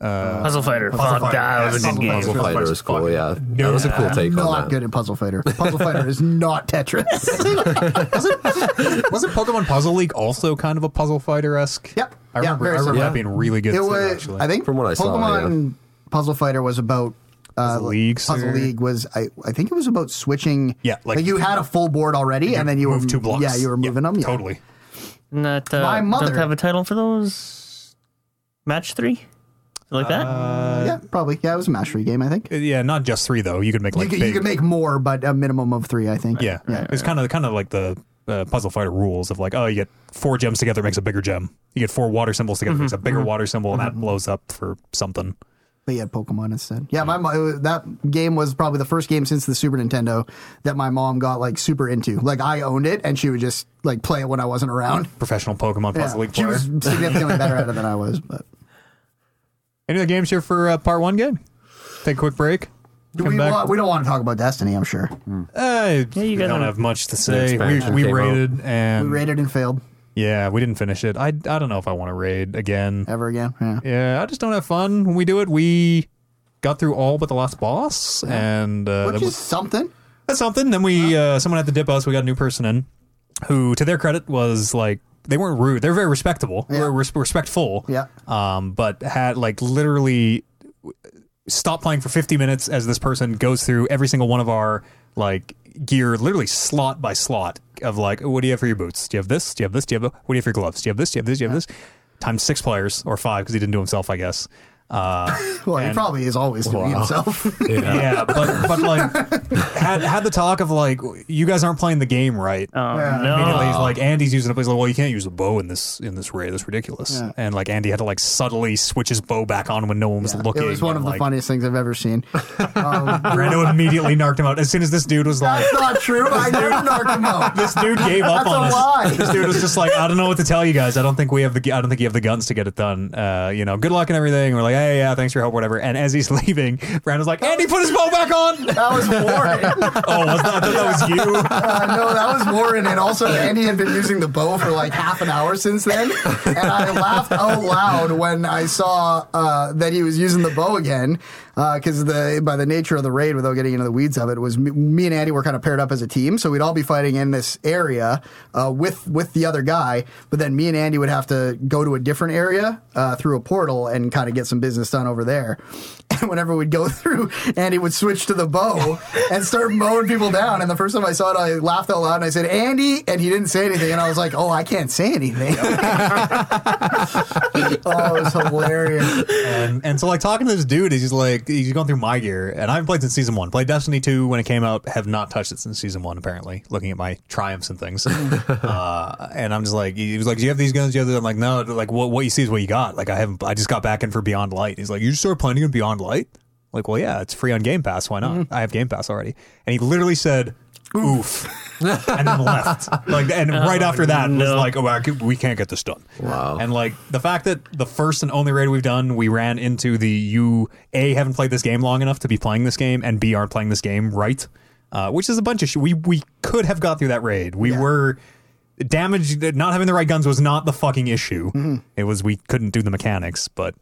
Speaker 2: Puzzle Fighter. Fuck,
Speaker 1: Fighter,
Speaker 2: that was a
Speaker 1: yes. Puzzle
Speaker 2: good game.
Speaker 3: Puzzle
Speaker 1: Fighter's
Speaker 3: Fighter was cool.
Speaker 1: fucking-
Speaker 3: Yeah, that was a cool take on
Speaker 4: Not
Speaker 3: that.
Speaker 4: good at Puzzle Fighter. Puzzle Fighter is
Speaker 3: (laughs)
Speaker 4: not Tetris.
Speaker 1: Wasn't Pokemon Puzzle League also kind of a puzzle fighter esque?
Speaker 4: Yep.
Speaker 1: I
Speaker 4: Yeah,
Speaker 1: remember,
Speaker 4: very
Speaker 1: I remember
Speaker 4: similar.
Speaker 1: that being really good.
Speaker 4: it
Speaker 1: too,
Speaker 4: was.
Speaker 1: actually.
Speaker 4: I think
Speaker 3: From what I saw,
Speaker 4: Pokemon Puzzle Fighter was about. Uh,
Speaker 1: Puzzle League,
Speaker 4: Puzzle
Speaker 1: sir.
Speaker 4: League was. I, I think it was about switching.
Speaker 1: Yeah, like-
Speaker 4: like, you had a full board already, and then you were
Speaker 1: Move two blocks.
Speaker 4: Yeah, you were moving them. Yeah.
Speaker 1: Totally.
Speaker 2: Not, uh,
Speaker 4: My mother-
Speaker 2: Don't have a title for those. Match three, Something like that.
Speaker 4: yeah, probably. Yeah, it was a mastery game. I think
Speaker 1: Uh, Yeah, not just three though. You could make like
Speaker 4: you, could, you
Speaker 1: big.
Speaker 4: could make more, but a minimum of three. I think.
Speaker 1: yeah, it's kind of kind of like the uh, puzzle fighter rules of like, oh, you get four gems together makes a bigger gem. You get four water symbols together makes a
Speaker 4: Mm-hmm,
Speaker 1: bigger water symbol, and that blows up for something.
Speaker 4: But yeah, Pokemon instead. Yeah, my mom, that game was probably the first game since the Super Nintendo that my mom got like super into. Like I owned it, and she would just like play it when I wasn't around.
Speaker 1: Professional Pokemon
Speaker 4: Yeah.
Speaker 1: Puzzle League
Speaker 4: she
Speaker 1: player. (laughs)
Speaker 4: was significantly better at it than I was, but
Speaker 1: Any other games here for uh, part one game? Take a quick break.
Speaker 4: Do we, want, we don't want to talk about Destiny, I'm sure.
Speaker 1: Uh,
Speaker 2: Yeah, you
Speaker 1: we don't
Speaker 2: gotta-
Speaker 1: have much to say.
Speaker 3: expansion
Speaker 1: We, we
Speaker 3: came out.
Speaker 1: rated and
Speaker 4: We rated and failed
Speaker 1: yeah, we didn't finish it. I, I don't know if I want to raid again.
Speaker 4: ever again. Yeah.
Speaker 1: Yeah, I just don't have fun when we do it. We got through all but the last boss, and uh, that
Speaker 4: Which
Speaker 1: was-
Speaker 4: is something.
Speaker 1: that's something. Then we uh, someone had to dip us. We got a new person in, who to their credit was like they weren't rude. They're very respectable.
Speaker 4: Yeah.
Speaker 1: We're res- respectful.
Speaker 4: Yeah.
Speaker 1: Um, but had like literally stopped playing for 50 minutes as this person goes through every single one of our like gear, literally slot by slot of like, what do you have for your boots? Do you have this? Do you have this? Do you have what do you have for your gloves? Do you have this? Do you have this? Do you have this? Times six players or five because he didn't do himself, I guess. Uh,
Speaker 4: Well, he
Speaker 1: And-
Speaker 4: probably is always doing
Speaker 1: (laughs)
Speaker 4: himself.
Speaker 1: yeah, but but like had had the talk of like you guys aren't playing the game right.
Speaker 2: Oh,
Speaker 4: Yeah.
Speaker 1: Immediately, he's
Speaker 2: no.
Speaker 1: like Andy's using a he's like, well, you can't use a bow in this in this raid. That's ridiculous.
Speaker 4: Yeah.
Speaker 1: And like Andy had to like subtly switch his bow back on when no one was looking.
Speaker 4: it was
Speaker 1: and,
Speaker 4: one of the
Speaker 1: like,
Speaker 4: funniest things I've
Speaker 1: (laughs)
Speaker 4: ever seen. Um, (laughs)
Speaker 1: Brando immediately narked him out as soon as this dude was like,
Speaker 4: that's not true. I never narked him
Speaker 1: (laughs)
Speaker 4: out.
Speaker 1: this dude gave up
Speaker 4: That's
Speaker 1: on
Speaker 4: a
Speaker 1: us.
Speaker 4: lie.
Speaker 1: This dude was just like, I don't know what to tell you guys. I don't think we have the, I don't think you have the guns to get it done. Uh, you know, good luck and everything. We're like, hey, yeah, thanks for your help, whatever. And as he's (laughs) leaving, Brando's like, Andy, put his bow back on.
Speaker 4: That was Warren.
Speaker 1: (laughs) oh, was that, I thought that was you.
Speaker 4: Uh, no, that was Warren. And also, Andy had been using the bow for like half an hour since then. And I laughed out loud when I saw uh, that he was using the bow again. Because the by the nature of the raid, without getting into the weeds of it, was me, me and Andy were kind of paired up as a team, so we'd all be fighting in this area uh, with with the other guy. But then me and Andy would have to go to a different area uh, through a portal and kind of get some business done over there. (laughs) And whenever we'd go through, Andy would switch to
Speaker 1: (laughs)
Speaker 4: the bow and start mowing people down. And the first time I saw it, I laughed out loud and I said, Andy. And he didn't say anything. And I was like, oh, I can't
Speaker 1: (laughs)
Speaker 4: say anything. (laughs) oh, it was hilarious.
Speaker 1: And, Um, and so, like, talking to this dude, he's like, he's gone through my gear, and I haven't played since season one. Played Destiny 2 when it came out, have not touched it since season one, apparently, looking at my triumphs and things. (laughs) uh, and I'm just like, he was like, Do you have these guns? Do you have this? I'm like, No, like, what, what you see is what you got. Like, I haven't, I just got back in for Beyond Light. He's like, You just started playing again Beyond Light? Like, well, yeah, it's free on Game Pass. Why not? I have Game Pass already. And he literally said, Oof, and then left. Like, and right after that was
Speaker 2: no.
Speaker 1: like, oh, I could- we can't get this done. Wow. And like the fact that the first and only raid we've done, we ran into the you a haven't played this game long enough to be playing this game, and b aren't playing this game right, uh, which is a bunch of shit. We we could have got through that raid. We were damaged. Not having the right guns was not the fucking issue.
Speaker 4: Mm-hmm.
Speaker 1: It was we couldn't do the mechanics. But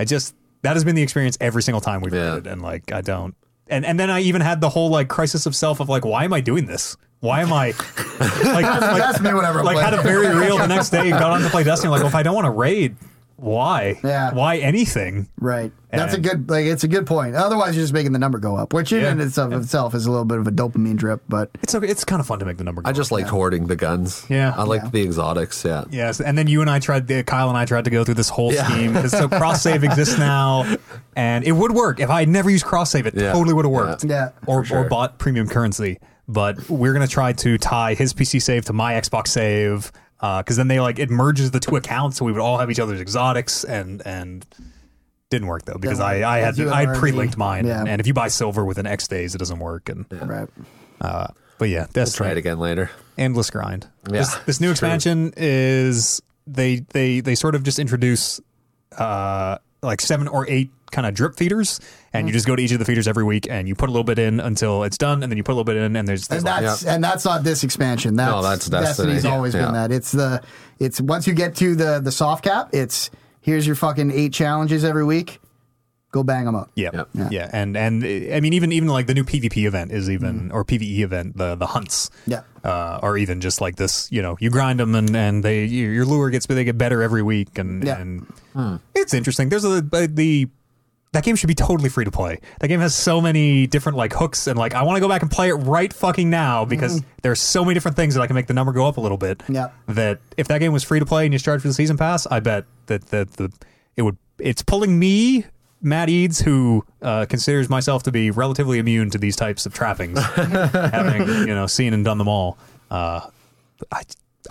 Speaker 1: I just that has been the experience every single time we've
Speaker 3: Yeah.
Speaker 1: raided, and like I don't. And, and then I even had the whole like crisis of self of like why am I doing this why am I (laughs) like, like
Speaker 4: (laughs) That's me whenever I'm
Speaker 1: like had
Speaker 4: playing.
Speaker 1: a
Speaker 4: (laughs)
Speaker 1: very real the next day and got on to play Destiny. Like, well, if I don't want to raid, why?
Speaker 4: Yeah.
Speaker 1: Why anything?
Speaker 4: Right. That's a
Speaker 1: And-
Speaker 4: good like it's a good point. Otherwise you're just making the number go up, which in
Speaker 1: Yeah.
Speaker 4: and of itself is a little bit of a dopamine drip, but
Speaker 1: It's okay. It's kind of fun to make the number. Go
Speaker 3: I just liked hoarding the guns.
Speaker 1: Yeah.
Speaker 3: I liked
Speaker 4: Yeah.
Speaker 3: the exotics. Yeah.
Speaker 1: yes. And then you and I tried. the- Kyle and I tried to go through this whole
Speaker 3: Yeah.
Speaker 1: scheme because so cross
Speaker 3: (laughs)
Speaker 1: save exists now, and it would work if I had never used cross save. It
Speaker 3: Yeah.
Speaker 1: totally would have worked.
Speaker 4: Yeah.
Speaker 1: Or
Speaker 3: sure.
Speaker 1: or bought premium currency. But we're gonna try to tie his PC save to my Xbox save. Because then they like it merges the two accounts, so we would all have each other's exotics, and and didn't work though because
Speaker 4: Didn't work.
Speaker 1: I I had
Speaker 4: You had
Speaker 1: I had
Speaker 4: already-
Speaker 1: pre-linked mine,
Speaker 4: Yeah.
Speaker 1: and if you buy silver within X days, it doesn't work. And
Speaker 4: right.
Speaker 1: But yeah, that's
Speaker 3: Try it again later.
Speaker 1: Endless grind.
Speaker 3: Yeah,
Speaker 1: this, this new expansion is they they they sort of just introduce uh like seven or eight kind of drip feeders, and
Speaker 4: Mm-hmm.
Speaker 1: you just go to each of the feeders every week, and you put a little bit in until it's done, and then you put a little bit in, and there's,
Speaker 4: And
Speaker 1: there's like-
Speaker 4: that's and that's not this expansion. That's,
Speaker 3: No, that's Destiny.
Speaker 4: Destiny's
Speaker 3: Yeah.
Speaker 4: always been
Speaker 3: Yeah.
Speaker 4: that. It's the it's once you get to the the soft cap, it's here's your fucking eight challenges every week. Go bang them up.
Speaker 1: Yeah.
Speaker 3: Yep.
Speaker 1: yeah, and and uh, I mean, even even like the new PvP event is even or PVE event, the the hunts,
Speaker 4: Mm-hmm. Yeah.
Speaker 1: uh, or even just like this, you know, you grind them and and they your your lure gets they get better every week, and
Speaker 4: Yeah.
Speaker 1: and
Speaker 3: Hmm.
Speaker 1: it's interesting. There's a uh, the that game should be totally free to play. That game has so many different like hooks and like I want to go back and play it right fucking now because there's so many different things that I can make the number go up a little bit.
Speaker 4: Mm-hmm. Yeah.
Speaker 1: That if that game was free to play and you charge for the season pass, I bet that that the it would it's pulling me Matt Eads, who uh, considers myself to be relatively immune to these types of trappings,
Speaker 4: (laughs)
Speaker 1: having you know seen and done them all. Uh, I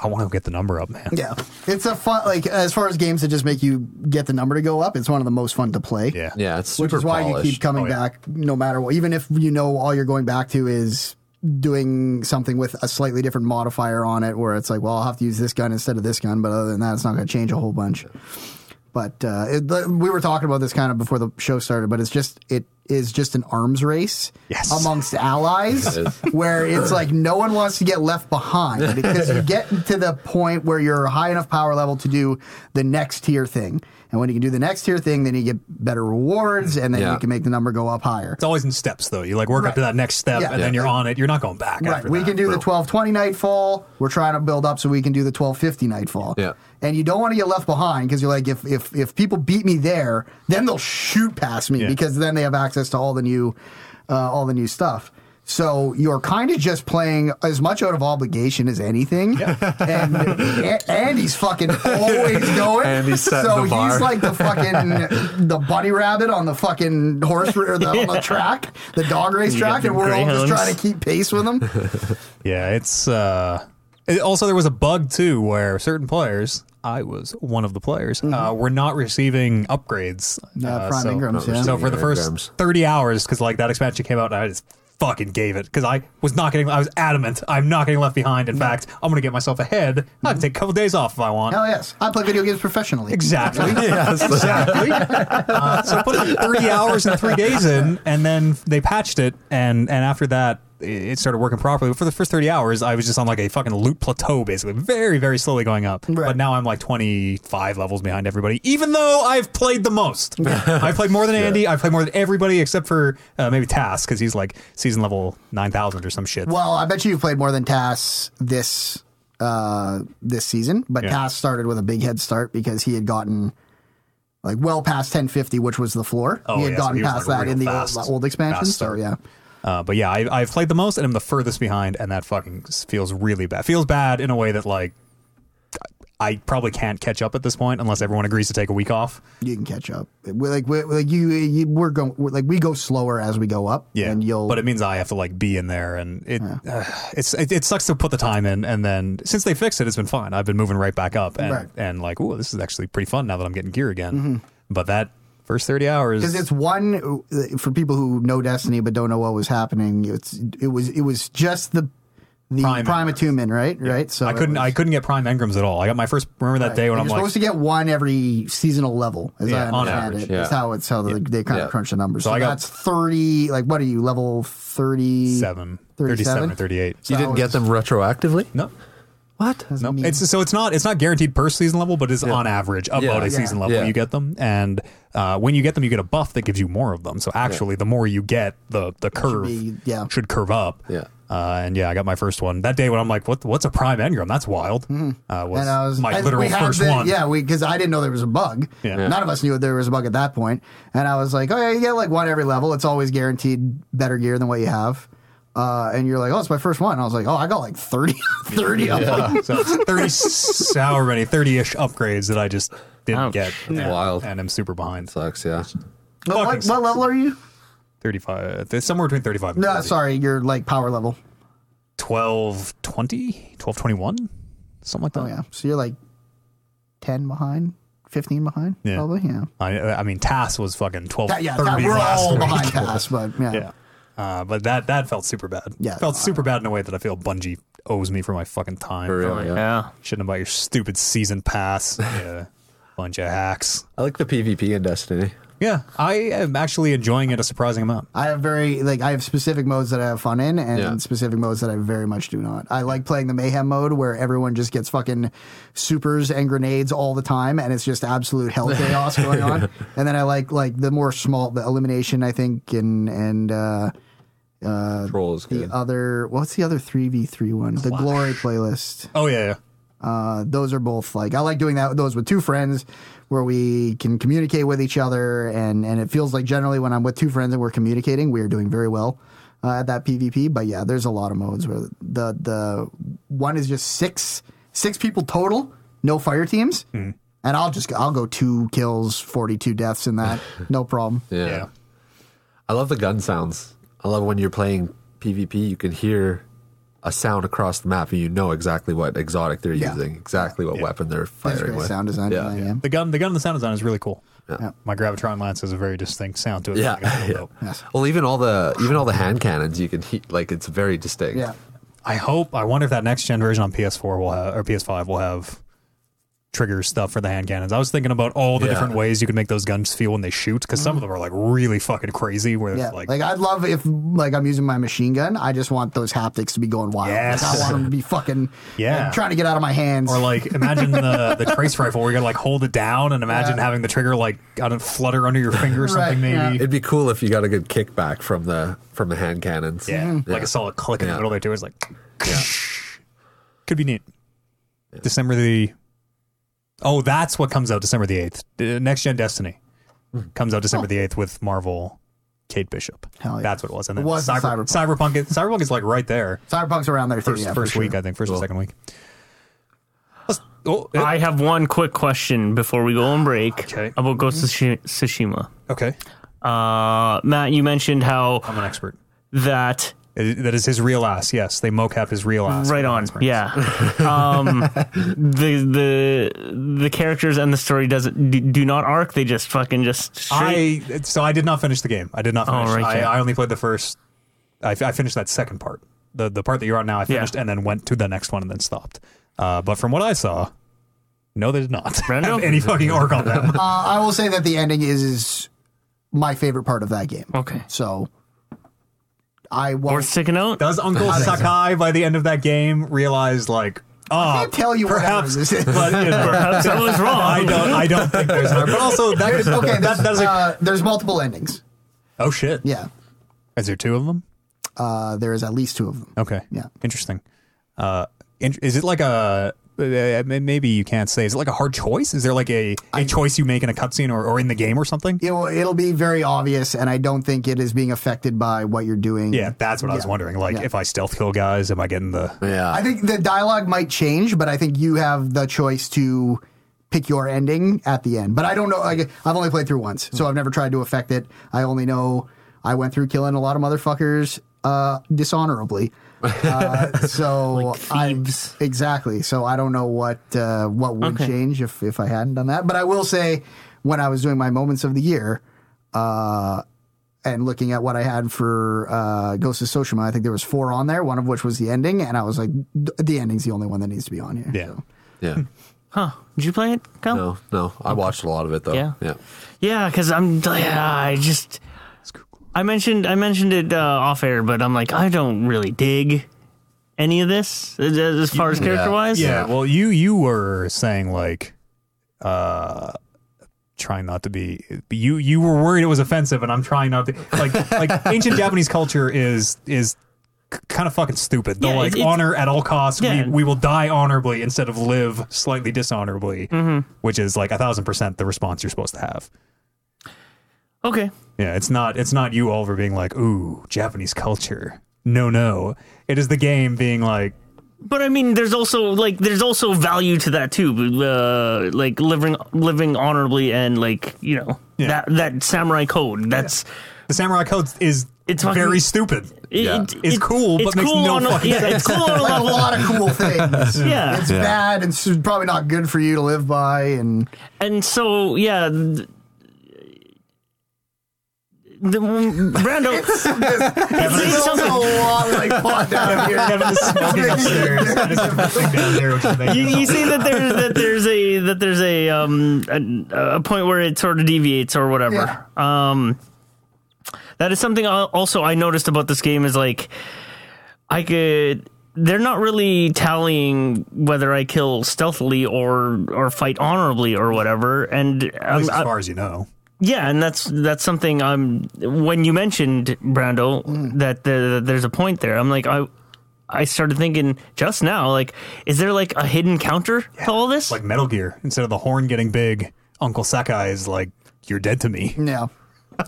Speaker 1: I want to get the number up, man.
Speaker 4: Yeah. It's a fun like as far as games that just make you get the number to go up, it's one of the most fun to play.
Speaker 1: yeah,
Speaker 3: Yeah. It's super
Speaker 4: which is why
Speaker 3: polished.
Speaker 4: you keep coming
Speaker 1: Oh, yeah.
Speaker 4: back no matter what even if you know all you're going back to is doing something with a slightly different modifier on it where it's like well i'll have to use this gun instead of this gun but other than that it's not going to change a whole bunch But uh, it, the- we were talking about this kind of before the show started, but it's just it is just an arms race
Speaker 1: Yes.
Speaker 4: amongst allies
Speaker 3: It is.
Speaker 4: where it's like no one wants to get
Speaker 3: (laughs)
Speaker 4: left behind because you get to the point where you're a high enough power level to do the next tier thing. And when you can do the next tier thing, then you get better rewards and then
Speaker 3: Yeah.
Speaker 4: you can make the number go up higher.
Speaker 1: It's always in steps, though. You like work up
Speaker 4: Right.
Speaker 1: to that next step,
Speaker 4: Yeah.
Speaker 1: and then
Speaker 3: Yeah.
Speaker 1: you're on it. You're not going back.
Speaker 4: Right.
Speaker 1: after
Speaker 4: We
Speaker 1: that.
Speaker 4: can do the
Speaker 1: Brutal.
Speaker 4: 1220 nightfall. We're trying to build up so we can do the 1250 nightfall.
Speaker 3: Yeah.
Speaker 4: And you don't want to get left behind because you're like, if, if, if people beat me there, then they'll shoot past me
Speaker 1: Yeah.
Speaker 4: because then they have access to all the new, uh, all the new stuff. So you're kind of just playing as much out of obligation as anything, and A- Andy's fucking always
Speaker 3: (laughs)
Speaker 4: going.
Speaker 3: Andy's setting
Speaker 4: so
Speaker 3: the bar.
Speaker 4: he's like the
Speaker 1: (laughs)
Speaker 4: fucking the bunny rabbit on the fucking horse or the, on the track, the dog race track,
Speaker 2: got
Speaker 4: and we're all just
Speaker 2: greyhounds.
Speaker 4: trying to keep pace
Speaker 1: (laughs)
Speaker 4: with him.
Speaker 1: Yeah, it's uh it- also there was a bug too where certain players, I was one of the players, uh, were not receiving upgrades. Uh,
Speaker 4: Mm-hmm. Prime
Speaker 1: so,
Speaker 4: Ingrams,
Speaker 1: so
Speaker 4: yeah.
Speaker 1: for the
Speaker 3: Ingrams.
Speaker 1: first 30 hours cuz like that expansion came out and I just fucking gave it cuz I was not getting I was adamant I'm not getting left behind. In fact, I'm going to get myself ahead. I
Speaker 4: Mm-hmm.
Speaker 1: can take a couple days off if I want.
Speaker 4: Hell yes. I play video games professionally.
Speaker 1: Exactly. (laughs) exactly. Uh, so put like 30 hours and three days in, and then they patched it, and and after that, it it started working properly. But for the first 30 hours, I was just on like a fucking loot plateau, basically, very very slowly going up.
Speaker 4: Right.
Speaker 1: But now I'm like 25 levels behind everybody, even though I've played the most. (laughs) I've played more than Andy. I've played more than everybody except for uh, maybe Tass because he's like season level 9,000 or some shit.
Speaker 4: Well, I bet you you've played more than Tass this uh, this season, but
Speaker 1: Yeah.
Speaker 4: Tass started with a big head start because he had gotten like well past 1050, which was the floor.
Speaker 1: Oh,
Speaker 4: he had
Speaker 1: yeah, so
Speaker 4: gotten
Speaker 1: he was,
Speaker 4: past
Speaker 1: like,
Speaker 4: that
Speaker 1: real
Speaker 4: in the
Speaker 1: fast-
Speaker 4: old, old expansion.
Speaker 1: fast
Speaker 4: So
Speaker 1: start.
Speaker 4: yeah,
Speaker 1: Uh, but yeah, I, I've played the most and I'm the furthest behind, and that fucking s- feels really bad. Feels bad in a way that like I probably can't catch up at this point unless everyone agrees to take a week off.
Speaker 4: you can catch up. We're like we're, like you, you we're going we're, like we go slower as we go up.
Speaker 1: Yeah,
Speaker 4: and you'll.
Speaker 1: but it means I have to like be in there, and it uh, it's it, it sucks to put the time in, and then since they fixed it, it's been fine. I've been moving right back up, and
Speaker 4: Right.
Speaker 1: and like, oh, this is actually pretty fun now that I'm getting gear again. But that first thirty hours,
Speaker 4: because it's one for people who know Destiny but don't know what was happening. It's it was it was just the the
Speaker 1: Prime
Speaker 4: prime, attunement, right? Right. So
Speaker 1: I couldn't
Speaker 4: I.
Speaker 1: I couldn't get prime engrams at all. I got my first remember that day when
Speaker 4: You're
Speaker 1: I'm like,
Speaker 4: supposed to get one every seasonal level, as I
Speaker 1: Yeah, on
Speaker 4: understand
Speaker 1: average,
Speaker 4: it.
Speaker 3: yeah.
Speaker 4: That's how it's how they, they kind
Speaker 3: Yeah.
Speaker 4: of crunch the numbers. So,
Speaker 1: I got-
Speaker 4: that's thirty. Like, what are you level thirty?
Speaker 1: seven, 37 or 38.
Speaker 3: You
Speaker 4: that
Speaker 3: didn't get
Speaker 4: was-
Speaker 3: them retroactively?
Speaker 1: No,
Speaker 3: What?
Speaker 1: No, it's so it's not it's not guaranteed per season level, but it's on average about
Speaker 3: Yeah.
Speaker 1: a
Speaker 3: Yeah.
Speaker 1: season level
Speaker 3: Yeah.
Speaker 1: you get them, and uh, when you get them, you get a buff that gives you more of them. So actually, the more you get, the the curve
Speaker 4: be- yeah.
Speaker 1: should curve up.
Speaker 3: Yeah.
Speaker 1: Uh, and yeah, I got my first one that day when I'm like, what what's a prime engram? That's wild. Uh, was,
Speaker 4: Hmm. And I was
Speaker 1: my
Speaker 4: and
Speaker 1: literal
Speaker 4: we had
Speaker 1: first
Speaker 4: the-
Speaker 1: one.
Speaker 4: Yeah, because I didn't know there was a bug.
Speaker 1: Yeah.
Speaker 4: None of us knew there was a bug at that point. And I was like, oh yeah, you get like one every level. It's always guaranteed better gear than what you have. Uh, and you're like, oh, it's my first one. And I was like, oh, I got like (laughs) 30, 30 of them.
Speaker 1: (laughs) Uh, so
Speaker 4: (laughs)
Speaker 1: it's 30 s- however many 30-ish upgrades that I just didn't
Speaker 2: Ouch.
Speaker 1: get.
Speaker 3: Yeah. Wild.
Speaker 1: And I'm super behind.
Speaker 3: Sucks, yeah.
Speaker 4: What,
Speaker 1: fucking
Speaker 4: what, what level are you?
Speaker 1: 35 it's somewhere between 35 and
Speaker 4: No,
Speaker 1: 40.
Speaker 4: sorry, you're like power level.
Speaker 1: 12 20, 12 21, something like that.
Speaker 4: Oh yeah, so you're like ten behind, fifteen behind,
Speaker 1: Yeah.
Speaker 4: probably. Yeah,
Speaker 1: I, I mean, Tass was fucking twelve.
Speaker 4: That- yeah, that-
Speaker 1: 30
Speaker 4: we're
Speaker 1: last
Speaker 4: all
Speaker 1: week.
Speaker 4: behind pass, but yeah.
Speaker 1: (laughs) Yeah, uh, but that that felt super bad.
Speaker 4: Yeah.
Speaker 1: felt super bad in a way that I feel Bungie owes me for my fucking time.
Speaker 3: For real, yeah.
Speaker 2: Yeah.
Speaker 1: Shouldn't have bought your stupid season pass.
Speaker 4: (laughs)
Speaker 1: yeah, bunch of hacks.
Speaker 3: I like the PvP in Destiny.
Speaker 1: Yeah, I am actually enjoying it a surprising amount.
Speaker 4: I have very like I have specific modes that I have fun in, and
Speaker 3: Yeah.
Speaker 4: specific modes that I very much do not. I like playing the mayhem mode where everyone just gets fucking supers and grenades all the time, and it's just absolute hell chaos going on. And then I like like the more small the elimination, I think, and and uh,
Speaker 3: Troll is
Speaker 4: the
Speaker 3: good.
Speaker 4: other what's the other three v three one? The glory playlist.
Speaker 1: Oh yeah, yeah.
Speaker 4: Uh, those are both like I like doing that those with two friends where we can communicate with each other and and it feels like generally when I'm with two friends and we're communicating we are doing very well uh, at that PvP but yeah there's a lot of modes where the the one is just six six people total no fire teams
Speaker 3: Hmm.
Speaker 4: and I'll just I'll go two kills 42 deaths
Speaker 3: (laughs)
Speaker 4: in that no problem
Speaker 3: yeah.
Speaker 1: yeah.
Speaker 3: I love the gun sounds. I love when you're playing PvP, you can hear a sound across the map and you know exactly what exotic they're
Speaker 4: Yeah.
Speaker 3: using, exactly what weapon they're
Speaker 4: that's
Speaker 3: firing
Speaker 4: great
Speaker 3: with.
Speaker 4: sound design
Speaker 3: Yeah.
Speaker 4: yeah,
Speaker 3: Yeah.
Speaker 4: yeah.
Speaker 1: The gun, the gun, and the sound design is really cool. My gravitron lance has a very distinct sound to it.
Speaker 3: (laughs) Yeah.
Speaker 1: (laughs) yeah.
Speaker 3: Well, even all the even all the hand cannons, you can he- like it's very distinct.
Speaker 4: yeah.
Speaker 1: I hope. I wonder if that next gen version on PS4 will have or PS5 will have trigger stuff for the hand cannons. I was thinking about all the
Speaker 3: Yeah.
Speaker 1: different ways you could make those guns feel when they shoot because some of them are like really fucking crazy. Where
Speaker 4: Mm. Yeah,
Speaker 1: it's
Speaker 4: like,
Speaker 1: like,
Speaker 4: I'd love if like I'm using my machine gun. I just want those haptics to be going wild.
Speaker 1: Yes.
Speaker 4: Like, I want them to be fucking
Speaker 1: Yeah.
Speaker 4: like, trying to get out of my hands.
Speaker 1: or like imagine the the trace rifle where you gotta like hold it down and imagine
Speaker 4: Yeah.
Speaker 1: having the trigger like I don't flutter under your finger or something
Speaker 4: Right, yeah.
Speaker 1: maybe.
Speaker 3: It'd be cool if you got a good kickback from the from the hand cannons.
Speaker 1: Yeah,
Speaker 4: Mm-hmm.
Speaker 1: like a solid click in the
Speaker 3: Yeah.
Speaker 1: middle there too. It's like, (sniffs) could be neat. December the, oh, that's what comes out December the eighth. Next Gen Destiny comes out December the eighth with Marvel, Kate Bishop.
Speaker 4: Oh. Hell yeah.
Speaker 1: That's what it was. And then
Speaker 4: It was
Speaker 1: Cyber, Cyberpunk.
Speaker 4: Cyberpunk.
Speaker 1: Cyberpunk is, Cyberpunk is like right there.
Speaker 4: Cyberpunk's around there too,
Speaker 1: First,
Speaker 4: yeah, for
Speaker 1: first
Speaker 4: sure.
Speaker 1: week I think, first or second week. Let's, oh, eh,
Speaker 2: I have one quick question before we go on break
Speaker 1: Okay.
Speaker 2: about Ghost of Tsushi- Tsushima.
Speaker 1: okay,
Speaker 2: Uh, Matt, you mentioned how
Speaker 1: I'm an expert.
Speaker 2: that
Speaker 1: Eh, That is his real ass. Yes, they mocap his real ass.
Speaker 2: right on,
Speaker 1: (laughs)
Speaker 2: yeah. Um, the the the characters and the story doesn't do, do not arc. They just fucking just straight.
Speaker 1: I so I did not finish the game. I did not
Speaker 2: Oh,
Speaker 1: finish.
Speaker 2: right, yeah.
Speaker 1: I, I only played the first. I, I finished that second part, the the part that you're on now. I finished and then went to the next one and then stopped. Uh, but from what I saw, no, they did not (laughs)
Speaker 2: Brando?
Speaker 1: have any fucking arc on
Speaker 4: (laughs)
Speaker 1: them.
Speaker 4: Uh, I will say that the ending is is my favorite part of that game.
Speaker 2: okay,
Speaker 4: So I
Speaker 2: we're
Speaker 4: (laughs) won't
Speaker 2: sticking
Speaker 1: (laughs)
Speaker 2: out.
Speaker 1: Does Uncle Sakai by the end of that game realize like? Oh, I
Speaker 4: can't tell you what (laughs)
Speaker 1: perhaps, (laughs)
Speaker 4: hours this is.
Speaker 1: but you know,
Speaker 2: Perhaps I was wrong.
Speaker 1: I don't. I don't think there's an arc. But also, that is
Speaker 4: Okay,
Speaker 1: That,
Speaker 4: there's,
Speaker 1: that is a,
Speaker 4: uh, there's multiple endings.
Speaker 1: oh shit.
Speaker 4: Yeah.
Speaker 1: Is there two of them?
Speaker 4: Uh, there is at least two of them.
Speaker 1: Okay.
Speaker 4: Yeah.
Speaker 1: Interesting. Uh, in- is it like a uh, maybe you can't say? Is it like a hard choice? Is there like a, a choice you make in a cutscene or, or in the game or something?
Speaker 4: It will, it'll be very obvious, and I don't think it is being affected by what you're doing.
Speaker 1: Yeah, that's what I was wondering. Like,
Speaker 4: Yeah.
Speaker 1: if I stealth kill guys, am I getting the?
Speaker 3: Yeah.
Speaker 4: Mm-hmm. I think the dialogue might change, but I think you have the choice to pick your ending at the end. But I don't know. Like, I've only played through once, so I've never tried to affect it. I only know I went through killing a lot of motherfuckers uh, dishonorably. Uh,
Speaker 2: (laughs)
Speaker 4: so I-
Speaker 2: thieves.
Speaker 4: exactly. So I don't know what uh, what would
Speaker 2: Okay.
Speaker 4: change if if I hadn't done that. But I will say, when I was doing my moments of the year. Uh, and looking at what I had for uh, Ghost of Tsushima, I think there was four on there, one of which was the ending, and I was like, "D- the ending's the only one that needs to be on here.
Speaker 1: Yeah.
Speaker 4: So,
Speaker 3: yeah.
Speaker 2: Huh? Did you play it? Kyle?
Speaker 3: No, no. I watched a lot of it though.
Speaker 2: Oh. Yeah.
Speaker 3: Yeah. (laughs)
Speaker 2: Yeah, because I'm. Yeah, I just. I mentioned I mentioned it uh, off air, but I'm like I don't really dig any of this uh, as- as far as character wise.
Speaker 1: Yeah. Well, you you were saying like, uh, trying not to be. You you were worried it was offensive, and I'm trying not to. Like
Speaker 2: (laughs)
Speaker 1: like ancient Japanese culture is is k- kind of fucking stupid. They'll
Speaker 2: Yeah,
Speaker 1: like
Speaker 2: it's- it's-
Speaker 1: honor at all costs.
Speaker 2: Yeah.
Speaker 1: We we will die honorably instead of live slightly dishonorably,
Speaker 2: Mm-hmm.
Speaker 1: which is like a thousand percent the response you're supposed to have.
Speaker 2: Okay.
Speaker 1: Yeah, it's not it's not you Oliver being like, ooh, Japanese culture. No, no. It is the game being like,
Speaker 2: But I mean, there's also like there's also value to that too, uh, like living living honorably and like you know
Speaker 1: Yeah.
Speaker 2: that that samurai code. That's
Speaker 1: the samurai code is
Speaker 2: It's fucking-
Speaker 1: very stupid.
Speaker 2: it-
Speaker 3: Yeah.
Speaker 2: it-
Speaker 1: It's cool, but makes no
Speaker 2: on a-
Speaker 1: fucking
Speaker 2: yeah, It's cool on a
Speaker 4: like a
Speaker 2: level.
Speaker 4: lot of cool things.
Speaker 2: Yeah.
Speaker 4: It's bad and it's probably not good for you to live by. And
Speaker 2: and so yeah. th-
Speaker 1: (laughs)
Speaker 2: The, Brando, (laughs)
Speaker 4: there's also
Speaker 2: something- (laughs)
Speaker 4: a lot like plot down here.
Speaker 1: Kevin is smoking upstairs. and it's something down there, which is
Speaker 2: you,
Speaker 1: making-
Speaker 2: you see that there's that there's a that there's a um a, a point where it sort of deviates or whatever. Um, that is something al- also I noticed about this game is like I could they're not really tallying whether I kill stealthily or or fight honorably or whatever. And
Speaker 1: At least
Speaker 2: um,
Speaker 1: as far as you know.
Speaker 2: yeah, and that's that's something I'm. When you mentioned Brando that, the, that there's a point there, I'm like I, I started thinking just now, like, is there like a hidden counter to all this?
Speaker 1: Like Metal Gear, instead of the horn getting big, Uncle Sakai is like, You're dead to me. (laughs)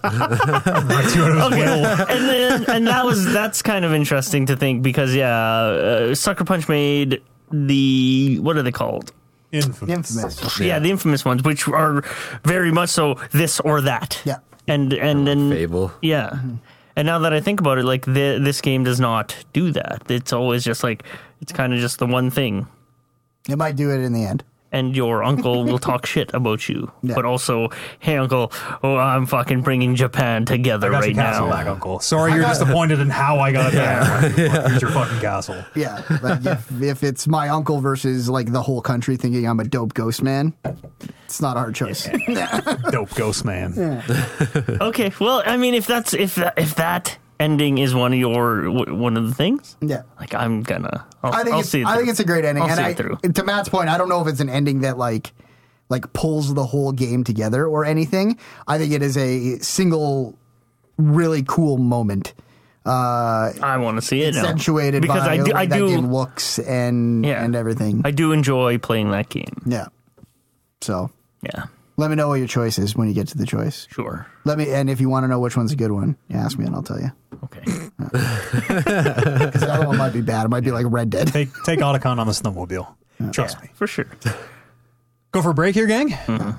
Speaker 4: Yeah.
Speaker 1: Knocks you out of his will.
Speaker 2: (laughs) and then, and that was that's kind of interesting to think because yeah, uh, Sucker Punch made the what are they called?
Speaker 1: Infamous.
Speaker 4: Infamous.
Speaker 2: Yeah. the infamous ones, which are very much so this or that.
Speaker 4: Yeah.
Speaker 2: and and then
Speaker 3: Fable.
Speaker 2: Yeah.
Speaker 4: Mm-hmm.
Speaker 2: And now that I think about it, like the, this game does not do that. It's always just like it's kind of just the one thing.
Speaker 4: It might do it in the end.
Speaker 2: and your uncle
Speaker 4: (laughs)
Speaker 2: will talk shit about you.
Speaker 4: Yeah.
Speaker 2: But also, hey, uncle, oh, I'm fucking bringing Japan together
Speaker 1: I got
Speaker 2: right
Speaker 1: your castle
Speaker 2: now.
Speaker 4: (laughs)
Speaker 1: back, Uncle. Sorry, you're disappointed in how I got it back.
Speaker 2: (laughs)
Speaker 1: Here's your fucking castle.
Speaker 4: Yeah, like if, if it's my uncle versus like the whole country thinking I'm a dope ghost man, it's not a hard choice.
Speaker 1: Dope ghost man.
Speaker 2: Okay, well, I mean, if that's if that, if that ending is one of your w- one of the things,
Speaker 4: (laughs) Yeah.
Speaker 2: like I'm gonna, I'll,
Speaker 4: I think
Speaker 2: I'll
Speaker 4: it's,
Speaker 2: see. It
Speaker 4: I think
Speaker 2: through.
Speaker 4: it's a great ending.
Speaker 2: I'll
Speaker 4: and
Speaker 2: see
Speaker 4: I,
Speaker 2: it through.
Speaker 4: to Matt's point, I don't know if it's an ending that like like pulls the whole game together or anything. I think it is a single really cool moment
Speaker 2: I want to see it now.
Speaker 4: accentuated
Speaker 2: because
Speaker 4: by
Speaker 2: I do,
Speaker 4: the way
Speaker 2: I
Speaker 4: that
Speaker 2: do,
Speaker 4: game looks and
Speaker 2: Yeah.
Speaker 4: and everything.
Speaker 2: I do enjoy playing that game.
Speaker 4: yeah. So
Speaker 2: Yeah,
Speaker 4: let me know what your choice is when you get to the choice.
Speaker 2: sure.
Speaker 4: Let me and if you want to know which one's a good one, you ask me and I'll tell you.
Speaker 2: (laughs) Okay.
Speaker 4: Because the other one might be bad. It might be like Red Dead.
Speaker 1: Take take Otacon on the snowmobile. Trust me. (laughs)
Speaker 2: For sure.
Speaker 1: Go for a break here, gang.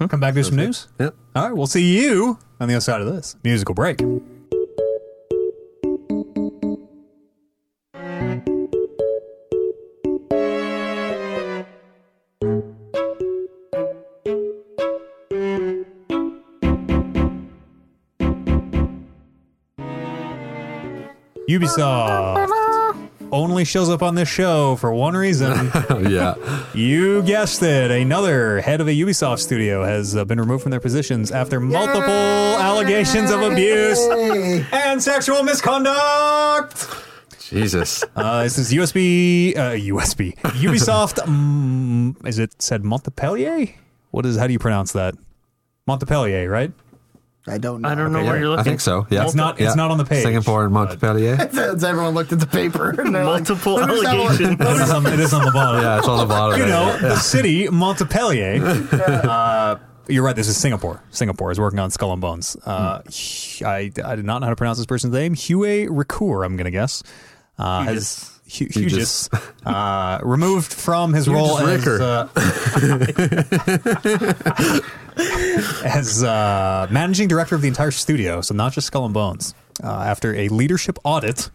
Speaker 1: Come back, do some news.
Speaker 3: Yep.
Speaker 1: All right, we'll see you on the other side of this musical break. Ubisoft only shows up on this show for one reason.
Speaker 3: Oh, yeah.
Speaker 1: You guessed it. Another head of a Ubisoft studio has uh, been removed from their positions after multiple allegations of abuse
Speaker 4: Hey.
Speaker 1: and sexual misconduct.
Speaker 3: Jesus.
Speaker 1: Uh, this is USB, uh, USB, Ubisoft. (laughs) um, is it said Montpellier? What is? How do you pronounce that? Montpellier, right?
Speaker 4: I don't know. (laughs)
Speaker 2: I don't know where you're looking.
Speaker 3: I think so. Yeah.
Speaker 1: It's not- it's not on the page,
Speaker 3: Singapore and Montpellier.
Speaker 1: (laughs)
Speaker 4: Since everyone looked at the paper. (laughs) and they're like,
Speaker 2: Multiple
Speaker 4: "Let me just have a look."
Speaker 2: allegations.
Speaker 1: It is on, it is on the bottom.
Speaker 3: yeah, it's on the bottom.
Speaker 1: You
Speaker 3: there.
Speaker 1: know, the city Montpellier. Uh, you're right. This is Singapore. Singapore is working on Skull and Bones. Uh, I, I did not know how to pronounce this person's name. Hue Ricoeur, I'm going to guess. Uh, has Hu- Hugis,
Speaker 3: Hugis.
Speaker 1: uh, removed from his role as,
Speaker 3: Ricker.
Speaker 1: uh, (laughs) as uh, managing director of the entire studio, so not just Skull and Bones. Uh, after a leadership audit,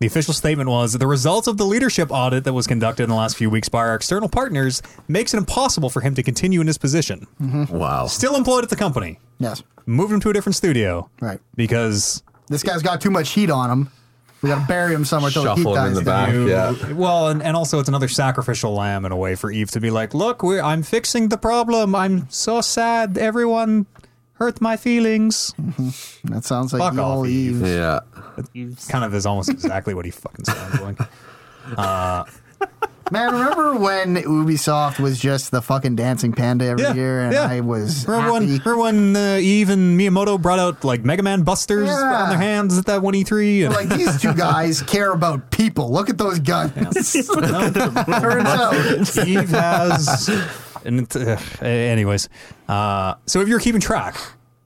Speaker 1: the official statement was the results of the leadership audit that was conducted in the last few weeks by our external partners makes it impossible for him to continue in his position.
Speaker 3: Wow.
Speaker 1: Still employed at the company,
Speaker 4: Yes.
Speaker 1: moved him to a different studio,
Speaker 4: Right.
Speaker 1: Because
Speaker 4: This guy's got too much heat on him. We got to bury him somewhere till the heat
Speaker 3: Shuffle him
Speaker 4: dies
Speaker 3: in the
Speaker 4: down.
Speaker 3: back. Yeah.
Speaker 1: well, and, and also it's another sacrificial lamb in a way for Eve to be like, look, we're, I'm fixing the problem. I'm so sad. Everyone hurt my feelings.
Speaker 4: That sounds like
Speaker 1: Fuck
Speaker 4: you
Speaker 1: off,
Speaker 4: all
Speaker 1: Eve.
Speaker 4: Eve.
Speaker 3: Yeah.
Speaker 1: Kind of is almost exactly what he fucking sounds like.
Speaker 4: Man, remember when Ubisoft was just the fucking dancing panda every
Speaker 1: Yeah,
Speaker 4: year, and
Speaker 1: yeah.
Speaker 4: I was
Speaker 1: Remember when,
Speaker 4: happy.
Speaker 1: remember when uh, Eve and Miyamoto brought out like Mega Man busters
Speaker 4: Yeah.
Speaker 1: on their hands at that one E3? And
Speaker 4: like these two guys care about people. Look at those
Speaker 2: (laughs)
Speaker 4: guns. (laughs) Turns
Speaker 1: (laughs)
Speaker 4: out,
Speaker 1: Eve has. And it- uh, anyways, uh, so if you're keeping track,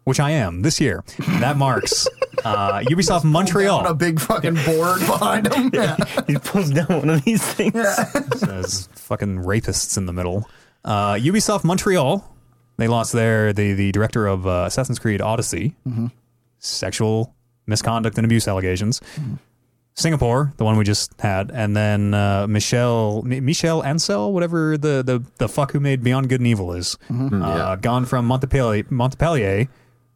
Speaker 1: which I am this year, that marks uh, Ubisoft
Speaker 4: on a
Speaker 1: Montreal
Speaker 4: big fucking board behind them. Yeah.
Speaker 2: he pulls down one of these things.
Speaker 1: (laughs) says fucking rapists in the middle. Uh, Ubisoft Montreal, they lost their the the director of uh, Assassin's Creed Odyssey, sexual misconduct and abuse allegations. Singapore, the one we just had, and then uh, Michelle M- Michelle Ansel, whatever the, the the fuck who made Beyond Good and Evil is, uh, gone from Montpellier, Montpellier,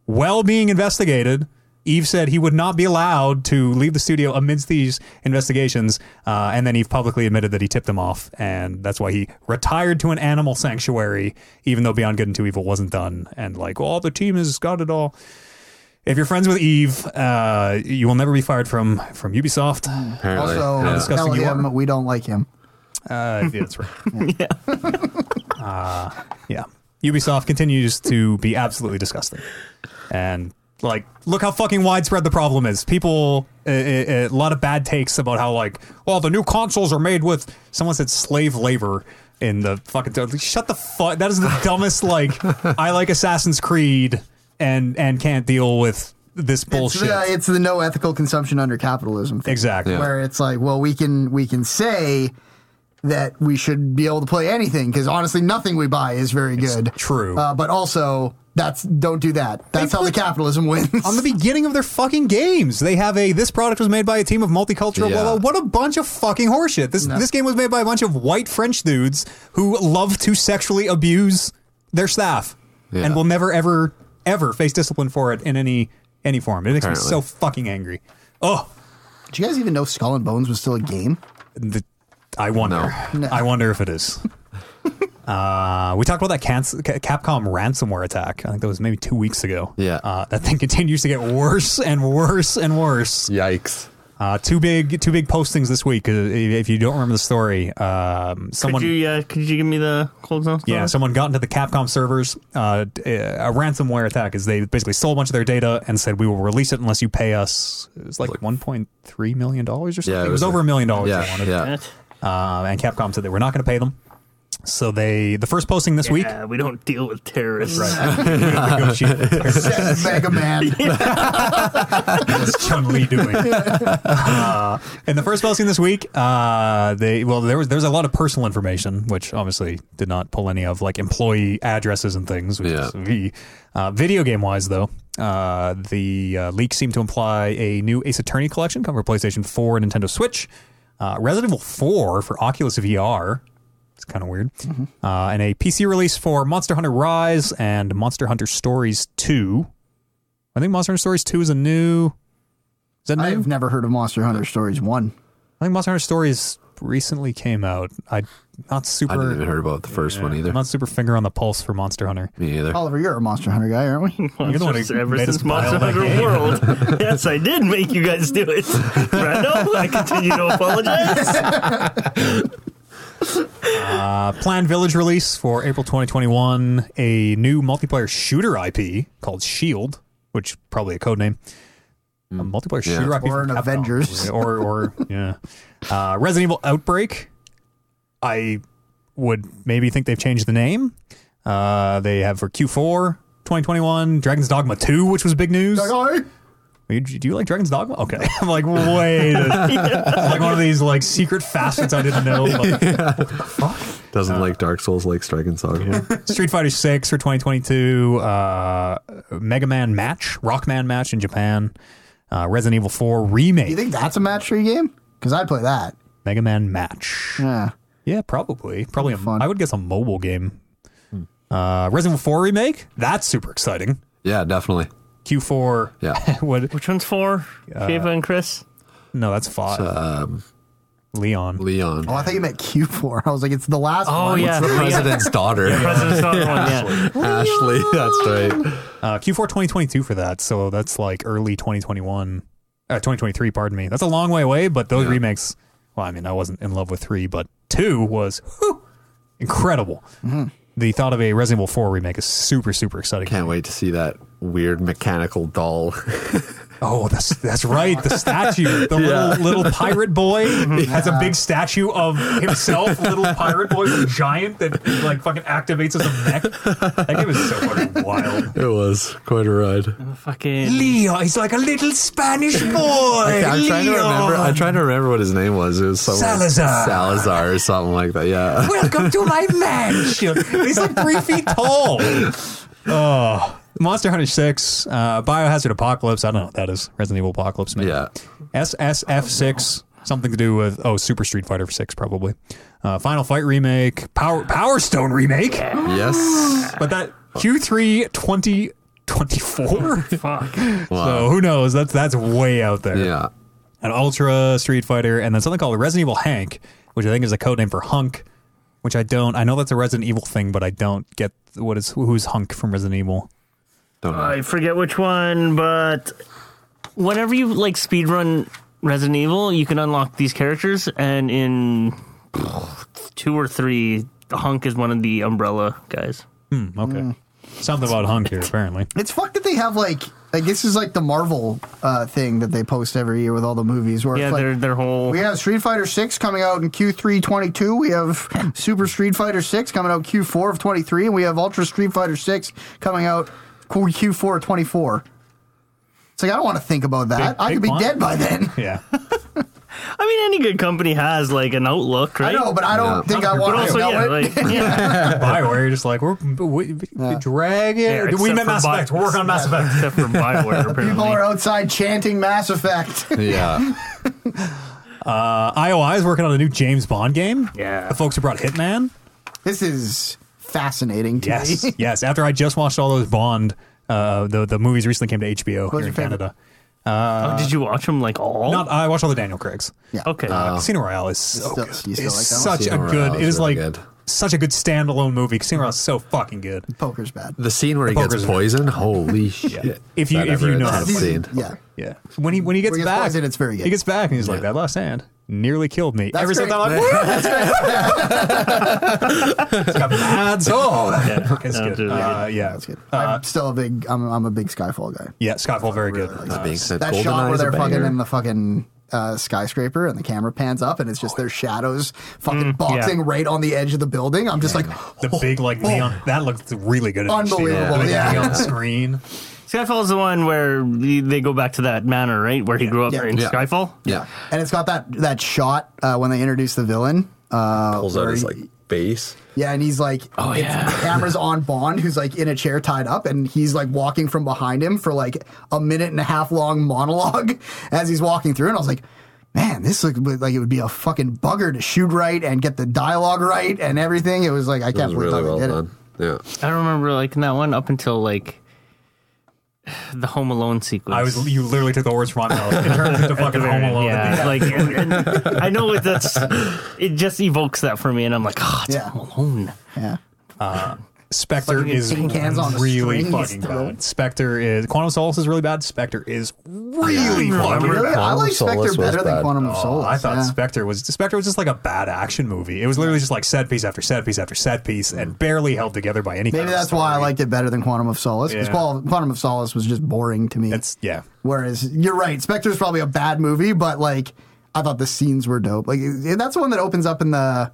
Speaker 1: well being investigated. Eve said he would not be allowed to leave the studio amidst these investigations, uh, and then Eve publicly admitted that he tipped them off, and that's why he retired to an animal sanctuary, even though Beyond Good and Two Evil wasn't done, and like, all the team has got it all. If you're friends with Eve, uh, you will never be fired from from Ubisoft.
Speaker 3: Apparently.
Speaker 4: Also,
Speaker 3: yeah.
Speaker 1: disgusting
Speaker 4: tell
Speaker 1: you
Speaker 4: him
Speaker 1: are.
Speaker 4: we don't like him.
Speaker 1: Uh, yeah, that's right. yeah. Uh, yeah. Ubisoft continues to be absolutely disgusting, and like, look how fucking widespread the problem is. People, uh, a, a, a lot of bad takes about how like, well, the new consoles are made with someone said slave labor in the fucking. like, Shut the fuck. That is the (laughs) dumbest. like, I like Assassin's Creed and and can't deal with this
Speaker 4: It's
Speaker 1: bullshit.
Speaker 4: the, it's the no ethical consumption under capitalism thing.
Speaker 1: exactly.
Speaker 3: Yeah.
Speaker 4: where it's like, well, we can we can say that we should be able to play anything because honestly, nothing we buy is very good.
Speaker 1: true.
Speaker 4: uh, but also That's don't do that. That's how the capitalism (laughs) wins.
Speaker 1: on the beginning of their fucking games. They have a this product was made by a team of multicultural
Speaker 3: Yeah.
Speaker 1: blah blah. What a bunch of fucking horseshit. This this game was made by a bunch of white French dudes who love to sexually abuse their staff
Speaker 3: Yeah.
Speaker 1: and will never ever ever face discipline for it in any any form. It makes
Speaker 3: Apparently.
Speaker 1: me so fucking angry. Oh,
Speaker 4: Do you guys even know Skull and Bones was still a game?
Speaker 1: the, I wonder.
Speaker 4: No.
Speaker 1: I wonder if it is. Uh, we talked about that canc- Ca- Capcom ransomware attack. I think that was maybe two weeks ago.
Speaker 3: Yeah.
Speaker 1: Uh, that thing (laughs) continues to get worse and worse and worse.
Speaker 3: Yikes.
Speaker 1: Uh, two big, two big postings this week. Uh, If you don't remember the story, um, someone,
Speaker 2: Could you, uh, could you give me the cold zone?
Speaker 1: yeah, someone got into the Capcom servers. Uh, d- a ransomware attack is they basically stole a bunch of their data and said we will release it unless you pay us. It was like, one point three million dollars or something.
Speaker 3: Yeah,
Speaker 1: it, was, over a million dollars. they
Speaker 3: Yeah,
Speaker 1: wanted.
Speaker 3: yeah.
Speaker 2: That?
Speaker 1: Uh, and Capcom said they were not going to pay them. So they, the first posting this week,
Speaker 2: Yeah, we don't deal with terrorists. (laughs)
Speaker 1: negotiated with their
Speaker 4: Mega Man. (laughs)
Speaker 1: What's Chun Li doing? Uh, in the first posting this week, uh, they well there was there's a lot of personal information which obviously did not pull any of like employee addresses and things. Which
Speaker 3: Yeah.
Speaker 1: is V. Uh, video game wise though, uh, the uh, leak seemed to imply a new Ace Attorney collection coming for PlayStation 4 and Nintendo Switch. Uh, Resident Evil 4 for Oculus VR. It's kind of weird. Uh, and a PC release for Monster Hunter Rise and Monster Hunter Stories 2. I think Monster Hunter Stories 2 is a new. Is that new?
Speaker 4: I've never heard of Monster Hunter Stories 1.
Speaker 1: I think Monster Hunter Stories recently came out. I not
Speaker 3: I didn't even
Speaker 1: super
Speaker 3: hear about the first one either.
Speaker 1: I'm not super finger on the pulse for Monster Hunter.
Speaker 3: Me either.
Speaker 4: Oliver, you're a Monster Hunter guy, aren't (laughs) we?
Speaker 1: You're the one who
Speaker 2: ever
Speaker 1: made us
Speaker 2: since
Speaker 1: buy
Speaker 2: Monster
Speaker 1: all that
Speaker 2: Hunter
Speaker 1: game. (laughs)
Speaker 2: World. yes, I did make you guys do it. Brando, I continue to
Speaker 1: (laughs)
Speaker 2: apologize.
Speaker 1: Uh, planned Village release for April 2021. A new multiplayer shooter IP called Shield, E which probably a code name. A multiplayer
Speaker 3: Yeah.
Speaker 1: shooter IP
Speaker 4: Or
Speaker 1: from
Speaker 4: an
Speaker 1: Capcom. (laughs)
Speaker 4: Avengers.
Speaker 1: or or yeah. Uh, Resident Evil Outbreak. I would maybe think they've changed the name. Uh, they have for Q4 2021 Dragon's Dogma 2, which was big news. You- do you like Dragon's Dogma? Okay. (laughs) I'm like, wait. (laughs) It's like one of these like secret facets I didn't know. But Uh.
Speaker 3: Doesn't like Dark Souls, likes Dragon Song.
Speaker 1: Street Fighter 6 for 2022, uh, Mega Man Match, Rockman Match in Japan, uh, Resident Evil 4 Remake,
Speaker 4: You think that's a match three game? Because I'd play that.
Speaker 1: Mega Man Match.
Speaker 4: Yeah.
Speaker 1: Yeah, probably. Probably a,
Speaker 4: fun.
Speaker 1: I would guess a mobile game.
Speaker 3: Hmm.
Speaker 1: Uh, Resident Evil 4 Remake? That's super exciting.
Speaker 3: (laughs) Yeah, definitely.
Speaker 1: Q4.
Speaker 3: Yeah.
Speaker 1: (laughs) what?
Speaker 2: Which one's for? Shava and Chris?
Speaker 1: No, that's 5.
Speaker 3: Um,
Speaker 1: Leon.
Speaker 3: Leon.
Speaker 4: Oh, I thought you meant Q4. (laughs) I was like, it's the last
Speaker 1: Oh,
Speaker 4: one.
Speaker 2: Oh,
Speaker 1: (laughs)
Speaker 2: yeah.
Speaker 3: The president's daughter.
Speaker 2: President's not one, yeah.
Speaker 3: (laughs) Ashley. That's right.
Speaker 1: Uh, Q4 2022 for that, so that's like early 2021, uh, 2023. Pardon me. That's a long way away, but those remakes. Well, I mean, I wasn't in love with three, but two was whew, incredible. The thought of a Resident Evil 4 remake is super, super exciting.
Speaker 3: Can't wait to see that weird mechanical doll. (laughs)
Speaker 1: Oh, that's that's right. The statue, the little little pirate boy has a big statue of himself, little pirate boy, with a giant that like fucking activates his neck. That game is so fucking wild.
Speaker 3: it was quite a ride.
Speaker 2: Fucking.
Speaker 1: Leo, he's like a little
Speaker 3: (laughs)
Speaker 1: Spanish boy.
Speaker 3: I'm trying to remember. I'm trying to remember what his name was. It was something like
Speaker 1: Salazar.
Speaker 3: Salazar or something like that.
Speaker 1: (laughs)
Speaker 3: Yeah.
Speaker 1: Welcome to
Speaker 3: (laughs)
Speaker 1: my mansion. He's like three feet tall. Oh, Monster Hunter Six, uh, Biohazard Apocalypse. I don't know what that is. Resident Evil Apocalypse, maybe.
Speaker 3: Yeah.
Speaker 1: SSF Six, something to do with oh Super Street Fighter Six, probably. Uh, Final Fight remake, Power Power Stone remake,
Speaker 3: Yes.
Speaker 1: but that Q3 2024.
Speaker 2: Fuck.
Speaker 1: So who knows? That's that's way out there.
Speaker 3: Yeah.
Speaker 1: an Ultra Street Fighter, and then something called Resident Evil Hank, which I think is a codename for Hunk, which I don't. I know that's a Resident Evil thing, but I don't get what is who's Hunk from Resident Evil.
Speaker 3: Don't know.
Speaker 2: I forget which one, but whenever you like speedrun Resident Evil, you can unlock these characters, and in two or three, Hunk is one of the umbrella guys.
Speaker 1: Hmm, okay,
Speaker 4: Mm.
Speaker 1: something about Hunk here
Speaker 4: (laughs)
Speaker 1: apparently.
Speaker 4: It's fucked that they have like like this is like the Marvel uh, thing that they post every year with all the movies where
Speaker 2: Yeah,
Speaker 4: it's
Speaker 2: their
Speaker 4: like
Speaker 2: their whole
Speaker 4: we have Street Fighter 6 coming out in Q3 22. We have Super Street Fighter 6 coming out Q4 of 23 and we have Ultra Street Fighter 6 coming out Q- Q4 of 24. It's like I don't want to think about that.
Speaker 1: Big-
Speaker 4: I
Speaker 1: big
Speaker 4: could be
Speaker 1: one.
Speaker 4: dead by then.
Speaker 1: Yeah,
Speaker 2: I mean, any good company has like an outlook,
Speaker 4: I
Speaker 2: right?
Speaker 4: know, but I don't
Speaker 3: Yeah.
Speaker 4: think I
Speaker 2: But
Speaker 4: want to
Speaker 2: also,
Speaker 4: know
Speaker 2: yeah,
Speaker 4: it. (laughs)
Speaker 2: like, yeah.
Speaker 1: (laughs) Bioware, you're just like we're we, we, drag it. we
Speaker 2: except
Speaker 1: met
Speaker 2: for
Speaker 1: Mass
Speaker 2: Bi-
Speaker 1: Effect. We're
Speaker 2: (laughs)
Speaker 1: working on Mass Effect.
Speaker 2: except for Bioware.
Speaker 4: (laughs) People are
Speaker 2: Apparently,
Speaker 4: outside chanting Mass Effect. (laughs)
Speaker 3: Yeah.
Speaker 1: Uh, IOI is working on a new James Bond game.
Speaker 2: Yeah.
Speaker 1: the folks who brought
Speaker 2: (laughs)
Speaker 1: Hitman.
Speaker 4: this is fascinating to
Speaker 1: Yes,
Speaker 4: me.
Speaker 1: yes. After I just watched all those Bond, uh, the the movies recently came to HBO
Speaker 4: was
Speaker 1: here in
Speaker 4: your favorite?
Speaker 1: Canada.
Speaker 2: oh, did you watch them like all?
Speaker 1: Not I watched all the Daniel Craig's.
Speaker 4: yeah.
Speaker 2: okay.
Speaker 1: Uh,
Speaker 4: Uh,
Speaker 1: Casino Royale is so
Speaker 4: Still-
Speaker 1: good.
Speaker 4: you still
Speaker 1: It's
Speaker 4: like that one?
Speaker 1: such a
Speaker 3: Uh, Casino
Speaker 1: good.
Speaker 3: Royale
Speaker 1: It
Speaker 3: is
Speaker 1: is
Speaker 3: really
Speaker 1: like
Speaker 3: good.
Speaker 1: such a good standalone movie. Casino Royale is so fucking good.
Speaker 4: Poker's bad.
Speaker 3: The scene where he
Speaker 1: poker's
Speaker 3: gets
Speaker 1: in it.
Speaker 3: poisoned. Holy shit!
Speaker 1: If you-
Speaker 3: That
Speaker 1: if you
Speaker 3: ever-
Speaker 1: know
Speaker 3: that's
Speaker 1: how
Speaker 3: a
Speaker 1: to play.
Speaker 3: scene.
Speaker 4: Yeah.
Speaker 1: Yeah. When he when he gets
Speaker 4: When he gets
Speaker 1: back,
Speaker 4: poisoned, it's very good.
Speaker 1: He gets back and he's like, "That last hand nearly killed me." Every
Speaker 4: great.
Speaker 1: single time, I'm
Speaker 4: (laughs)
Speaker 1: like, (laughs) it's got mad
Speaker 3: (laughs)
Speaker 1: soul. Yeah, it's
Speaker 2: No,
Speaker 1: good.
Speaker 2: it's really
Speaker 1: Uh, yeah,
Speaker 4: That's good. I'm still a big. I'm, I'm a big Skyfall guy.
Speaker 1: yeah. Skyfall, very good. Uh,
Speaker 3: That being said,
Speaker 4: That
Speaker 3: Goldeneye
Speaker 4: shot where
Speaker 3: is a
Speaker 4: they're fucking
Speaker 3: banger.
Speaker 4: in the fucking uh, skyscraper and the camera pans up and it's just their shadows fucking boxing right on the edge of the building. I'm just like,
Speaker 1: the
Speaker 3: Oh.
Speaker 1: big like neon that looked really good. in HD.
Speaker 4: Oh. Unbelievable,
Speaker 1: The big
Speaker 4: yeah.
Speaker 1: neon screen.
Speaker 2: Skyfall's the one where the- they go back to that manor, right? Where he grew up
Speaker 4: Yeah.
Speaker 2: in
Speaker 3: Yeah.
Speaker 2: Skyfall.
Speaker 3: yeah,
Speaker 4: and it's got that that shot uh, when they introduce the villain. Uh,
Speaker 3: pulls out
Speaker 4: where
Speaker 3: his
Speaker 4: he-
Speaker 3: like base.
Speaker 4: Yeah, and he's like, oh yeah, cameras on Bond, who's like in a chair tied up, and he's like walking from behind him for like a minute and a half long monologue (laughs) as he's walking through, and I was like. Man, this looked like it would be a fucking bugger to shoot right and get the dialogue right and everything. It was like I
Speaker 3: It was
Speaker 4: can't believe
Speaker 3: really
Speaker 4: how
Speaker 3: well
Speaker 4: they did
Speaker 3: done. Yeah.
Speaker 2: I remember liking that one up until like the Home Alone sequence.
Speaker 1: I was you literally took the words from my mouth in terms
Speaker 3: (laughs)
Speaker 1: of the fucking Home Alone. (laughs)
Speaker 2: Yeah, like and, and I know it, that's it just evokes that for me, and I'm like, oh, it's
Speaker 4: Yeah.
Speaker 2: Home Alone.
Speaker 4: it. Yeah,
Speaker 1: Spectre
Speaker 4: Fucking
Speaker 1: is
Speaker 4: tin cans on a
Speaker 1: really
Speaker 4: string.
Speaker 1: fucking
Speaker 4: It's
Speaker 1: bad. Spectre is Quantum of Solace is really bad. Spectre is really fucking
Speaker 4: Really?
Speaker 1: bad.
Speaker 4: I
Speaker 3: Quantum
Speaker 4: like
Speaker 3: of Solace
Speaker 4: Spectre
Speaker 3: was
Speaker 4: better than
Speaker 3: bad.
Speaker 4: Quantum of
Speaker 1: Oh,
Speaker 4: Solace.
Speaker 1: I thought
Speaker 4: yeah.
Speaker 1: Spectre was Spectre was just like a bad action movie. It was literally just like set piece after set piece after set piece, and barely held together by any.
Speaker 4: Hmm. Maybe
Speaker 1: kind of
Speaker 4: that's why I
Speaker 1: story.
Speaker 4: liked it better than Quantum of Solace because
Speaker 1: Yeah.
Speaker 4: Quantum of Solace was just boring to me.
Speaker 1: It's yeah.
Speaker 4: Whereas you're right, Spectre's probably a bad movie, but like I thought the scenes were dope. Like it- that's the one that opens up in the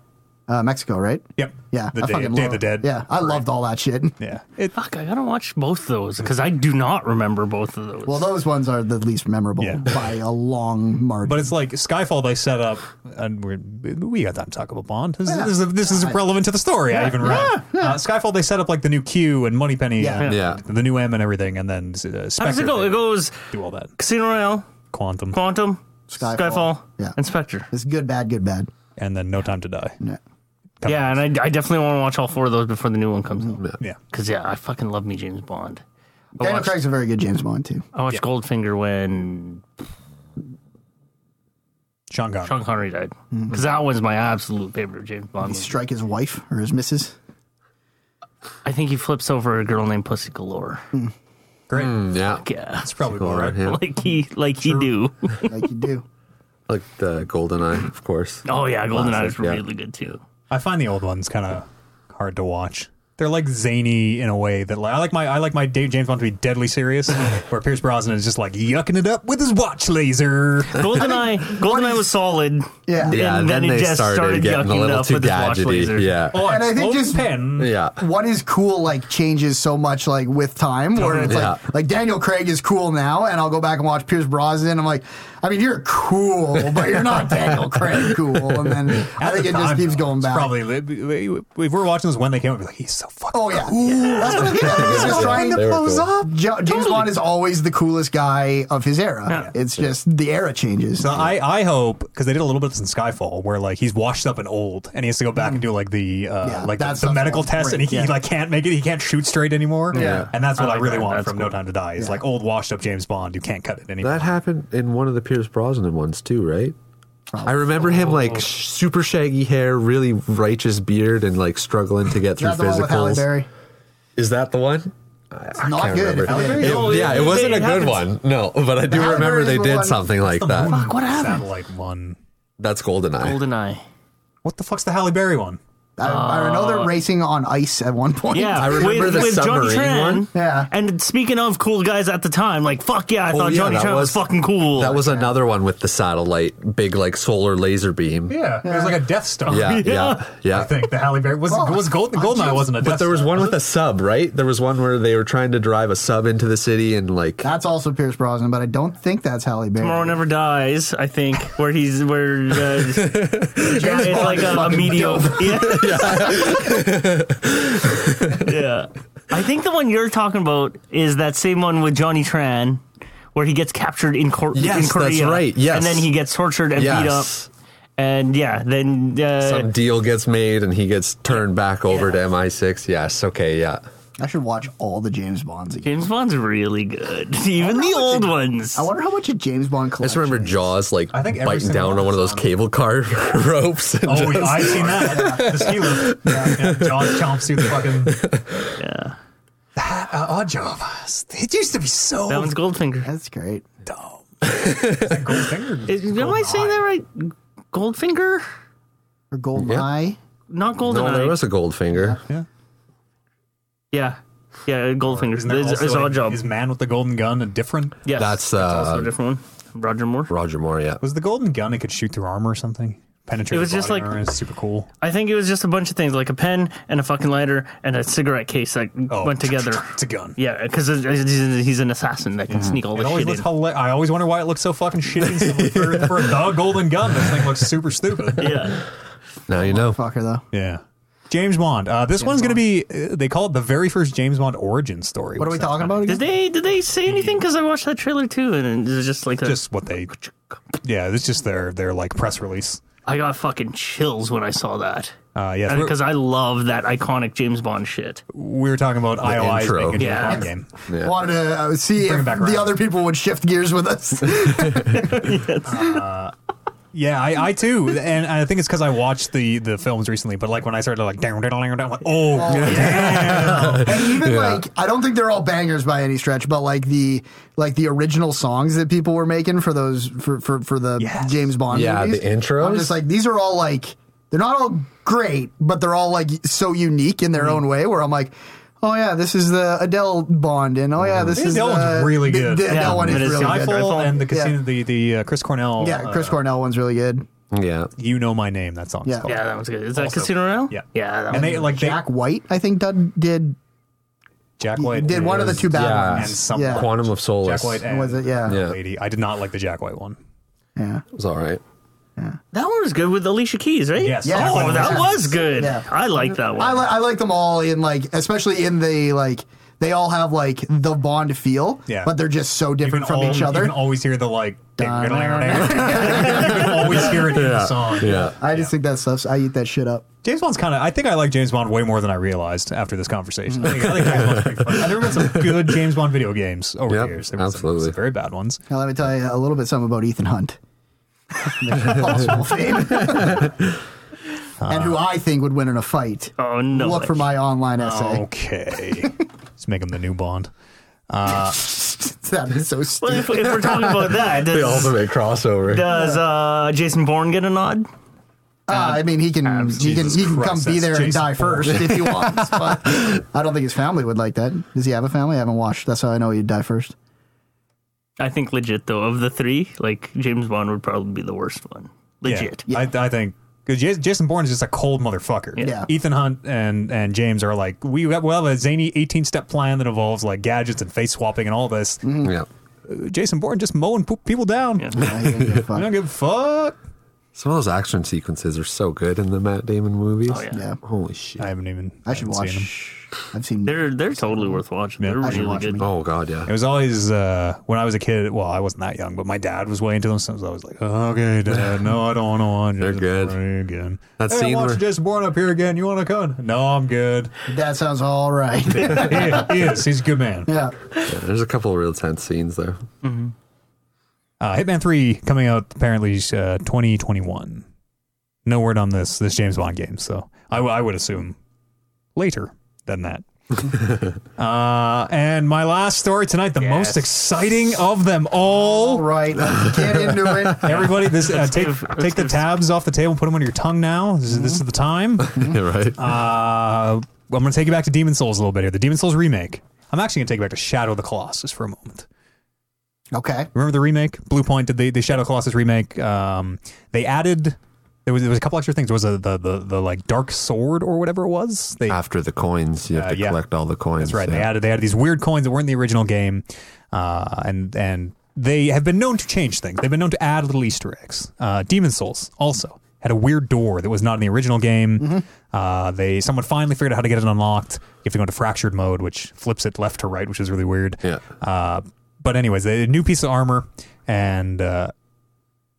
Speaker 4: uh, Mexico, right?
Speaker 1: Yep.
Speaker 4: Yeah,
Speaker 1: The
Speaker 4: I
Speaker 1: Day,
Speaker 4: fucking
Speaker 1: Day of
Speaker 4: love-
Speaker 1: the Dead.
Speaker 4: Yeah, I loved all that shit. (laughs)
Speaker 1: Yeah. It,
Speaker 2: Fuck, I gotta watch both those because I do not remember both of those.
Speaker 4: Well, those ones are the least memorable
Speaker 1: Yeah.
Speaker 4: by a long margin.
Speaker 1: but it's like Skyfall. They set up, and we're, we got time to talk about Bond. This, this is, this is relevant to the story. I even read uh, Skyfall. They set up like the new Q and Moneypenny,
Speaker 4: Yeah.
Speaker 1: and
Speaker 3: Yeah.
Speaker 1: the new M and everything, and then uh, Spectre.
Speaker 2: How does it go?
Speaker 1: they
Speaker 2: It goes
Speaker 1: do all that
Speaker 2: Casino Royale,
Speaker 1: quantum,
Speaker 2: Quantum,
Speaker 4: Skyfall.
Speaker 2: Skyfall,
Speaker 4: Yeah.
Speaker 2: and Spectre.
Speaker 4: it's good, bad, good, bad.
Speaker 1: and then No Time to Die.
Speaker 4: No.
Speaker 2: Yeah, and I, I definitely want to watch all four of those before the new one comes out.
Speaker 1: Yeah.
Speaker 2: Because yeah, I fucking love me James Bond. I
Speaker 4: Daniel
Speaker 2: watched,
Speaker 4: Craig's a very good James Bond too.
Speaker 2: I watched Goldfinger when
Speaker 1: Sean Connery.
Speaker 2: Sean Connery died
Speaker 4: Mm-hmm.
Speaker 2: because that one's my absolute favorite James Bond.
Speaker 4: Did he
Speaker 2: Movie.
Speaker 4: strike his wife or his missus?
Speaker 2: I think he flips over a girl named Pussy Galore.
Speaker 4: Mm.
Speaker 1: Great.
Speaker 3: Mm, Yeah.
Speaker 2: Yeah,
Speaker 1: It's probably more
Speaker 3: All
Speaker 1: Hmm. right.
Speaker 3: (laughs) right, yeah.
Speaker 2: like he like he do.
Speaker 4: Like you do.
Speaker 3: Like the Goldeneye, of course.
Speaker 2: Oh yeah, Goldeneye is
Speaker 3: yeah.
Speaker 2: really good
Speaker 4: (laughs)
Speaker 2: too.
Speaker 1: I find the old ones kind of hard to watch. They're like zany in a way that like I like my I like my Dave James Bond to be deadly (laughs) serious, where Pierce Brosnan is just like yucking it up with his watch laser.
Speaker 2: Goldeneye, Goldeneye was solid.
Speaker 4: Yeah.
Speaker 2: and
Speaker 3: Yeah, and
Speaker 2: then,
Speaker 3: then,
Speaker 2: it
Speaker 3: they
Speaker 2: just
Speaker 3: started, getting a
Speaker 2: yucking it
Speaker 3: little
Speaker 2: up
Speaker 3: too
Speaker 2: with his watch laser.
Speaker 3: gadgety. Yeah.
Speaker 1: (laughs) Oh,
Speaker 4: And I think
Speaker 1: slow
Speaker 4: just-
Speaker 1: pen.
Speaker 3: Yeah.
Speaker 4: what is cool like changes so much like with time where it's
Speaker 3: Yeah.
Speaker 4: like like Daniel Craig is cool now and I'll go back and watch Pierce Brosnan I'm like I mean you're cool but you're not Daniel Craig cool and then I
Speaker 1: At
Speaker 4: think
Speaker 1: the
Speaker 4: it just
Speaker 1: time,
Speaker 4: keeps
Speaker 1: though,
Speaker 4: going
Speaker 1: it's
Speaker 4: back
Speaker 1: Probably if we're watching this when they came out, we're like, he's so fucking. (laughs)
Speaker 4: Oh yeah, that's what I get. He's
Speaker 3: Yeah,
Speaker 4: trying to
Speaker 3: they were
Speaker 4: close
Speaker 3: cool.
Speaker 4: up. Jo- James Bond is always the coolest guy of his era.
Speaker 2: Yeah.
Speaker 4: It's just the era changes.
Speaker 1: So I, I hope because they did a little bit of this in Skyfall where like he's washed up and old and he has to go back and do like the uh,
Speaker 4: Yeah,
Speaker 1: like
Speaker 4: that
Speaker 1: the,
Speaker 4: stuff's
Speaker 1: medical
Speaker 4: all
Speaker 1: test and he,
Speaker 4: great, yeah.
Speaker 1: he like can't make it he can't shoot straight anymore
Speaker 4: Yeah.
Speaker 1: and that's what I,
Speaker 2: like
Speaker 1: really
Speaker 2: that.
Speaker 1: want
Speaker 2: That's
Speaker 1: from No
Speaker 2: cool.
Speaker 1: Time to Die is like old washed up James Bond you can't cut it anymore.
Speaker 3: That happened in one of the Pierce Brosnan ones too, right? I remember him like sh- super shaggy hair, really righteous beard, and like struggling to get
Speaker 4: Is
Speaker 3: through
Speaker 4: that the one with Halle
Speaker 3: physicals.
Speaker 4: Berry?
Speaker 3: Is that the one? I, I
Speaker 4: not good. Halle Berry-
Speaker 3: It-
Speaker 2: Oh,
Speaker 3: yeah,
Speaker 2: yeah,
Speaker 3: it wasn't
Speaker 2: it
Speaker 3: a good
Speaker 2: happens.
Speaker 3: one. No, but I do
Speaker 4: Halle
Speaker 3: remember
Speaker 4: Berry's
Speaker 3: they
Speaker 4: the
Speaker 3: did
Speaker 4: one-
Speaker 3: something like that.
Speaker 1: Fuck,
Speaker 2: what happened?
Speaker 1: Satellite one.
Speaker 3: That's Goldeneye.
Speaker 2: Goldeneye.
Speaker 1: What the fuck's the Halle Berry one?
Speaker 4: I, I know they're racing on ice at one point.
Speaker 2: Yeah,
Speaker 3: I remember
Speaker 2: with,
Speaker 3: the
Speaker 2: with Johnny
Speaker 3: submarine
Speaker 2: Tran.
Speaker 3: one.
Speaker 4: Yeah.
Speaker 2: And speaking of cool guys at the time, like fuck yeah, I
Speaker 3: Oh,
Speaker 2: thought
Speaker 3: yeah,
Speaker 2: Johnny
Speaker 3: that
Speaker 2: Tran was,
Speaker 3: was-
Speaker 2: fucking cool.
Speaker 3: That was another one with the satellite, big like solar laser beam.
Speaker 1: Yeah, it was like a Death Star.
Speaker 3: (laughs) yeah,
Speaker 2: Yeah.
Speaker 3: yeah. yeah.
Speaker 1: (laughs) I think the Halle Berry was was Gold Goldeneye wasn't a Death
Speaker 3: But there was
Speaker 1: Star.
Speaker 3: one with a sub, right? There was one where they were trying to drive a sub into the city and like
Speaker 4: That's also Pierce Brosnan, but I don't think that's Halle Berry.
Speaker 2: Tomorrow Never Dies, I think, where he's where (laughs) uh, it's like a, a mediocre. Yeah. (laughs) yeah, I think the one you're talking about is that same one with Johnny Tran, where he gets captured in, Cor-
Speaker 3: Yes,
Speaker 2: in
Speaker 3: that's
Speaker 2: Korea.
Speaker 3: right, yes.
Speaker 2: and then he gets tortured and beat up,
Speaker 3: yes.
Speaker 2: and yeah, then uh,
Speaker 3: Some deal gets made and he gets turned back over to MI6. Yes, okay, yeah.
Speaker 4: I should watch all the James Bonds again.
Speaker 2: James Bond's really good, (laughs) even the old ones.
Speaker 4: I wonder how much a James Bond
Speaker 3: I
Speaker 4: collection.
Speaker 3: just remember Jaws like
Speaker 1: I think every
Speaker 3: biting
Speaker 1: single
Speaker 3: down
Speaker 1: one
Speaker 3: on one of
Speaker 1: was
Speaker 3: those
Speaker 1: on
Speaker 3: cable car (laughs) ropes. And
Speaker 1: Oh,
Speaker 2: (laughs)
Speaker 3: just-
Speaker 1: yeah, I've seen that. the ski lift. Yeah. John chomps through the
Speaker 2: (laughs)
Speaker 1: fucking
Speaker 2: Yeah,
Speaker 1: uh, odd job. It used to be so
Speaker 2: that one's Goldfinger.
Speaker 4: That's great.
Speaker 1: dumb. Is that Goldfinger?
Speaker 2: Is, am I saying that right? Goldfinger,
Speaker 4: Or Goldeneye.
Speaker 2: not Goldeneye.
Speaker 3: no, there was a Goldfinger.
Speaker 1: Yeah.
Speaker 2: Yeah. Yeah, Goldfinger. It's, it's odd job.
Speaker 1: Is Man with the Golden Gun a different?
Speaker 2: Yes.
Speaker 3: That's,
Speaker 2: also
Speaker 3: uh,
Speaker 2: a different one. Roger Moore.
Speaker 3: Roger Moore, yeah.
Speaker 1: Was the Golden Gun it could shoot through armor or something? Penetrate.
Speaker 2: It was
Speaker 1: the
Speaker 2: just
Speaker 1: body
Speaker 2: like-
Speaker 1: armor, It's super cool.
Speaker 2: I think it was just a bunch of things like a pen and a fucking lighter and a cigarette case that
Speaker 1: Oh.
Speaker 2: went together.
Speaker 1: It's a gun.
Speaker 2: Yeah, because he's an assassin that can sneak all
Speaker 1: It
Speaker 2: the
Speaker 1: always
Speaker 2: shit
Speaker 1: looks
Speaker 2: in.
Speaker 1: hila- I always wonder why it looks so fucking shitty for,
Speaker 2: (laughs)
Speaker 1: for the golden gun. This thing looks super stupid.
Speaker 2: yeah.
Speaker 1: (laughs)
Speaker 3: Now you know.
Speaker 4: Fucker, though.
Speaker 1: Yeah. James Bond. Uh, this one's going to be, uh, they call it the very first James Bond origin story.
Speaker 4: What are we
Speaker 1: which
Speaker 4: talking about again?
Speaker 2: Did they did they say anything? Because I watched that trailer too, and it was just like a,
Speaker 1: is Just what they, yeah, it's just their, their like press release.
Speaker 2: I got fucking chills when I saw that.
Speaker 1: Uh, yeah,
Speaker 2: because I love that iconic James Bond shit.
Speaker 1: We were talking about IOI's
Speaker 3: intro.
Speaker 1: making a
Speaker 2: Yeah.
Speaker 1: James Bond game.
Speaker 3: Yeah.
Speaker 4: Wanted to uh, see
Speaker 1: Bring
Speaker 4: if
Speaker 1: it back around.
Speaker 4: the other people would shift gears
Speaker 3: (laughs)
Speaker 4: with us.
Speaker 1: Yeah, I, I too, and I think it's because I watched the the films recently. But like when I started like down down down down, like oh,
Speaker 4: and even like I don't think they're all bangers by any stretch, but like the like the original songs that people were making for those for for, for the
Speaker 1: Yes.
Speaker 4: James Bond
Speaker 3: Yeah,
Speaker 4: movies,
Speaker 3: the intros?
Speaker 4: I'm just like these are all like they're not all great, but they're all like so unique in their
Speaker 1: Mm-hmm.
Speaker 4: own way. Where I'm like. Oh yeah, this is the Adele Bond, and oh yeah, this
Speaker 1: Mm-hmm. The
Speaker 4: is
Speaker 1: Adele
Speaker 4: the,
Speaker 1: one's really
Speaker 4: the-
Speaker 1: good.
Speaker 4: The, Adele
Speaker 2: Yeah,
Speaker 4: one
Speaker 2: it
Speaker 4: is
Speaker 2: is
Speaker 4: really
Speaker 2: the
Speaker 4: good.
Speaker 2: iPhone.
Speaker 1: Eiffel and the
Speaker 4: Yeah.
Speaker 1: casino, the the uh, Chris Cornell.
Speaker 4: Yeah, Chris
Speaker 1: uh,
Speaker 4: Cornell one's really good.
Speaker 3: Yeah.
Speaker 1: you know my name. That song's
Speaker 4: Yeah.
Speaker 1: called.
Speaker 2: Yeah, that was good. Is that
Speaker 1: Also-
Speaker 2: Casino Royale?
Speaker 1: Yeah.
Speaker 2: yeah. That
Speaker 1: and
Speaker 2: was
Speaker 1: they like
Speaker 4: Jack White, I think, did did,
Speaker 1: they, Jack White
Speaker 4: did one of the
Speaker 1: is-
Speaker 4: two bad
Speaker 3: yeah.
Speaker 1: and
Speaker 4: ones.
Speaker 1: some
Speaker 4: yeah.
Speaker 3: Quantum of Solace.
Speaker 1: Jack White and
Speaker 4: Was it? Yeah.
Speaker 3: Yeah.
Speaker 1: lady. I did not like the Jack White one.
Speaker 4: yeah.
Speaker 3: It was all right.
Speaker 2: That one was good with Alicia Keys, right?
Speaker 1: Yes.
Speaker 4: Yes.
Speaker 2: Oh, that
Speaker 4: Yeah.
Speaker 2: was good.
Speaker 4: Yeah.
Speaker 2: I like that one.
Speaker 4: I, li- I like them all in like, especially in the like, they all have like the Bond feel,
Speaker 1: Yeah.
Speaker 4: but they're just so
Speaker 1: You
Speaker 4: different
Speaker 1: can,
Speaker 4: from
Speaker 1: al-
Speaker 4: each
Speaker 1: you
Speaker 4: other.
Speaker 1: can always hear the like. you
Speaker 4: Dun-
Speaker 1: (laughs) can always hear it in the song.
Speaker 3: Yeah.
Speaker 4: I just think that stuff's, I eat that shit up.
Speaker 1: James Bond's kind of. I think I like James Bond way more than I realized after this conversation. I think, I think James Bond's pretty fun. And there have been some good James Bond video games over
Speaker 3: Yep,
Speaker 1: the years. There were some-
Speaker 3: absolutely.
Speaker 1: some very bad ones.
Speaker 4: Now, let me tell you a little bit something about
Speaker 1: (laughs)
Speaker 4: Ethan Hunt. Possible fame. and who
Speaker 1: Uh.
Speaker 4: I think would win in a fight.
Speaker 2: oh no!
Speaker 4: Look for my online essay. (laughs)
Speaker 1: Okay, let's make him the new Bond.
Speaker 4: That is so
Speaker 2: Well,
Speaker 4: stupid.
Speaker 2: if, if we're talking about that, (laughs)
Speaker 3: The
Speaker 2: does,
Speaker 3: ultimate crossover.
Speaker 2: does uh, Jason Bourne get a nod?
Speaker 4: Uh, I mean, he can he can,
Speaker 1: Jesus
Speaker 4: he can come
Speaker 1: Christ,
Speaker 4: be
Speaker 1: that's
Speaker 4: there and
Speaker 1: Jason
Speaker 4: die
Speaker 1: Bourne.
Speaker 4: first if
Speaker 1: (laughs)
Speaker 4: he wants, but I don't think his family would like that. Does he have a family? I haven't watched. That's how I know he'd
Speaker 1: (laughs)
Speaker 4: die first.
Speaker 2: I think legit though. Of the three, like James Bond would probably be the worst one. Legit.
Speaker 1: Yeah, I, I think because Jason Bourne is just a cold motherfucker.
Speaker 4: Yeah.
Speaker 1: Ethan Hunt and and James are like we have, well a zany eighteen step plan that involves like gadgets and face swapping and all this.
Speaker 3: Yeah.
Speaker 1: Jason Bourne just mowing poop people down.
Speaker 2: Yeah.
Speaker 4: I don't give a
Speaker 1: I
Speaker 4: fuck.
Speaker 1: don't give a fuck.
Speaker 3: Some of those action sequences are so good in the Matt Damon movies.
Speaker 2: Oh, yeah.
Speaker 4: Yeah.
Speaker 3: Holy shit.
Speaker 1: I haven't even.
Speaker 4: I should
Speaker 1: haven't seen him.
Speaker 4: watch. I've seen.
Speaker 2: They're they're totally worth watching. They're
Speaker 1: I
Speaker 4: should
Speaker 2: really
Speaker 4: watch
Speaker 2: good.
Speaker 4: them.
Speaker 3: Oh god, yeah.
Speaker 1: It was always uh, when I was a kid. Well, I wasn't that young, but my dad was way into them. So I was always like, oh, "Okay, dad, no, I don't want to watch." They're
Speaker 3: good.
Speaker 1: again.
Speaker 3: That
Speaker 1: hey,
Speaker 3: scene
Speaker 1: watch
Speaker 3: where-
Speaker 1: Jason Bourne up here again. You want to come? No, I'm good.
Speaker 4: That sounds all right.
Speaker 1: (laughs) he, he is. He's a good man.
Speaker 4: yeah.
Speaker 3: Yeah, There's a couple of real tense scenes (laughs) there.
Speaker 1: Uh, Hitman Three coming out apparently uh, 2021. (laughs) No word on this this James Bond game, so I, w- I would assume later than that. uh, and my last story tonight, the most
Speaker 2: Yes.
Speaker 1: exciting of them all.
Speaker 4: All right, let's get into it.
Speaker 1: (laughs) Everybody, this uh, take
Speaker 2: give- let's
Speaker 1: take the
Speaker 2: give-
Speaker 1: tabs off the table, put them on your tongue now. This, is this is the time.
Speaker 3: right?
Speaker 1: Mm-hmm. Uh, I'm going to take you back to Demon Souls a little bit here. The Demon Souls remake. I'm actually going to take you back to Shadow of the Colossus for a moment. (laughs)
Speaker 4: Okay.
Speaker 1: Remember the remake? Blue Point did the, the Shadow of the Colossus remake. Um, they added there was there was a couple extra things. There was a, the, the the like dark sword or whatever it was. They
Speaker 3: After the coins, you have
Speaker 1: Uh,
Speaker 3: to
Speaker 1: yeah.
Speaker 3: collect all the coins.
Speaker 1: That's right.
Speaker 3: yeah.
Speaker 1: They added they added these weird coins that weren't in the original game, uh, and and they have been known to change things. They've been known to add little Easter eggs. Uh, Demon Souls also had a weird door that was not in the original game.
Speaker 3: Mm-hmm.
Speaker 1: Uh, they someone finally figured out how to get it unlocked. You have to go into fractured mode, which flips it left to right, which is really weird.
Speaker 3: Yeah.
Speaker 1: Uh, but anyways, they had a new piece of armor and. Uh,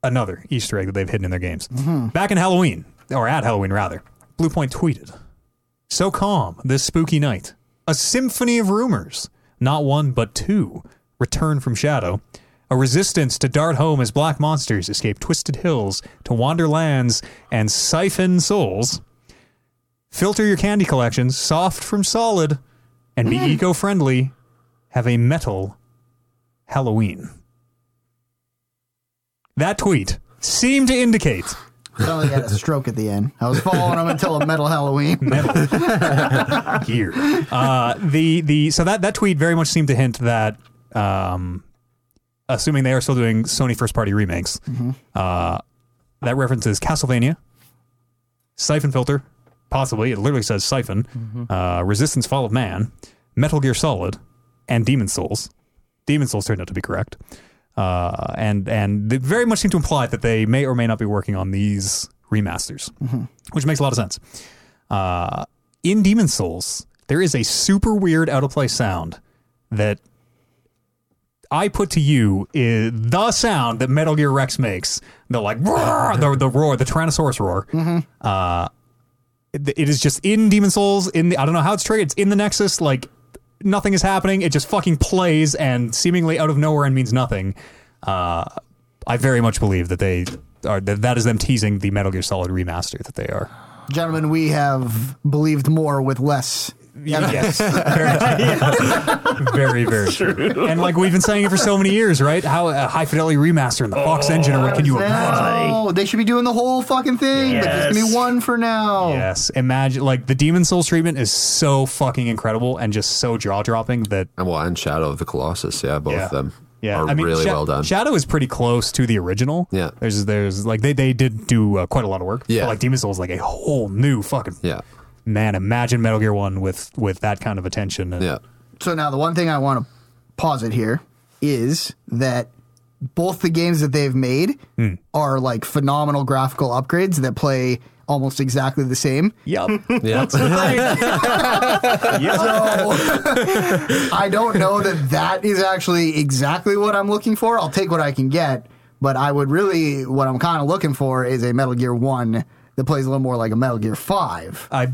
Speaker 1: another Easter egg that they've hidden in their games. Back in Halloween, or at Halloween rather, Blue Point tweeted, "So calm this spooky night, a symphony of rumors, not one but two, return from shadow." A resistance to dart home as black monsters escape twisted hills to wander lands and siphon souls. Filter your candy collections, soft from solid, and be eco friendly. Have a metal Halloween. That tweet seemed to indicate
Speaker 4: Somebody Oh, had a stroke at the end. I was following him until a metal Halloween.
Speaker 1: here. Uh, the the so that that tweet very much seemed to hint that, um, assuming they are still doing Sony first party remakes, uh, that references Castlevania, Siphon Filter, possibly it literally says Siphon, uh, Resistance Fall of Man, Metal Gear Solid, and Demon Souls. Demon Souls turned out to be correct, uh, and and they very much seem to imply that they may or may not be working on these remasters, which makes a lot of sense. Uh, in Demon Souls, there is a super weird out of place sound that I put to you is the sound that Metal Gear Rex makes. The like roar, the, the roar, the Tyrannosaurus roar. Uh, it, it is just in Demon Souls. In the, I don't know how it's triggered. It's in the Nexus. Like nothing is happening. It just fucking plays and seemingly out of nowhere and means nothing. Uh, I very much believe that they are that that is them teasing the Metal Gear Solid remaster that they are.
Speaker 4: Gentlemen, we have believed more with less.
Speaker 1: Yes. (laughs)
Speaker 3: (laughs)
Speaker 1: very, very, very true. And like we've been saying it for so many years, right? How a high fidelity remaster in the Fox
Speaker 3: Oh,
Speaker 1: engine, or what can you imagine?
Speaker 4: No, they should be doing the whole fucking thing, but just give me
Speaker 2: Yes.
Speaker 4: one for now.
Speaker 1: Yes, imagine like the Demon Souls treatment is so fucking incredible and just so jaw dropping that
Speaker 3: And well, and Shadow of the Colossus, yeah, both
Speaker 1: yeah,
Speaker 3: of them
Speaker 1: yeah,
Speaker 3: are
Speaker 1: I mean,
Speaker 3: really
Speaker 1: Sha-
Speaker 3: well done.
Speaker 1: Shadow is pretty close to the original.
Speaker 3: Yeah.
Speaker 1: there's there's like they they did do uh, quite a lot of work.
Speaker 3: Yeah.
Speaker 1: but, like Demon Souls, is, like a whole new fucking
Speaker 3: yeah,
Speaker 1: man. Imagine Metal Gear One with with that kind of attention. And,
Speaker 3: yeah,
Speaker 4: So now the one thing I want to posit here is that both the games that they've made
Speaker 1: Hmm.
Speaker 4: are like phenomenal graphical upgrades that play almost exactly the same.
Speaker 1: Yup.
Speaker 3: (laughs) yeah.
Speaker 4: I don't know that that is actually exactly what I'm looking for. I'll take what I can get, but I would really what I'm kind of looking for is a Metal Gear 1 that plays a little more like a Metal Gear 5.
Speaker 1: I